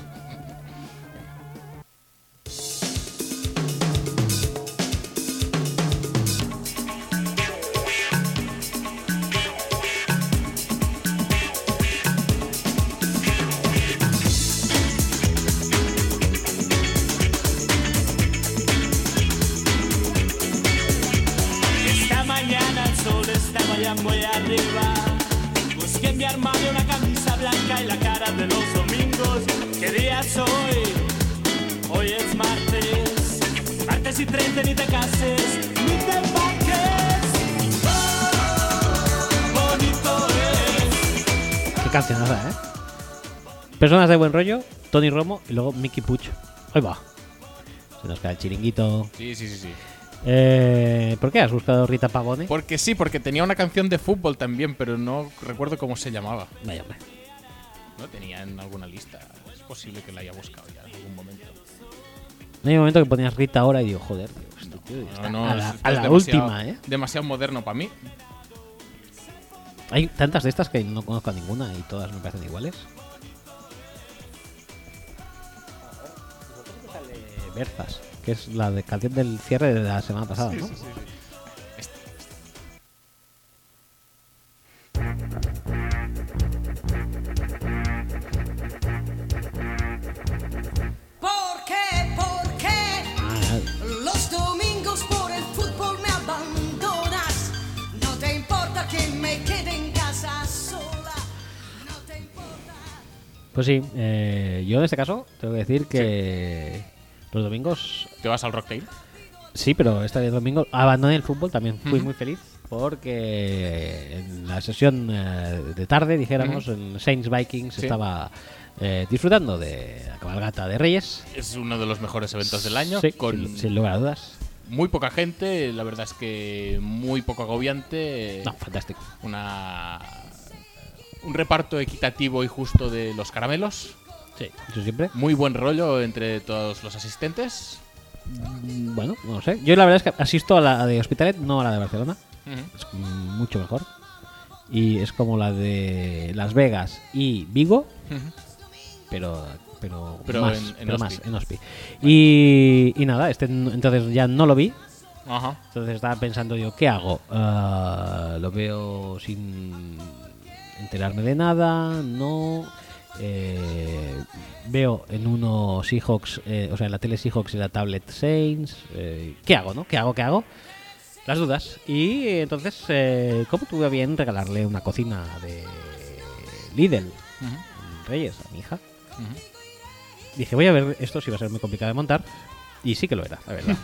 Speaker 7: Esta mañana el sol estaba ya muy arriba. Busqué en mi armario una camisa blanca y la cara de los domingos. ¿Qué día es hoy? Hoy es martes. Martes y 30 ni te cases, ni te embarques. Oh, bonito es.
Speaker 1: Qué cancionada, ¿eh? Personas de buen rollo, Tony Romo y luego Mickey Puch. Ahí va. Se nos queda el chiringuito.
Speaker 2: Sí, sí, sí, sí.
Speaker 1: Eh, ¿Por qué has buscado Rita Pavone?
Speaker 2: Porque sí, porque tenía una canción de fútbol también, pero no recuerdo cómo se llamaba.
Speaker 1: Vaya, hombre.
Speaker 2: No tenía en alguna lista. Es posible que la haya buscado ya en algún momento.
Speaker 1: No hay un momento que ponías Rita ahora y digo, joder, digo, este tío ya está a la,
Speaker 2: esto
Speaker 1: a
Speaker 2: es
Speaker 1: la
Speaker 2: demasiado-
Speaker 1: última, ¿eh?
Speaker 2: Demasiado moderno para mí.
Speaker 1: Hay tantas de estas que no conozco a ninguna y todas me parecen iguales. Eh, Berzas, que es la de- canción del cierre de la semana pasada, ¿no?
Speaker 8: Porque, porque
Speaker 1: Ah,
Speaker 8: los domingos por el fútbol me abandonas. No te importa que me quede en casa sola. No te importa.
Speaker 1: Pues sí, eh, yo en este caso tengo que decir que los domingos,
Speaker 2: ¿Te vas al Rocktail?
Speaker 1: sí, pero este domingo abandoné el fútbol, también fui muy feliz porque en la sesión eh, de tarde, dijéramos, en Saints Vikings
Speaker 2: Sí.
Speaker 1: estaba eh, disfrutando de la cabalgata de Reyes.
Speaker 2: Es uno de los mejores eventos del año.
Speaker 1: Sí,
Speaker 2: con
Speaker 1: sin, sin lugar a dudas.
Speaker 2: muy poca gente. La verdad es que muy poco agobiante.
Speaker 1: No, fantástico.
Speaker 2: Una. Un reparto equitativo y justo de los caramelos.
Speaker 1: Sí. Eso siempre.
Speaker 2: Muy buen rollo entre todos los asistentes.
Speaker 1: Mm, Bueno, no lo sé. Yo la verdad es que asisto a la de Hospitalet, no a la de Barcelona.
Speaker 2: Ujú.
Speaker 1: Es mm, mucho mejor. Y es como la de Las Vegas y Vigo, pero pero,
Speaker 2: Pero
Speaker 1: más,
Speaker 2: en- en
Speaker 1: pero más,
Speaker 2: Hospi.
Speaker 1: en Hospi. Y, y nada, este n- entonces ya no lo vi.
Speaker 2: Ajá.
Speaker 1: Entonces estaba pensando yo, ¿qué hago? Ah, lo veo sin enterarme de nada, no. Eh, veo en uno Seahawks, eh, o sea, en la tele Seahawks y la tablet Saints. eh, ¿Qué hago, no? ¿Qué hago, qué hago? Las dudas. Y eh, entonces, eh, ¿cómo tuve a bien regalarle una cocina de Lidl
Speaker 2: Ujú.
Speaker 1: en Reyes a mi hija?
Speaker 2: Ujú.
Speaker 1: dije, voy a ver esto si va a ser muy complicado de montar. Y sí que lo era, la verdad.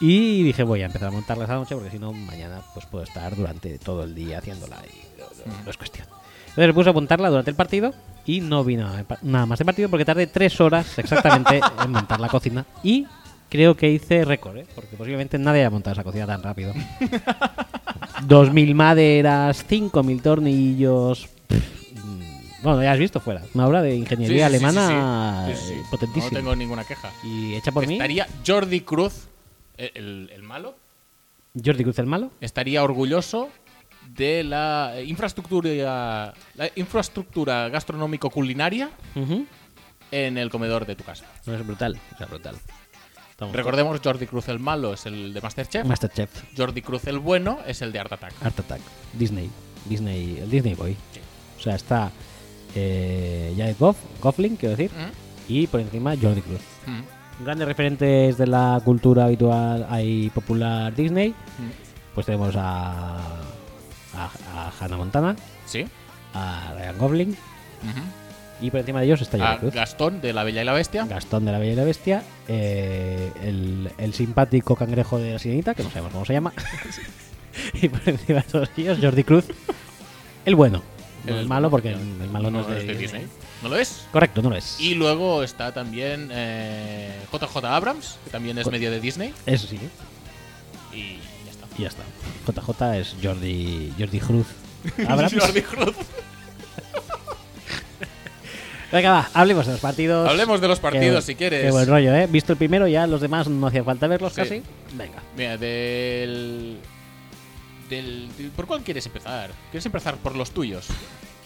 Speaker 1: y dije, voy a empezar a montarla esta noche porque si no, mañana pues puedo estar durante todo el día haciéndola y no, no- no es cuestión. Entonces me puse a montarla durante el partido y no vi nada, de pa- nada más de partido porque tardé tres horas exactamente en montar la cocina y creo que hice récord, ¿eh? porque posiblemente nadie haya montado esa cocina tan rápido. 2.000 maderas, 5.000 tornillos. pff, mm, Bueno, ya has visto fuera. Una obra de
Speaker 2: Sí,
Speaker 1: ingeniería
Speaker 2: sí, sí, sí,
Speaker 1: alemana
Speaker 2: sí. Sí, sí, sí.
Speaker 1: eh, potentísima.
Speaker 2: No tengo ninguna queja.
Speaker 1: Y hecha por
Speaker 2: Estaría Jordi Cruz, eh, el, el malo,
Speaker 1: mí, Jordi Cruz el malo.
Speaker 2: estaría orgulloso de la eh, infraestructura, la infraestructura gastronómico culinaria en el comedor de tu casa.
Speaker 1: No, es brutal, o sea, brutal. Estamos
Speaker 2: Recordemos Jordi Cruz el malo es el de
Speaker 1: todos-
Speaker 2: Masterchef,
Speaker 1: Masterchef,
Speaker 2: Jordi Cruz el bueno es el de Art Attack.
Speaker 1: Art Attack, Disney, Disney, el Disney Boy.
Speaker 2: Sí.
Speaker 1: O sea, está eh, Jared Goff, Goffling, quiero decir,
Speaker 2: Mm,
Speaker 1: y por encima Jordi Cruz.
Speaker 2: mm,
Speaker 1: Grandes referentes de la cultura habitual hay popular Disney.
Speaker 2: mm.
Speaker 1: Pues tenemos a, a, a Hannah Montana,
Speaker 2: Sí.
Speaker 1: a Ryan Gosling
Speaker 2: ujú.
Speaker 1: y por encima de ellos está
Speaker 2: A
Speaker 1: Jordi Cruz.
Speaker 2: Ah, Gastón de La Bella y la Bestia.
Speaker 1: Gastón de la Bella y la Bestia, eh, el, el simpático cangrejo de la sirenita, que no sabemos cómo se llama, y por encima de todos ellos, Jordi Cruz, el bueno. No el, malo, porque el, el malo no, es de, Disney.
Speaker 2: ¿No lo es?
Speaker 1: Correcto, no lo es.
Speaker 2: Y luego está también eh, JJ Abrams, que también es
Speaker 1: Co-
Speaker 2: medio de Disney.
Speaker 1: Eso sí,
Speaker 2: Y ya está.
Speaker 1: y ya está. JJ es Jordi, Jordi Cruz. Abrams.
Speaker 2: Jordi Cruz.
Speaker 1: Venga, va, hablemos de los partidos.
Speaker 2: Hablemos de los partidos,
Speaker 1: Qué-
Speaker 2: si quieres.
Speaker 1: Qué buen rollo, ¿eh? Visto el primero, ya los demás no hacía falta verlos
Speaker 2: Sí.
Speaker 1: casi. Venga.
Speaker 2: Mira, del, del, del- ¿Por cuál quieres empezar? ¿Quieres empezar por los tuyos?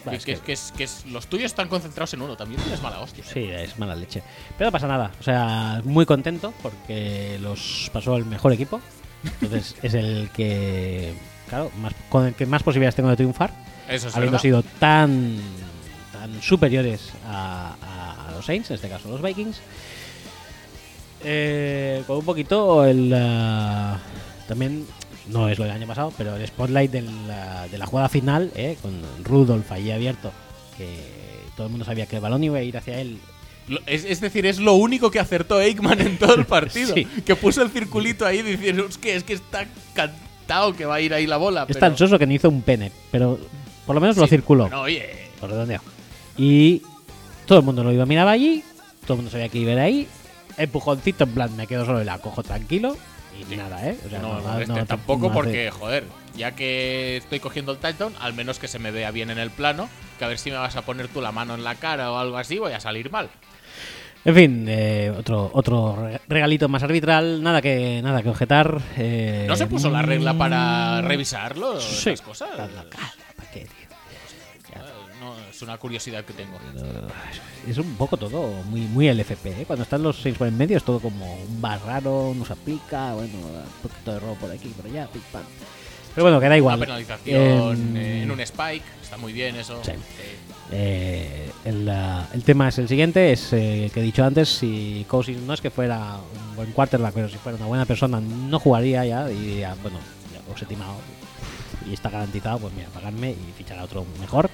Speaker 1: Vale,
Speaker 2: Que-
Speaker 1: es que-
Speaker 2: que, que es- que es- los tuyos están concentrados en uno, también tienes mala hostia.
Speaker 1: Sí, es mala leche. Pero no pasa nada. O sea, muy contento porque los pasó el mejor equipo. Entonces es el que, claro, más, con el que más posibilidades tengo de triunfar.
Speaker 2: Eso es
Speaker 1: habiendo
Speaker 2: verdad.
Speaker 1: sido tan, tan superiores a, a- a los Saints, en este caso a los Vikings. Eh, con un poquito el. ah, también. No es lo del año pasado, pero el spotlight del, ah, de la jugada final, eh, con Rudolph allí abierto, que todo el mundo sabía que el balón iba a ir hacia él
Speaker 2: Lo- Es, es decir, es lo único que acertó Aikman en todo el partido.
Speaker 1: Sí.
Speaker 2: Que puso el circulito ahí diciendo, es que, es que está cantado que va a ir ahí la bola.
Speaker 1: Es
Speaker 2: pero-
Speaker 1: tan soso que no hizo un pene, pero por lo menos lo
Speaker 2: Sí,
Speaker 1: circuló,
Speaker 2: bueno, oye,
Speaker 1: lo redondeó. Y todo el mundo lo iba miraba allí, todo el mundo sabía que iba a ir ahí. Empujoncito, en plan, me quedo solo y la cojo tranquilo. Y nada, ¿eh? O sea,
Speaker 2: no,
Speaker 1: va-
Speaker 2: este
Speaker 1: no te-
Speaker 2: tampoco
Speaker 1: no hace-
Speaker 2: porque, joder, ya que estoy cogiendo el touchdown, al menos que se me vea bien en el plano, que a ver si me vas a poner tú la mano en la cara o algo así, voy a salir mal.
Speaker 1: En fin, eh, otro, otro re- regalito más arbitral, nada que nada que objetar. eh,
Speaker 2: ¿No se puso la regla para
Speaker 1: mm,
Speaker 2: revisarlo?
Speaker 1: Sí.
Speaker 2: Esas cosas.
Speaker 1: Ah, no, cara, ¿para qué, tío?
Speaker 2: No, es una curiosidad que tengo.
Speaker 1: Es un poco todo muy, muy LFP, ¿eh? Cuando están los seis por en medio es todo como un bar raro, nos aplica, bueno, un poquito de robo por aquí, por allá, pim, pam. Pero bueno, que da igual.
Speaker 2: Una penalización
Speaker 1: Eh,
Speaker 2: eh, en un spike, está muy bien eso.
Speaker 1: Sí.
Speaker 2: Sí.
Speaker 1: eh, el, ah, el tema es el siguiente, es eh, el que he dicho antes, si Cousins no es que fuera un buen quarterback, pero si fuera una buena persona no jugaría ya y diría, bueno, ya os he timado y está garantizado, pues mira, pagarme y fichar a otro mejor.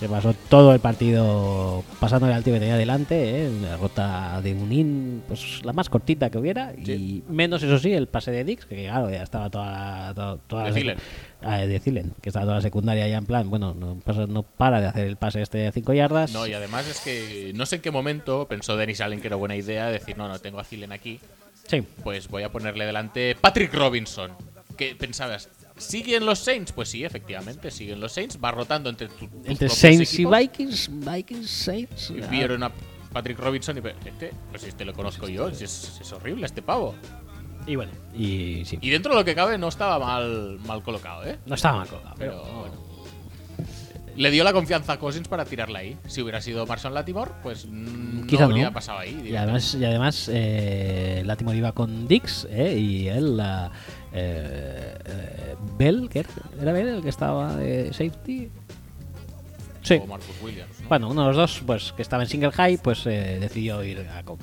Speaker 1: Se pasó todo el partido pasando el y adelante, ¿eh? la ruta de Unin, pues la más cortita que hubiera, y menos eso sí, el pase de Dix, que claro, ya estaba toda la, to- toda la
Speaker 2: De
Speaker 1: secu-
Speaker 2: Zillen.
Speaker 1: Ah, de Zillen, que estaba toda la secundaria ya en plan, bueno, no, pasa- no para de hacer el pase este de 5 yardas.
Speaker 2: No, y además es que no sé en qué momento pensó Denis Allen que era buena idea decir, no, no, tengo a Zilen aquí,
Speaker 1: Sí,
Speaker 2: pues voy a ponerle delante Patrick Robinson. Que pensabas, ¿siguen los Saints? Pues sí, efectivamente, siguen los Saints. Va rotando entre tu- tus
Speaker 1: entre
Speaker 2: propios
Speaker 1: Saints y
Speaker 2: equipos.
Speaker 1: Vikings, Vikings, Saints.
Speaker 2: Y
Speaker 1: ah,
Speaker 2: Vieron a Patrick Robinson y pe- este, pues este lo conozco yo, es, es horrible este pavo.
Speaker 1: y bueno, y sí.
Speaker 2: Y dentro de lo que cabe no estaba mal, mal colocado, ¿eh?
Speaker 1: No estaba mal colocado, pero, oh.
Speaker 2: Pero bueno. Le dio la confianza a Cousins para tirarla ahí. Si hubiera sido Marson Latimore, pues mm,
Speaker 1: Quizá
Speaker 2: no habría
Speaker 1: no.
Speaker 2: pasado ahí.
Speaker 1: Y
Speaker 2: directo.
Speaker 1: además, y además eh, Latimore iba con Dix ¿eh? y él, la, eh, eh, Bell, que era, ¿Era Bell el que estaba de safety. Sí.
Speaker 2: O Marcus Williams. ¿no?
Speaker 1: Bueno, uno de los dos, pues que estaba en single high, pues eh, decidió ir a. com-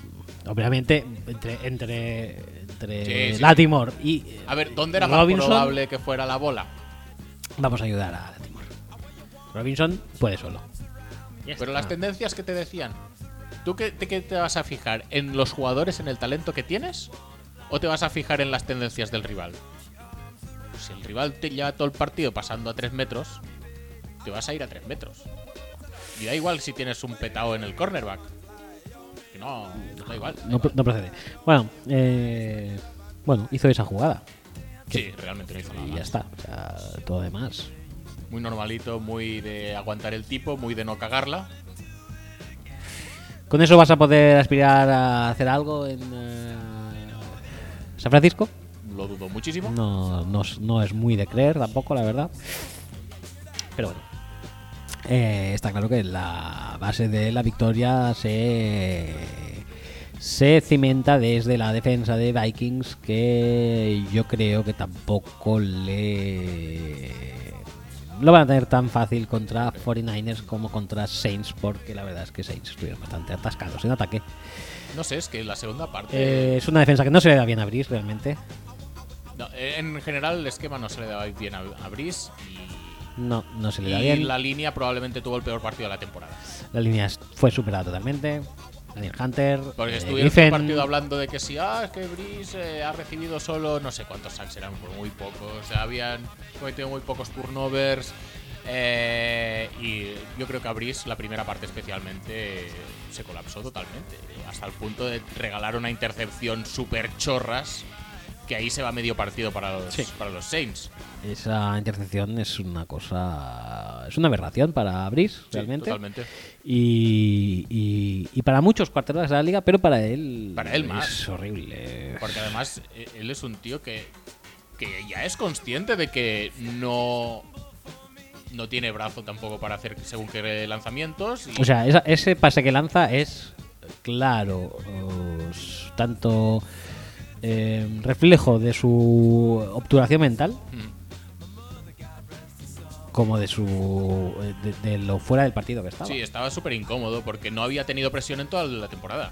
Speaker 1: Obviamente, entre, entre, entre
Speaker 2: Sí, sí.
Speaker 1: Latimore y. eh,
Speaker 2: A ver, ¿dónde era más
Speaker 1: Robinson,
Speaker 2: probable que fuera la bola?
Speaker 1: Vamos a ayudar a Latimore. Robinson puede solo. Ya
Speaker 2: Pero
Speaker 1: está.
Speaker 2: las tendencias que te decían. ¿Tú qué, te- qué te vas a fijar? ¿En los jugadores, en el talento que tienes? ¿O te vas a fijar en las tendencias del rival? Pues si el rival te lleva todo el partido pasando a 3 metros, te vas a ir a 3 metros. Y da igual si tienes un petao en el cornerback. Que No, da igual. da
Speaker 1: no,
Speaker 2: igual.
Speaker 1: no procede. Bueno, eh, bueno, hizo esa jugada.
Speaker 2: Sí, realmente no hizo nada.
Speaker 1: Y ya está. O sea, todo lo demás.
Speaker 2: Muy normalito, muy de aguantar el tipo, muy de no cagarla.
Speaker 1: ¿Con eso vas a poder aspirar a hacer algo en eh, San Francisco?
Speaker 2: Lo dudo muchísimo.
Speaker 1: No, no, es- no es muy de creer tampoco, la verdad. Pero bueno. Eh, está claro que la base de la victoria se, se cimenta desde la defensa de Vikings que yo creo que tampoco le... Lo van a tener tan fácil contra 49ers como contra Saints porque la verdad es que Saints estuvieron bastante atascados en ataque.
Speaker 2: No sé, es que la segunda parte.
Speaker 1: Eh, es una defensa que no se le da bien abrir realmente.
Speaker 2: No, eh, en general, el esquema no se le daba bien a, a Brice y,
Speaker 1: No, no se le da
Speaker 2: y
Speaker 1: bien.
Speaker 2: la línea probablemente tuvo el peor partido de la temporada.
Speaker 1: La línea es- fue superada totalmente. Daniel Hunter.
Speaker 2: Porque
Speaker 1: eh,
Speaker 2: estuvieron todo
Speaker 1: Griffin.
Speaker 2: el partido hablando de que si, ah, es que Brice eh, ha recibido solo no sé cuántos sacks, eran por muy pocos, habían cometido muy pocos turnovers. eh, y yo creo que a Brice, la primera parte especialmente, eh, se colapsó totalmente. Hasta el punto de regalar una intercepción súper chorras que ahí se va medio partido para los,
Speaker 1: Sí.
Speaker 2: para los Saints.
Speaker 1: Esa intercepción es una cosa. Es una aberración para Brice,
Speaker 2: Sí,
Speaker 1: realmente.
Speaker 2: totalmente.
Speaker 1: Y, y- y para muchos quarterbacks de la liga, pero para él.
Speaker 2: Para él
Speaker 1: es
Speaker 2: más.
Speaker 1: horrible.
Speaker 2: Porque además eh, él es un tío que, que ya es consciente de que no, no tiene brazo tampoco para hacer según qué lanzamientos. Y
Speaker 1: O sea, esa- ese pase que lanza es claro, os- tanto eh, reflejo de su obturación mental
Speaker 2: Mm.
Speaker 1: como de su eh, de, de lo fuera del partido que estaba.
Speaker 2: Sí, estaba súper incómodo porque no había tenido presión en toda la temporada.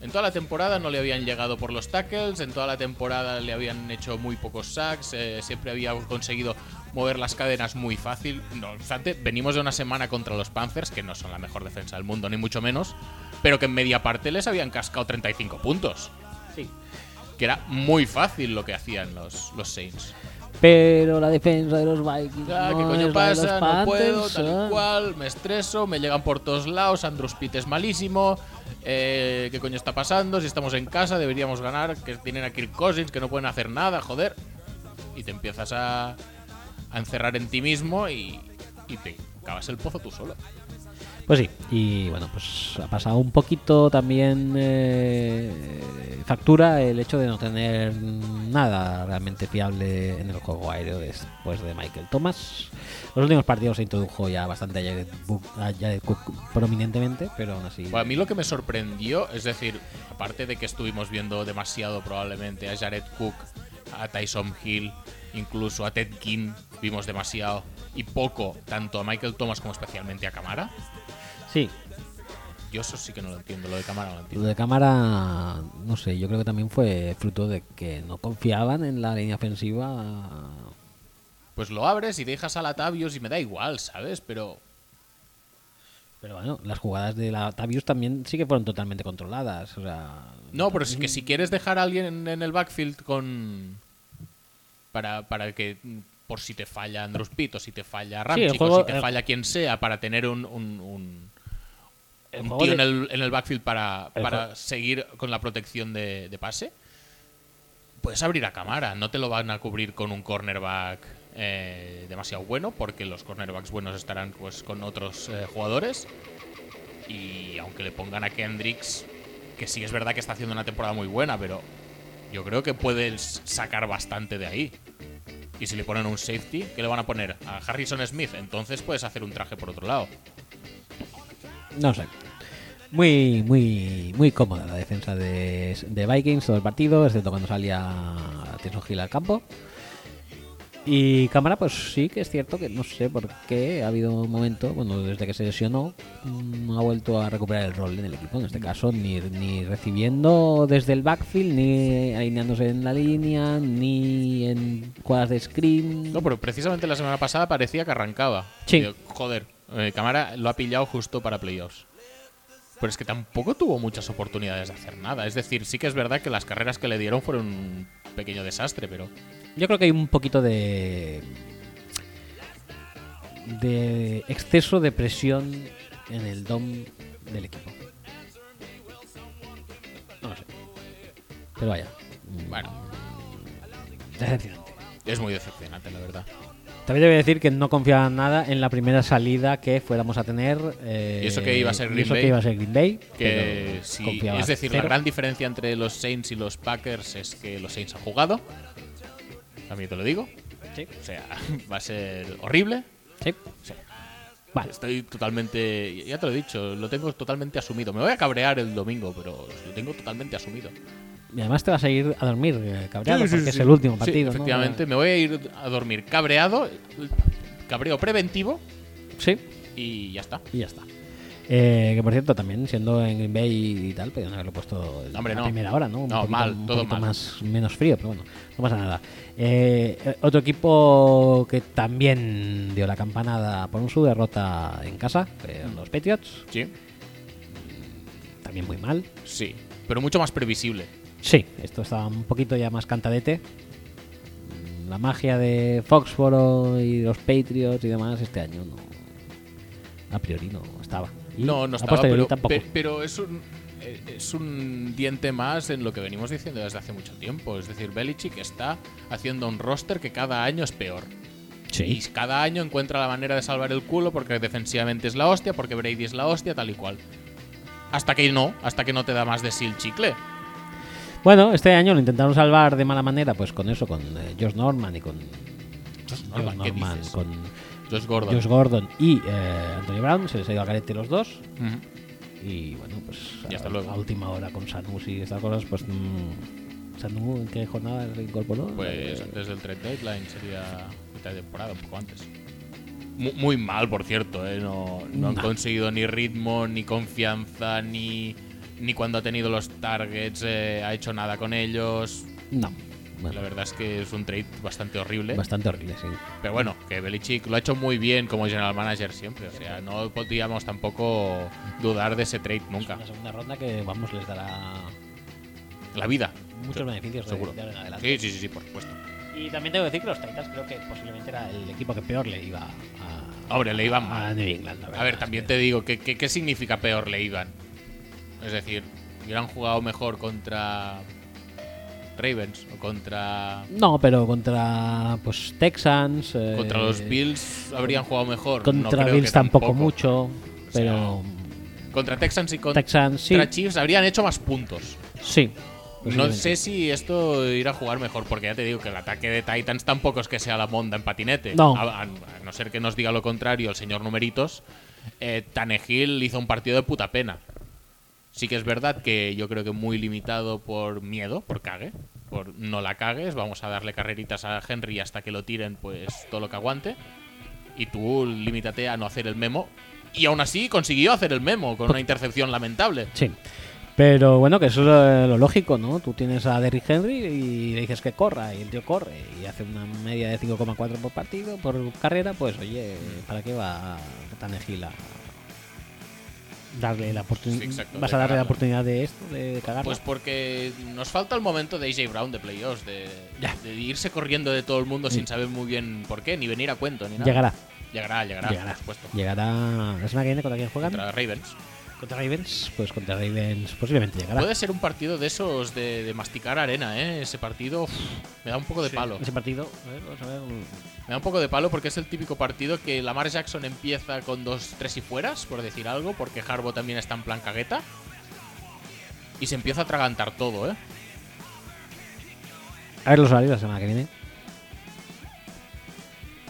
Speaker 2: En toda la temporada no le habían llegado por los tackles, en toda la temporada le habían hecho muy pocos sacks, eh, siempre había conseguido mover las cadenas muy fácil. No obstante, venimos de una semana contra los Panthers, que no son la mejor defensa del mundo, ni mucho menos, pero que en media parte les habían cascado 35 puntos.
Speaker 1: Sí.
Speaker 2: Que era muy fácil lo que hacían los, los Saints.
Speaker 1: Pero la defensa de los Vikings.
Speaker 2: Ya,
Speaker 1: no
Speaker 2: ¿Qué coño
Speaker 1: es la de los
Speaker 2: pasa? No puedo,
Speaker 1: Panthers,
Speaker 2: tal
Speaker 1: ah.
Speaker 2: y cual, me estreso, me llegan por todos lados, Andrew Pitt es malísimo, eh, ¿qué coño está pasando? Si estamos en casa deberíamos ganar, que tienen a Kirk Cousins, que no pueden hacer nada, joder. Y te empiezas a, a encerrar en ti mismo y, y te cavas el pozo tú solo.
Speaker 1: Pues sí, y bueno, pues ha pasado un poquito también eh, factura el hecho de no tener nada realmente fiable en el juego aéreo después de Michael Thomas. Los últimos partidos se introdujo ya bastante a Jared, Bu- a Jared Cook prominentemente, pero aún así...
Speaker 2: Bueno, a mí lo que me sorprendió, es decir, aparte de que estuvimos viendo demasiado probablemente a Jared Cook, a Tyson Hill, incluso a Ted King, vimos demasiado y poco, tanto a Michael Thomas como especialmente a Camara.
Speaker 1: Sí,
Speaker 2: Yo eso sí que no lo entiendo, lo de Camara no lo entiendo.
Speaker 1: lo de cámara, no sé, yo creo que también fue fruto de que no confiaban en la línea ofensiva.
Speaker 2: Pues lo abres y dejas a Latavius y me da igual, ¿sabes? Pero
Speaker 1: Pero bueno, las jugadas de la Tavius también sí que fueron totalmente controladas. O sea,
Speaker 2: No, pero es que si quieres dejar a alguien en, en el backfield con. Para, para que. mm, Por si te falla Andrews Pitt o si te falla Ramchick
Speaker 1: el juego-
Speaker 2: o si te
Speaker 1: el-
Speaker 2: falla quien sea, para tener un. un, un-
Speaker 1: El
Speaker 2: un
Speaker 1: juego
Speaker 2: tío
Speaker 1: de-
Speaker 2: en, el, en el backfield para,
Speaker 1: El
Speaker 2: para
Speaker 1: juego-
Speaker 2: seguir con la protección de, de pase. Puedes abrir a cámara, no te lo van a cubrir con un cornerback eh, demasiado bueno, porque los cornerbacks buenos estarán pues con otros eh, jugadores. Y aunque le pongan a Kendricks, que sí es verdad que está haciendo una temporada muy buena, pero yo creo que puedes sacar bastante de ahí. Y si le ponen un safety, ¿qué le van a poner? A Harrison Smith, entonces puedes hacer un traje por otro lado.
Speaker 1: No sé. Muy, muy, muy cómoda la defensa de, de Vikings todo el partido, excepto cuando salía Tyson Hill al campo. Y cámara, pues sí que es cierto que no sé por qué ha habido un momento, bueno, desde que se lesionó, no ha vuelto a recuperar el rol en el equipo, en este caso, ni, ni recibiendo desde el backfield, ni alineándose en la línea, ni en cuadras de screen.
Speaker 2: No, pero precisamente la semana pasada parecía que arrancaba.
Speaker 1: Sí.
Speaker 2: Digo, joder, eh, Camara lo ha pillado justo para playoffs. Pero es que tampoco tuvo muchas oportunidades de hacer nada. Es decir, sí que es verdad que las carreras que le dieron fueron un pequeño desastre, pero
Speaker 1: Yo creo que hay un poquito de. de exceso de presión en el DOM del equipo. No lo sé. Pero vaya,
Speaker 2: bueno,
Speaker 1: decepcionante.
Speaker 2: es muy decepcionante, la verdad.
Speaker 1: También debe decir que no confiaba nada en la primera salida que fuéramos a tener. eh,
Speaker 2: Y eso que iba a
Speaker 1: y
Speaker 2: ser Green
Speaker 1: eso que
Speaker 2: Bay.
Speaker 1: iba a ser Green Bay,
Speaker 2: Que
Speaker 1: pero
Speaker 2: sí,
Speaker 1: confiaba
Speaker 2: es decir,
Speaker 1: cero.
Speaker 2: la gran diferencia entre los Saints y los Packers es que los Saints han jugado. También te lo digo.
Speaker 1: Sí.
Speaker 2: O sea, va a ser horrible.
Speaker 1: Sí.
Speaker 2: Sí.
Speaker 1: Vale.
Speaker 2: Estoy totalmente. Ya te lo he dicho, lo tengo totalmente asumido. Me voy a cabrear el domingo, pero lo tengo totalmente asumido.
Speaker 1: Y además te vas a ir a dormir, eh, cabreado,
Speaker 2: Sí, sí,
Speaker 1: porque
Speaker 2: sí,
Speaker 1: es
Speaker 2: sí.
Speaker 1: el último
Speaker 2: Sí,
Speaker 1: partido. ¿no?
Speaker 2: efectivamente, me voy a ir a dormir cabreado, cabreo preventivo
Speaker 1: Sí.
Speaker 2: y ya está.
Speaker 1: Y ya está. Eh, que por cierto, también siendo en Green Bay y tal, podían haberlo puesto en
Speaker 2: Hombre,
Speaker 1: la
Speaker 2: no.
Speaker 1: primera hora, ¿no? Un
Speaker 2: No,
Speaker 1: poquito-
Speaker 2: mal,
Speaker 1: un
Speaker 2: todo
Speaker 1: poquito
Speaker 2: mal.
Speaker 1: Más, menos frío, pero bueno, no pasa nada. Eh, eh, otro equipo que también dio la campanada por un su derrota en casa, fueron los Patriots,
Speaker 2: Sí,
Speaker 1: también muy mal.
Speaker 2: sí. Pero mucho más previsible.
Speaker 1: Sí, esto estaba un poquito ya más cantadete. Mm, La magia de Foxboro y los Patriots y demás este año no. A priori no estaba. Y
Speaker 2: No, no
Speaker 1: a
Speaker 2: estaba,
Speaker 1: posteriori
Speaker 2: pero,
Speaker 1: tampoco.
Speaker 2: pe- pero es un- eh, es un diente más en lo que venimos diciendo desde hace mucho tiempo. Es decir, Belichick está haciendo un roster que cada año es peor. Y cada año encuentra la manera de salvar el culo porque defensivamente es la hostia, porque Brady es la hostia, tal y cual. Hasta que no, hasta que no te da más de sí el chicle.
Speaker 1: Bueno, este año lo intentaron salvar de mala manera, pues con eso, con eh, Josh Norman y con. Josh
Speaker 2: Norman, ¿qué dices?
Speaker 1: con
Speaker 2: Josh Gordon.
Speaker 1: Josh Gordon y eh, Antonio Brown, se les ha ido a carete los dos.
Speaker 2: Ujú.
Speaker 1: Y bueno, pues
Speaker 2: Y hasta
Speaker 1: a,
Speaker 2: luego.
Speaker 1: a última hora con Sanus y estas cosas, pues. mm, Sanu, ¿en qué jornada se incorporó? Eh,
Speaker 2: Pues antes del trade deadline sería mitad de temporada, un poco antes. Mu- Muy, mal, por cierto, ¿eh? no, no han conseguido ni ritmo, ni confianza, ni, ni cuando ha tenido los targets eh, ha hecho nada con ellos.
Speaker 1: No. Bueno,
Speaker 2: La verdad ¿eh? es que es un trade bastante horrible.
Speaker 1: bastante horrible, sí.
Speaker 2: Pero bueno, que Belichick lo ha hecho muy bien como general manager siempre. O sea, no podíamos tampoco dudar de ese trade nunca.
Speaker 1: Es una segunda ronda que, vamos, les dará
Speaker 2: La vida.
Speaker 1: muchos
Speaker 2: Se-
Speaker 1: beneficios de-
Speaker 2: Seguro.
Speaker 1: de ahora en adelante.
Speaker 2: Sí, sí, sí, sí, por supuesto.
Speaker 1: Y también tengo que decir que los Titans creo que posiblemente era el equipo que peor le iba a,
Speaker 2: Hombre, le iban mal.
Speaker 1: a New England. la
Speaker 2: Ah. A
Speaker 1: verdad,
Speaker 2: ver,
Speaker 1: es
Speaker 2: también
Speaker 1: que-
Speaker 2: te digo, ¿qué, qué, qué significa peor le iban? Es decir, hubieran jugado mejor contra Ravens o contra,
Speaker 1: No, pero contra pues Texans. eh,
Speaker 2: contra los Bills habrían jugado mejor. No
Speaker 1: Contra
Speaker 2: creo que
Speaker 1: Bills tampoco, mucho.
Speaker 2: sea,
Speaker 1: Pero
Speaker 2: Contra Texans y contra
Speaker 1: Texans sí.
Speaker 2: Chiefs habrían hecho más puntos.
Speaker 1: Sí.
Speaker 2: No
Speaker 1: posiblemente.
Speaker 2: sé si esto irá a jugar mejor, porque ya te digo que el ataque de Titans tampoco es que sea la monda en patinete.
Speaker 1: No.
Speaker 2: A, a- a no ser que nos diga lo contrario el señor Numeritos, eh, Tanegil hizo un partido de puta pena. Sí que es verdad que yo creo que muy limitado por miedo, por cague, por no la cagues, vamos a darle carreritas a Henry hasta que lo tiren, pues todo lo que aguante. Y tú limítate a no hacer el memo. Y aún así consiguió hacer el memo con una intercepción lamentable.
Speaker 1: Sí. Pero bueno, que eso es eh, lo lógico, ¿no? Tú tienes a Derrick Henry y le dices que corra, y el tío corre, y hace una media de 5,4 por partido, por carrera, pues oye, ¿para qué va tan a darle la
Speaker 2: Sí,
Speaker 1: oportunidad?
Speaker 2: exacto,
Speaker 1: ¿Vas
Speaker 2: de
Speaker 1: a darle la
Speaker 2: cagarla.
Speaker 1: oportunidad de esto, de, de cagarla?
Speaker 2: Pues porque nos falta el momento de AJ Brown de playoffs, de,
Speaker 1: Ya.
Speaker 2: de irse corriendo de todo el mundo sin saber muy bien por qué, ni venir a cuento, ni nada.
Speaker 1: llegará,
Speaker 2: Llegará, pues, llegará,
Speaker 1: llegará,
Speaker 2: por supuesto.
Speaker 1: llegará. ¿La semana que viene contra quién juegan?
Speaker 2: Contra Ravens.
Speaker 1: ¿Contra Ravens? Pues contra Ravens posiblemente llegará.
Speaker 2: Puede ser un partido de esos de, de masticar arena, ¿eh? Ese partido uf, me da un poco de palo.
Speaker 1: Ese partido, a ver, vamos a ver.
Speaker 2: Me da un poco de palo porque es el típico partido que Lamar Jackson empieza con dos, tres y fueras, por decir algo, porque Harbo también está en plan cagueta. Y se empieza a atragantar todo, ¿eh?
Speaker 1: A ver los horarios la semana que viene.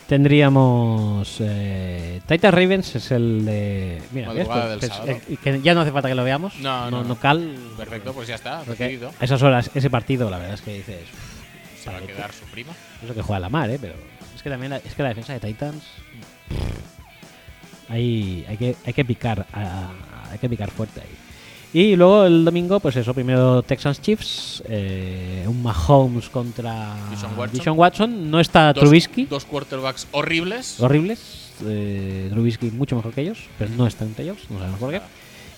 Speaker 1: Tendríamos eh, Titans Ravens, es el de. Mira, ¿ves?
Speaker 2: Madrugada del
Speaker 1: Pues,
Speaker 2: sábado.
Speaker 1: eh, y que ya no hace falta que lo veamos.
Speaker 2: No, no, no.
Speaker 1: cal.
Speaker 2: Perfecto, pues ya está,
Speaker 1: Porque
Speaker 2: decidido.
Speaker 1: a esas horas, ese partido, la verdad es que dices.
Speaker 2: Se va a quedar su prima.
Speaker 1: Es lo que juega la mar, ¿eh? Pero es que también la, es que la defensa de Titans. Hay, hay, que, hay que picar. ah, hay que picar fuerte ahí. Y luego el domingo, pues eso, primero Texans Chiefs, eh, un Mahomes contra
Speaker 2: Dishon Watson.
Speaker 1: Watson. No está
Speaker 2: Dos-
Speaker 1: Trubisky,
Speaker 2: Dos quarterbacks horribles.
Speaker 1: horribles. eh, Trubisky mucho mejor que ellos, pero no está entre ellos, no sabemos por qué.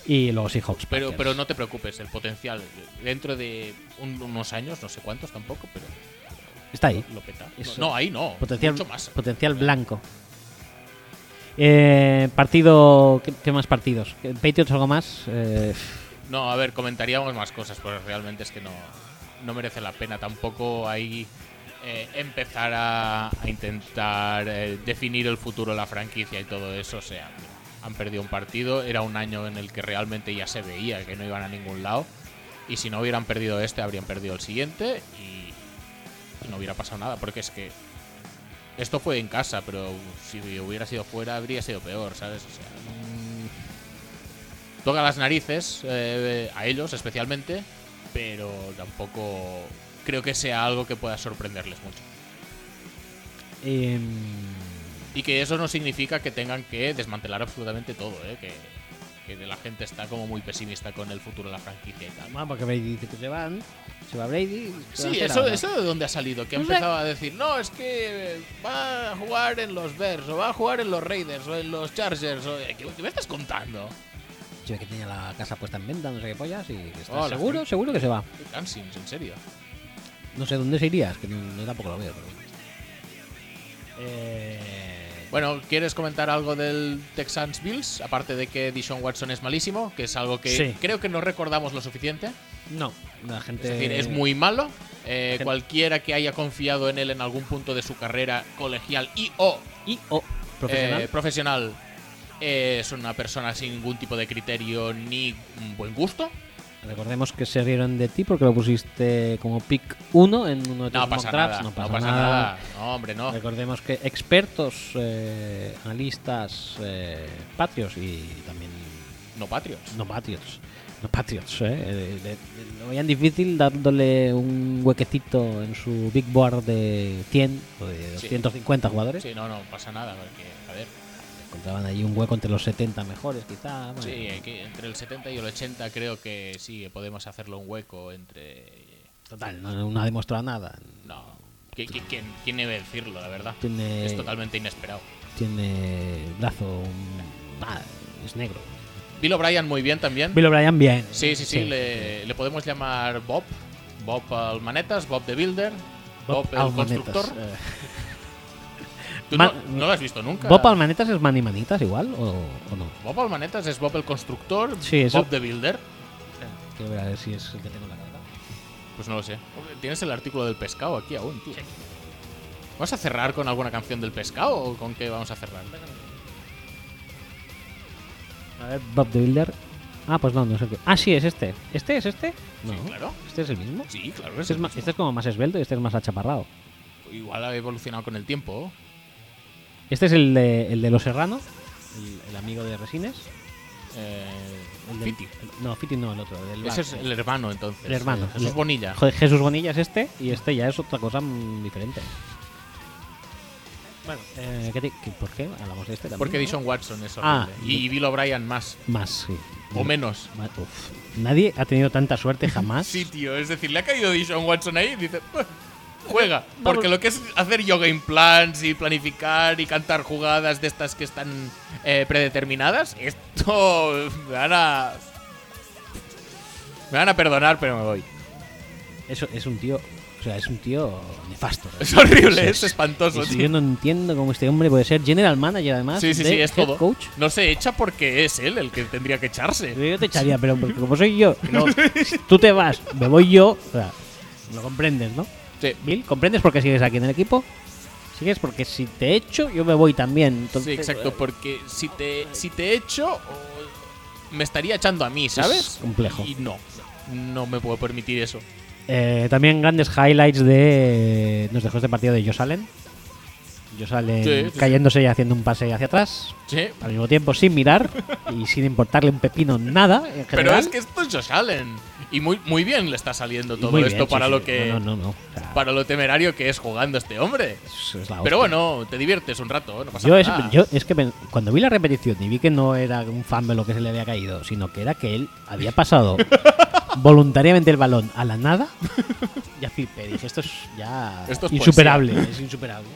Speaker 1: Y luego Seahawks.
Speaker 2: Ah. Pero,
Speaker 1: Packers.
Speaker 2: pero no te preocupes, el potencial dentro de un- unos años, no sé cuántos tampoco, pero
Speaker 1: Está ahí.
Speaker 2: lo peta. No,
Speaker 1: Eso.
Speaker 2: No, ahí no.
Speaker 1: Potencial,
Speaker 2: Mucho más.
Speaker 1: potencial blanco. Eh, partido. ¿qué, qué más partidos? ¿Qué- ¿Patriots algo más? Eh,
Speaker 2: No, a ver, comentaríamos más cosas, pero realmente es que no, no merece la pena tampoco ahí eh, empezar a, a intentar eh, definir el futuro de la franquicia y todo eso. O sea, han perdido un partido, era un año en el que realmente ya se veía que no iban a ningún lado. Y si no hubieran perdido este, habrían perdido el siguiente y no hubiera pasado nada, porque es que esto fue en casa, pero si hubiera sido fuera habría sido peor, ¿sabes? O sea, no- toca las narices eh, a ellos especialmente, pero tampoco creo que sea algo que pueda sorprenderles mucho.
Speaker 1: em,
Speaker 2: Y que eso no significa que tengan que desmantelar absolutamente todo, ¿eh? que, que la gente está como muy pesimista con el futuro de la franquicia y tal.
Speaker 1: bueno, porque Brady dice que se van. Se va Brady. se va
Speaker 2: Sí,
Speaker 1: a hacer
Speaker 2: eso,
Speaker 1: ahora.
Speaker 2: eso de dónde ha salido, que ha
Speaker 1: No sé.
Speaker 2: empezado a decir, no, es que eh, va a jugar en los Bears, o va a jugar en los Raiders, o en los Chargers, o... ¿Qué, qué me estás contando?
Speaker 1: Se ve que tenía la casa puesta en venta, no sé qué pollas. Y que está
Speaker 2: Hola,
Speaker 1: seguro,
Speaker 2: gente.
Speaker 1: seguro que se va.
Speaker 2: Qué cansins, en serio.
Speaker 1: No sé dónde se iría, es que no, no tampoco lo veo. Pero bueno. Eh,
Speaker 2: Bueno, ¿quieres comentar algo del Texans Bills? Aparte de que Dishon Watson es malísimo, que es algo que
Speaker 1: Sí.
Speaker 2: creo que no recordamos lo suficiente.
Speaker 1: No, la gente.
Speaker 2: Es decir, es muy malo. Eh,
Speaker 1: gente-
Speaker 2: cualquiera que haya confiado en él en algún punto de su carrera colegial y o
Speaker 1: Y o profesional.
Speaker 2: eh, profesional, eh, es una persona sin ningún tipo de criterio ni mm, buen gusto.
Speaker 1: Recordemos que se rieron de ti porque lo pusiste como pick 1 en uno de tus
Speaker 2: No
Speaker 1: mock
Speaker 2: pasa
Speaker 1: drafts.
Speaker 2: nada.
Speaker 1: No pasa,
Speaker 2: nada. No, hombre, no.
Speaker 1: Recordemos que expertos, eh, analistas, eh, patrios y también
Speaker 2: No Patriots.
Speaker 1: no patriots. No patriots, eh, eh, le- le- lo veían difícil dándole un huequecito en su big board de 100 o de
Speaker 2: Sí.
Speaker 1: 250 jugadores.
Speaker 2: Sí, no, no pasa nada. Porque, a ver,
Speaker 1: Encontraban ahí un hueco entre los 70 mejores, quizá. bueno.
Speaker 2: sí, aquí entre el 70 y el 80 creo que sí, que podemos hacerlo un hueco entre...
Speaker 1: Total, no, no ha demostrado nada.
Speaker 2: No. ¿Qui- qui- ¿Quién, quién debe decirlo, la verdad?
Speaker 1: Tiene-
Speaker 2: Es totalmente inesperado.
Speaker 1: Tiene el brazo. un- ah, es negro.
Speaker 2: Bill O'Brien muy bien también.
Speaker 1: Bill O'Brien, bien.
Speaker 2: Sí, sí, sí, Le, le podemos llamar Bob. Bob Almanetas, Bob the Builder, Bob, el
Speaker 1: Almanetas,
Speaker 2: Constructor.
Speaker 1: eh.
Speaker 2: Tú
Speaker 1: Man-
Speaker 2: no, no lo has visto nunca.
Speaker 1: ¿Bob Almanetas es Manny Manitas igual o, o no?
Speaker 2: Bob Almanetas es Bob el Constructor,
Speaker 1: Sí, eso-
Speaker 2: Bob the Builder.
Speaker 1: Quiero ver a ver si es el que tengo en la cabeza.
Speaker 2: Pues no lo sé. Hombre, Tienes el artículo del pescado aquí aún, tío. ¿Vamos a cerrar con alguna canción del pescado o con qué vamos a cerrar?
Speaker 1: A ver, Bob the Builder. Ah, pues no, no sé qué. Ah, sí, es este. ¿Este es este? No.
Speaker 2: Sí, claro.
Speaker 1: ¿Este es el mismo?
Speaker 2: Sí, claro. es
Speaker 1: Este es,
Speaker 2: el
Speaker 1: ma-
Speaker 2: mismo.
Speaker 1: este es como más esbelto y este es más achaparrado.
Speaker 2: Igual ha evolucionado con el tiempo.
Speaker 1: Este es el de, el de Los Serranos, el, el amigo de Resines.
Speaker 2: Eh,
Speaker 1: El del-
Speaker 2: Fiti.
Speaker 1: el- no, Fiti no, el otro. del bar.
Speaker 2: Ese es el hermano, entonces.
Speaker 1: El hermano.
Speaker 2: Eh, Jesús
Speaker 1: El-
Speaker 2: Bonilla.
Speaker 1: Joder, Jesús Bonilla es este y este ya es otra cosa mm, diferente. Bueno, eh, ¿qué te- qué- ¿por qué hablamos de este también?
Speaker 2: Porque
Speaker 1: no?
Speaker 2: Dishon Watson es
Speaker 1: Ah,
Speaker 2: horrible. y Bill O'Brien más.
Speaker 1: Más, sí.
Speaker 2: O menos.
Speaker 1: Ma- uf. Nadie ha tenido tanta suerte jamás.
Speaker 2: Sí, tío. Es decir, le ha caído Dishon Watson ahí y dice... "Buah, Juega, porque lo que es hacer yoga implants y planificar y cantar jugadas de estas que están eh, predeterminadas, esto me van a. Me van a perdonar, pero me voy.
Speaker 1: Eso es un tío. O sea, es un tío nefasto. realmente.
Speaker 2: Es horrible,
Speaker 1: O sea,
Speaker 2: es espantoso,
Speaker 1: es-
Speaker 2: tío.
Speaker 1: Yo no entiendo cómo este hombre puede ser general manager, además.
Speaker 2: Ah, Sí, sí,
Speaker 1: de
Speaker 2: sí, es
Speaker 1: head
Speaker 2: todo.
Speaker 1: coach.
Speaker 2: No se echa porque es él el que tendría que echarse.
Speaker 1: Yo te echaría, pero porque como soy yo, no, tú te vas, me voy yo. O sea, lo comprendes, ¿no?
Speaker 2: Sí.
Speaker 1: Bill, ¿comprendes por qué sigues aquí en el equipo? Sigues porque si te echo, yo me voy también.
Speaker 2: Sí,
Speaker 1: Entonces, eh,
Speaker 2: exacto, porque si te, si te echo, o- me estaría echando a mí, ¿sabes?
Speaker 1: complejo.
Speaker 2: Y no, no me puedo permitir eso.
Speaker 1: eh, también grandes highlights de. Nos dejó este partido de Josh Allen. Josh Allen
Speaker 2: Sí, sí, sí.
Speaker 1: cayéndose y haciendo un pase hacia atrás.
Speaker 2: Sí,
Speaker 1: Al mismo tiempo, sin mirar y sin importarle un pepino nada. en
Speaker 2: pero
Speaker 1: general.
Speaker 2: es que esto es Josh Allen. Y muy, muy bien le está saliendo
Speaker 1: Y
Speaker 2: todo
Speaker 1: muy bien,
Speaker 2: esto
Speaker 1: sí,
Speaker 2: para
Speaker 1: sí.
Speaker 2: lo que.
Speaker 1: No, no, no. no. O sea,
Speaker 2: Para lo temerario que es jugando este hombre.
Speaker 1: es- es la hostia.
Speaker 2: Pero bueno, te diviertes un rato, no pasa
Speaker 1: Yo es,
Speaker 2: nada.
Speaker 1: yo es que me- cuando vi la repetición y vi que no era un fumble lo que se le había caído, sino que era que él había pasado voluntariamente el balón a la nada, ya flipé. Dije, esto es ya
Speaker 2: Esto es
Speaker 1: insuperable, es insuperable.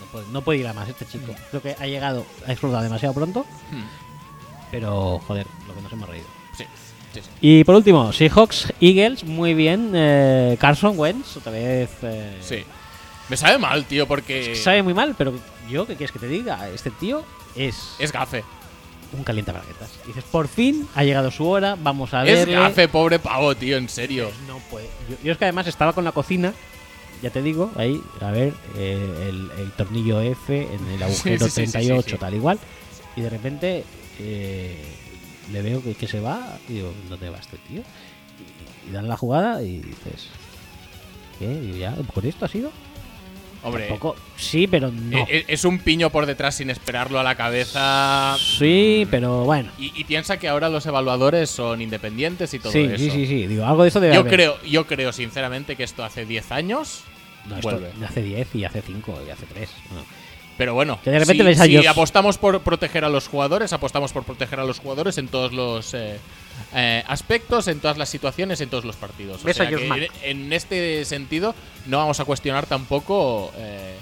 Speaker 1: No puede, no puede ir a más este chico.
Speaker 2: Mm.
Speaker 1: Creo que ha llegado, ha explotado demasiado pronto,
Speaker 2: Hmm,
Speaker 1: pero joder, lo que nos hemos reído.
Speaker 2: sí, sí, sí.
Speaker 1: Y por último, Seahawks, Eagles, muy bien. eh, Carson Wentz, otra vez. eh,
Speaker 2: Sí. Me sabe mal, tío, porque.
Speaker 1: que Sabe muy mal, pero yo, ¿qué quieres que te diga? Este tío es
Speaker 2: Es gafe.
Speaker 1: un calientabraguetas. Y dices, por fin ha llegado su hora, vamos a
Speaker 2: Es
Speaker 1: ver. eh.
Speaker 2: gafe, pobre pavo, tío, en serio.
Speaker 1: No puede. Yo, yo es que además estaba con la cocina, ya te digo, ahí, a ver, eh, el, el tornillo F en el agujero
Speaker 2: sí, sí, sí,
Speaker 1: 38,
Speaker 2: sí, sí.
Speaker 1: tal igual. Y de repente eh, le veo que, que se va y digo, ¿dónde va este tío? Y, y dan la jugada y dices, ¿qué? Digo, ya, ¿con esto ha sido?
Speaker 2: Hombre,
Speaker 1: Poco, sí, pero no.
Speaker 2: e- e- es un piño por detrás sin esperarlo a la cabeza.
Speaker 1: sí, pero bueno.
Speaker 2: Y, y piensa que ahora los evaluadores son independientes y todo
Speaker 1: Sí,
Speaker 2: eso.
Speaker 1: sí, sí, sí. Digo, algo de eso debe
Speaker 2: Yo
Speaker 1: haber.
Speaker 2: creo, yo creo sinceramente que esto hace 10 años
Speaker 1: No, esto
Speaker 2: vuelve.
Speaker 1: hace 10 y hace 5 y hace 3.
Speaker 2: Pero bueno,
Speaker 1: Que de repente
Speaker 2: si,
Speaker 1: ves a
Speaker 2: si
Speaker 1: Josh-
Speaker 2: apostamos por proteger a los jugadores, apostamos por proteger a los jugadores en todos los eh, eh, aspectos, en todas las situaciones, en todos los partidos. O
Speaker 1: Ves a
Speaker 2: sea que
Speaker 1: Josh Mack.
Speaker 2: en, en este sentido no vamos a cuestionar tampoco eh,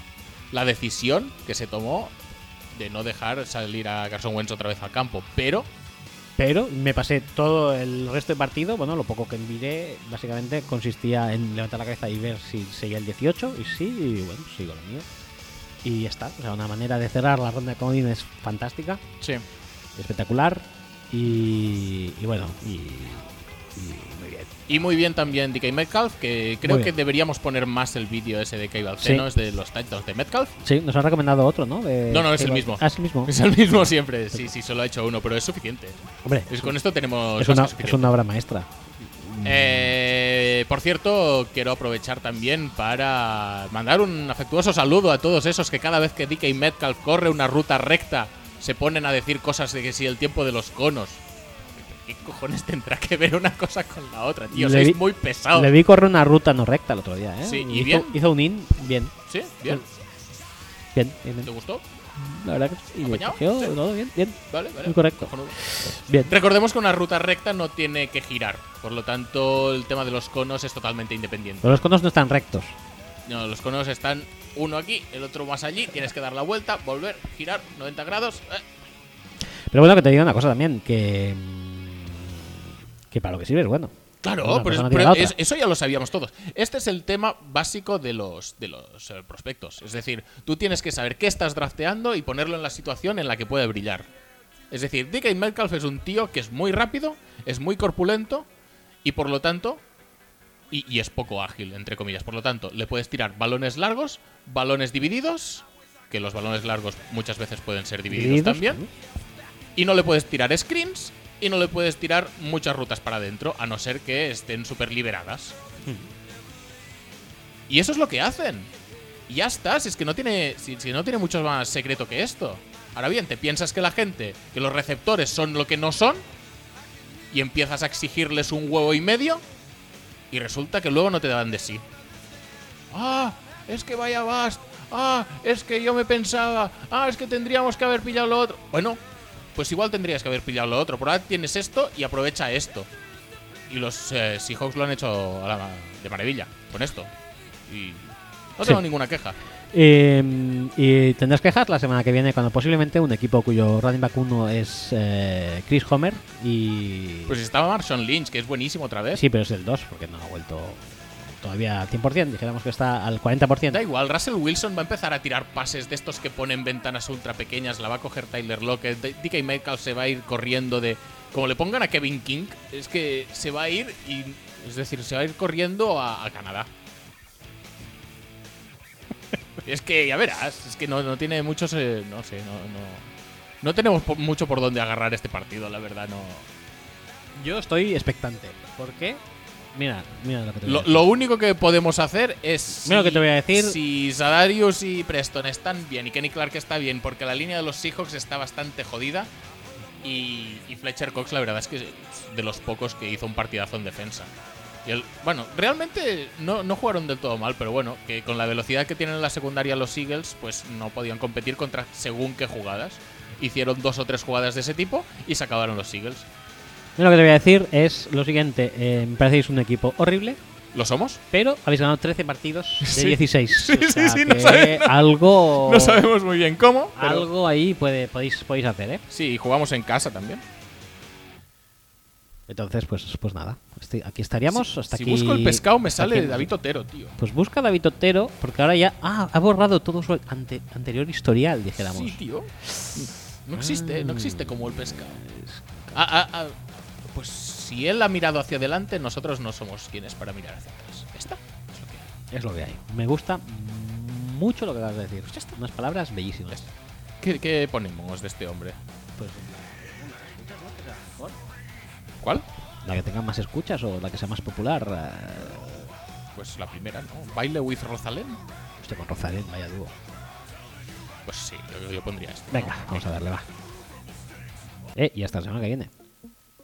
Speaker 2: la decisión que se tomó de no dejar salir a Carson Wentz otra vez al campo, pero
Speaker 1: Pero me pasé todo el resto del partido. Bueno, lo poco que miré básicamente consistía en levantar la cabeza y ver si seguía el 18. Y sí, y bueno, sigo lo mío. Y ya está. O sea, una manera de cerrar la ronda de comodines fantástica,
Speaker 2: Sí.
Speaker 1: espectacular. Y, y bueno, y, y muy bien.
Speaker 2: Y muy bien también DK Metcalf, que creo
Speaker 1: Muy
Speaker 2: que
Speaker 1: bien.
Speaker 2: deberíamos poner más el vídeo ese de Kay Balcenos de los tantos de Metcalf.
Speaker 1: Sí, nos han recomendado otro, ¿no? De-
Speaker 2: No, no, es el mismo.
Speaker 1: Ah, es el mismo.
Speaker 2: Es el mismo siempre. Sí, sí, solo ha hecho uno, pero es suficiente.
Speaker 1: Hombre,
Speaker 2: Es- con esto tenemos
Speaker 1: es
Speaker 2: más
Speaker 1: una,
Speaker 2: que
Speaker 1: es
Speaker 2: suficiente.
Speaker 1: una obra maestra.
Speaker 2: Eh, por cierto, quiero aprovechar también para mandar un afectuoso saludo a todos esos que cada vez que DK Metcalf corre una ruta recta se ponen a decir cosas de que si el tiempo de los conos. ¿Qué cojones tendrá que ver una cosa con la otra, tío?
Speaker 1: Le
Speaker 2: Sois
Speaker 1: vi-
Speaker 2: muy pesados.
Speaker 1: Le vi correr una ruta no recta el otro día, ¿eh?
Speaker 2: Ah, Sí, ¿y
Speaker 1: hizo,
Speaker 2: bien?
Speaker 1: hizo un in bien.
Speaker 2: ¿Sí? ¿Bien?
Speaker 1: Bien, bien, bien.
Speaker 2: ¿Te gustó?
Speaker 1: La verdad que sí. Y
Speaker 2: ¿Apañado?
Speaker 1: cogió,
Speaker 2: Sí.
Speaker 1: todo bien, bien.
Speaker 2: Vale, vale.
Speaker 1: Muy correcto.
Speaker 2: Cojonudo.
Speaker 1: Bien.
Speaker 2: Recordemos que una ruta recta no tiene que girar. Por lo tanto, el tema de los conos es totalmente independiente.
Speaker 1: Pero los conos no están rectos.
Speaker 2: No, los conos están uno aquí, el otro más allí. Tienes que dar la vuelta, volver, girar 90 grados. eh,
Speaker 1: Pero bueno, que te digo una cosa también, que. mm, Que para lo que sirve es bueno.
Speaker 2: Claro,
Speaker 1: Una
Speaker 2: pero,
Speaker 1: cosa no
Speaker 2: pero
Speaker 1: tira la
Speaker 2: es-
Speaker 1: otra.
Speaker 2: eso ya lo sabíamos todos. Este es el tema básico de los, de los eh, prospectos. Es decir, tú tienes que saber qué estás drafteando y ponerlo en la situación en la que puede brillar. Es decir, DK Metcalf es un tío que es muy rápido, es muy corpulento y por lo tanto. Y, y es poco ágil, entre comillas. Por lo tanto, le puedes tirar balones largos, balones divididos, que los balones largos muchas veces pueden ser divididos, también. Y no le puedes tirar screens y no le puedes tirar muchas rutas para adentro, a no ser que estén súper liberadas. Y eso es lo que hacen. Y ya está, si es que no tiene, si, si no tiene mucho más secreto que esto. Ahora bien, te piensas que la gente, que los receptores son lo que no son, y empiezas a exigirles un huevo y medio, y resulta que luego no te dan de sí. Ah, es que vaya Bast. Ah, es que yo me pensaba. Ah, es que tendríamos que haber pillado lo otro. Bueno, pues igual tendrías que haber pillado lo otro. Por ahora tienes esto y aprovecha esto. Y los eh, Seahawks lo han hecho a la- de maravilla con esto. Y no tengo
Speaker 1: Sí.
Speaker 2: ninguna queja.
Speaker 1: Eh, y tendrás quejas la semana que viene cuando posiblemente un equipo cuyo running back uno es eh, Chris Homer y.
Speaker 2: Pues estaba Marshawn Lynch, que es buenísimo otra vez.
Speaker 1: sí, pero es el 2, porque no ha vuelto todavía al 100%. Dijéramos que está al 40%.
Speaker 2: Da igual, Russell Wilson va a empezar a tirar pases de estos que ponen ventanas ultra pequeñas, la va a coger Tyler Lockett, D- DK Metcalf se va a ir corriendo de... Como le pongan a Kevin King, es que se va a ir y... Es decir, se va a ir corriendo a, a Canadá. es que ya verás, es que no, no tiene muchos... eh, no sé, no... no no tenemos po- mucho por dónde agarrar este partido, la verdad, no.
Speaker 1: Yo estoy expectante. ¿Por qué? Mira, mira lo que te voy a
Speaker 2: Lo,
Speaker 1: decir.
Speaker 2: lo único que podemos hacer es.
Speaker 1: Mira lo que te voy a decir.
Speaker 2: Si Sadarius y Preston están bien y Kenny Clark está bien, porque la línea de los Seahawks está bastante jodida. Y, y Fletcher Cox, la verdad es que es de los pocos que hizo un partidazo en defensa. Y el- bueno, realmente no, no jugaron del todo mal, pero bueno, que con la velocidad que tienen en la secundaria los Eagles, pues no podían competir contra según qué jugadas. Hicieron dos o tres jugadas de ese tipo y se acabaron los Eagles.
Speaker 1: Yo lo que te voy a decir es lo siguiente. eh, me parecéis un equipo horrible,
Speaker 2: ¿Lo somos?
Speaker 1: pero habéis ganado 13 partidos de
Speaker 2: Sí.
Speaker 1: 16.
Speaker 2: Sí, sí, sí, no
Speaker 1: que
Speaker 2: sabe- no-
Speaker 1: algo,
Speaker 2: No sabemos muy bien cómo. pero-
Speaker 1: algo ahí puede, podéis, podéis hacer, ¿eh?
Speaker 2: Sí, y jugamos en casa también.
Speaker 1: Entonces, pues, pues nada. Estoy- aquí estaríamos. hasta
Speaker 2: si
Speaker 1: aquí,
Speaker 2: busco el pescado me
Speaker 1: hasta
Speaker 2: sale
Speaker 1: aquí-
Speaker 2: David Otero, tío.
Speaker 1: Pues busca David Otero, porque ahora ya ah, ha borrado todo su ante- anterior historial, dijéramos.
Speaker 2: Sí, tío. No existe, no existe como el pescado. Ah, ah, ah, Pues si él ha mirado hacia adelante, nosotros no somos quienes para mirar hacia atrás. Ya está. Es lo que hay.
Speaker 1: Es lo que hay. Me gusta mucho lo que acabas de decir. Unas palabras bellísimas.
Speaker 2: ¿Qué, qué ponemos de este hombre?
Speaker 1: Pues,
Speaker 2: ¿Cuál?
Speaker 1: la que tenga más escuchas o la que sea más popular. eh,
Speaker 2: Pues la primera, ¿no? ¿Baile with Rosalén?
Speaker 1: Hostia, con Rosalén, vaya dúo.
Speaker 2: Pues sí, yo, yo pondría este. esto.
Speaker 1: Venga, vamos a darle, va. Eh, y hasta la semana que viene.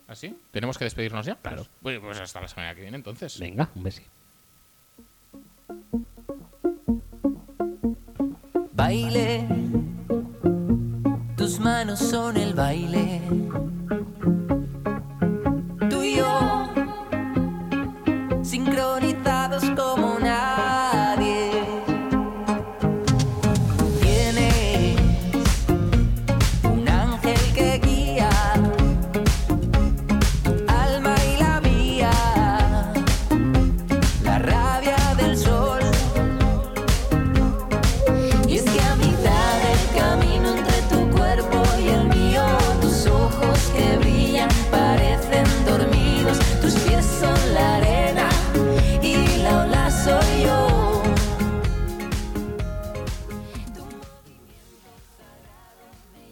Speaker 2: ¿Así? ¿Ah, ¿Tenemos que despedirnos ya?
Speaker 1: Claro.
Speaker 2: Pues, pues hasta la semana que viene, entonces.
Speaker 1: Venga, un besi.
Speaker 6: Baile, tus manos son el baile. Tú y yo, sincronizados como una